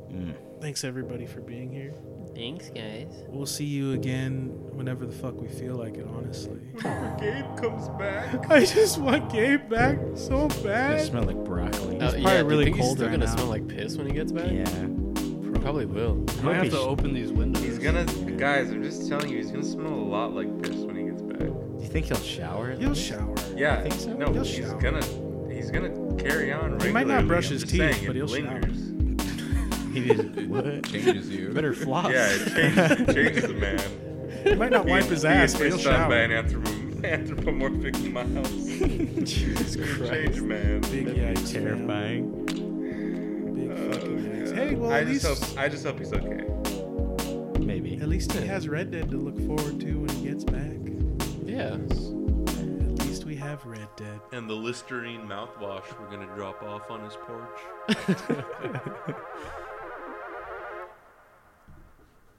[SPEAKER 3] Mm.
[SPEAKER 8] Thanks everybody for being here.
[SPEAKER 2] Thanks, guys.
[SPEAKER 8] We'll see you again whenever the fuck we feel like it, honestly.
[SPEAKER 9] Gabe comes back.
[SPEAKER 8] I just want Gabe back so
[SPEAKER 3] They
[SPEAKER 8] bad.
[SPEAKER 3] smell like broccoli.
[SPEAKER 2] It's
[SPEAKER 6] probably really
[SPEAKER 2] think
[SPEAKER 6] cold
[SPEAKER 2] He's still
[SPEAKER 6] right
[SPEAKER 2] gonna
[SPEAKER 6] now.
[SPEAKER 2] smell like piss when he gets back.
[SPEAKER 3] Yeah.
[SPEAKER 2] Probably will.
[SPEAKER 6] I
[SPEAKER 3] Might
[SPEAKER 6] have
[SPEAKER 3] be
[SPEAKER 6] to
[SPEAKER 3] sh-
[SPEAKER 6] open these windows.
[SPEAKER 5] He's gonna, guys. I'm just telling you, he's gonna smell a lot like piss when he gets back.
[SPEAKER 3] Do you think he'll shower?
[SPEAKER 8] You'll shower.
[SPEAKER 5] Yeah,
[SPEAKER 3] think so.
[SPEAKER 5] no,
[SPEAKER 8] He'll
[SPEAKER 5] he's
[SPEAKER 8] shower.
[SPEAKER 5] gonna, he's gonna carry on. Regularly.
[SPEAKER 8] He might not brush
[SPEAKER 5] I'm
[SPEAKER 8] his
[SPEAKER 5] just
[SPEAKER 8] teeth,
[SPEAKER 5] saying, it
[SPEAKER 8] but he'll shower.
[SPEAKER 5] lingers.
[SPEAKER 3] He did
[SPEAKER 7] It changes you.
[SPEAKER 6] Better floss.
[SPEAKER 5] Yeah, it changes, it changes the man.
[SPEAKER 8] He might not wipe his ass, but
[SPEAKER 5] He
[SPEAKER 8] he'll
[SPEAKER 5] gets done by
[SPEAKER 8] shower.
[SPEAKER 5] an anthrop- anthropomorphic mouse. Jesus Christ, change man.
[SPEAKER 8] Big yikes. man.
[SPEAKER 3] terrifying.
[SPEAKER 8] Big fucking yikes.
[SPEAKER 5] Uh,
[SPEAKER 8] Hey, well
[SPEAKER 5] I
[SPEAKER 8] at
[SPEAKER 5] just
[SPEAKER 8] least
[SPEAKER 5] hope, I just hope he's okay.
[SPEAKER 3] Maybe.
[SPEAKER 8] at least he has Red Dead to look forward to when he gets back.
[SPEAKER 2] Yeah.
[SPEAKER 8] At least we have Red Dead.
[SPEAKER 9] And the Listerine mouthwash we're gonna drop off on his porch.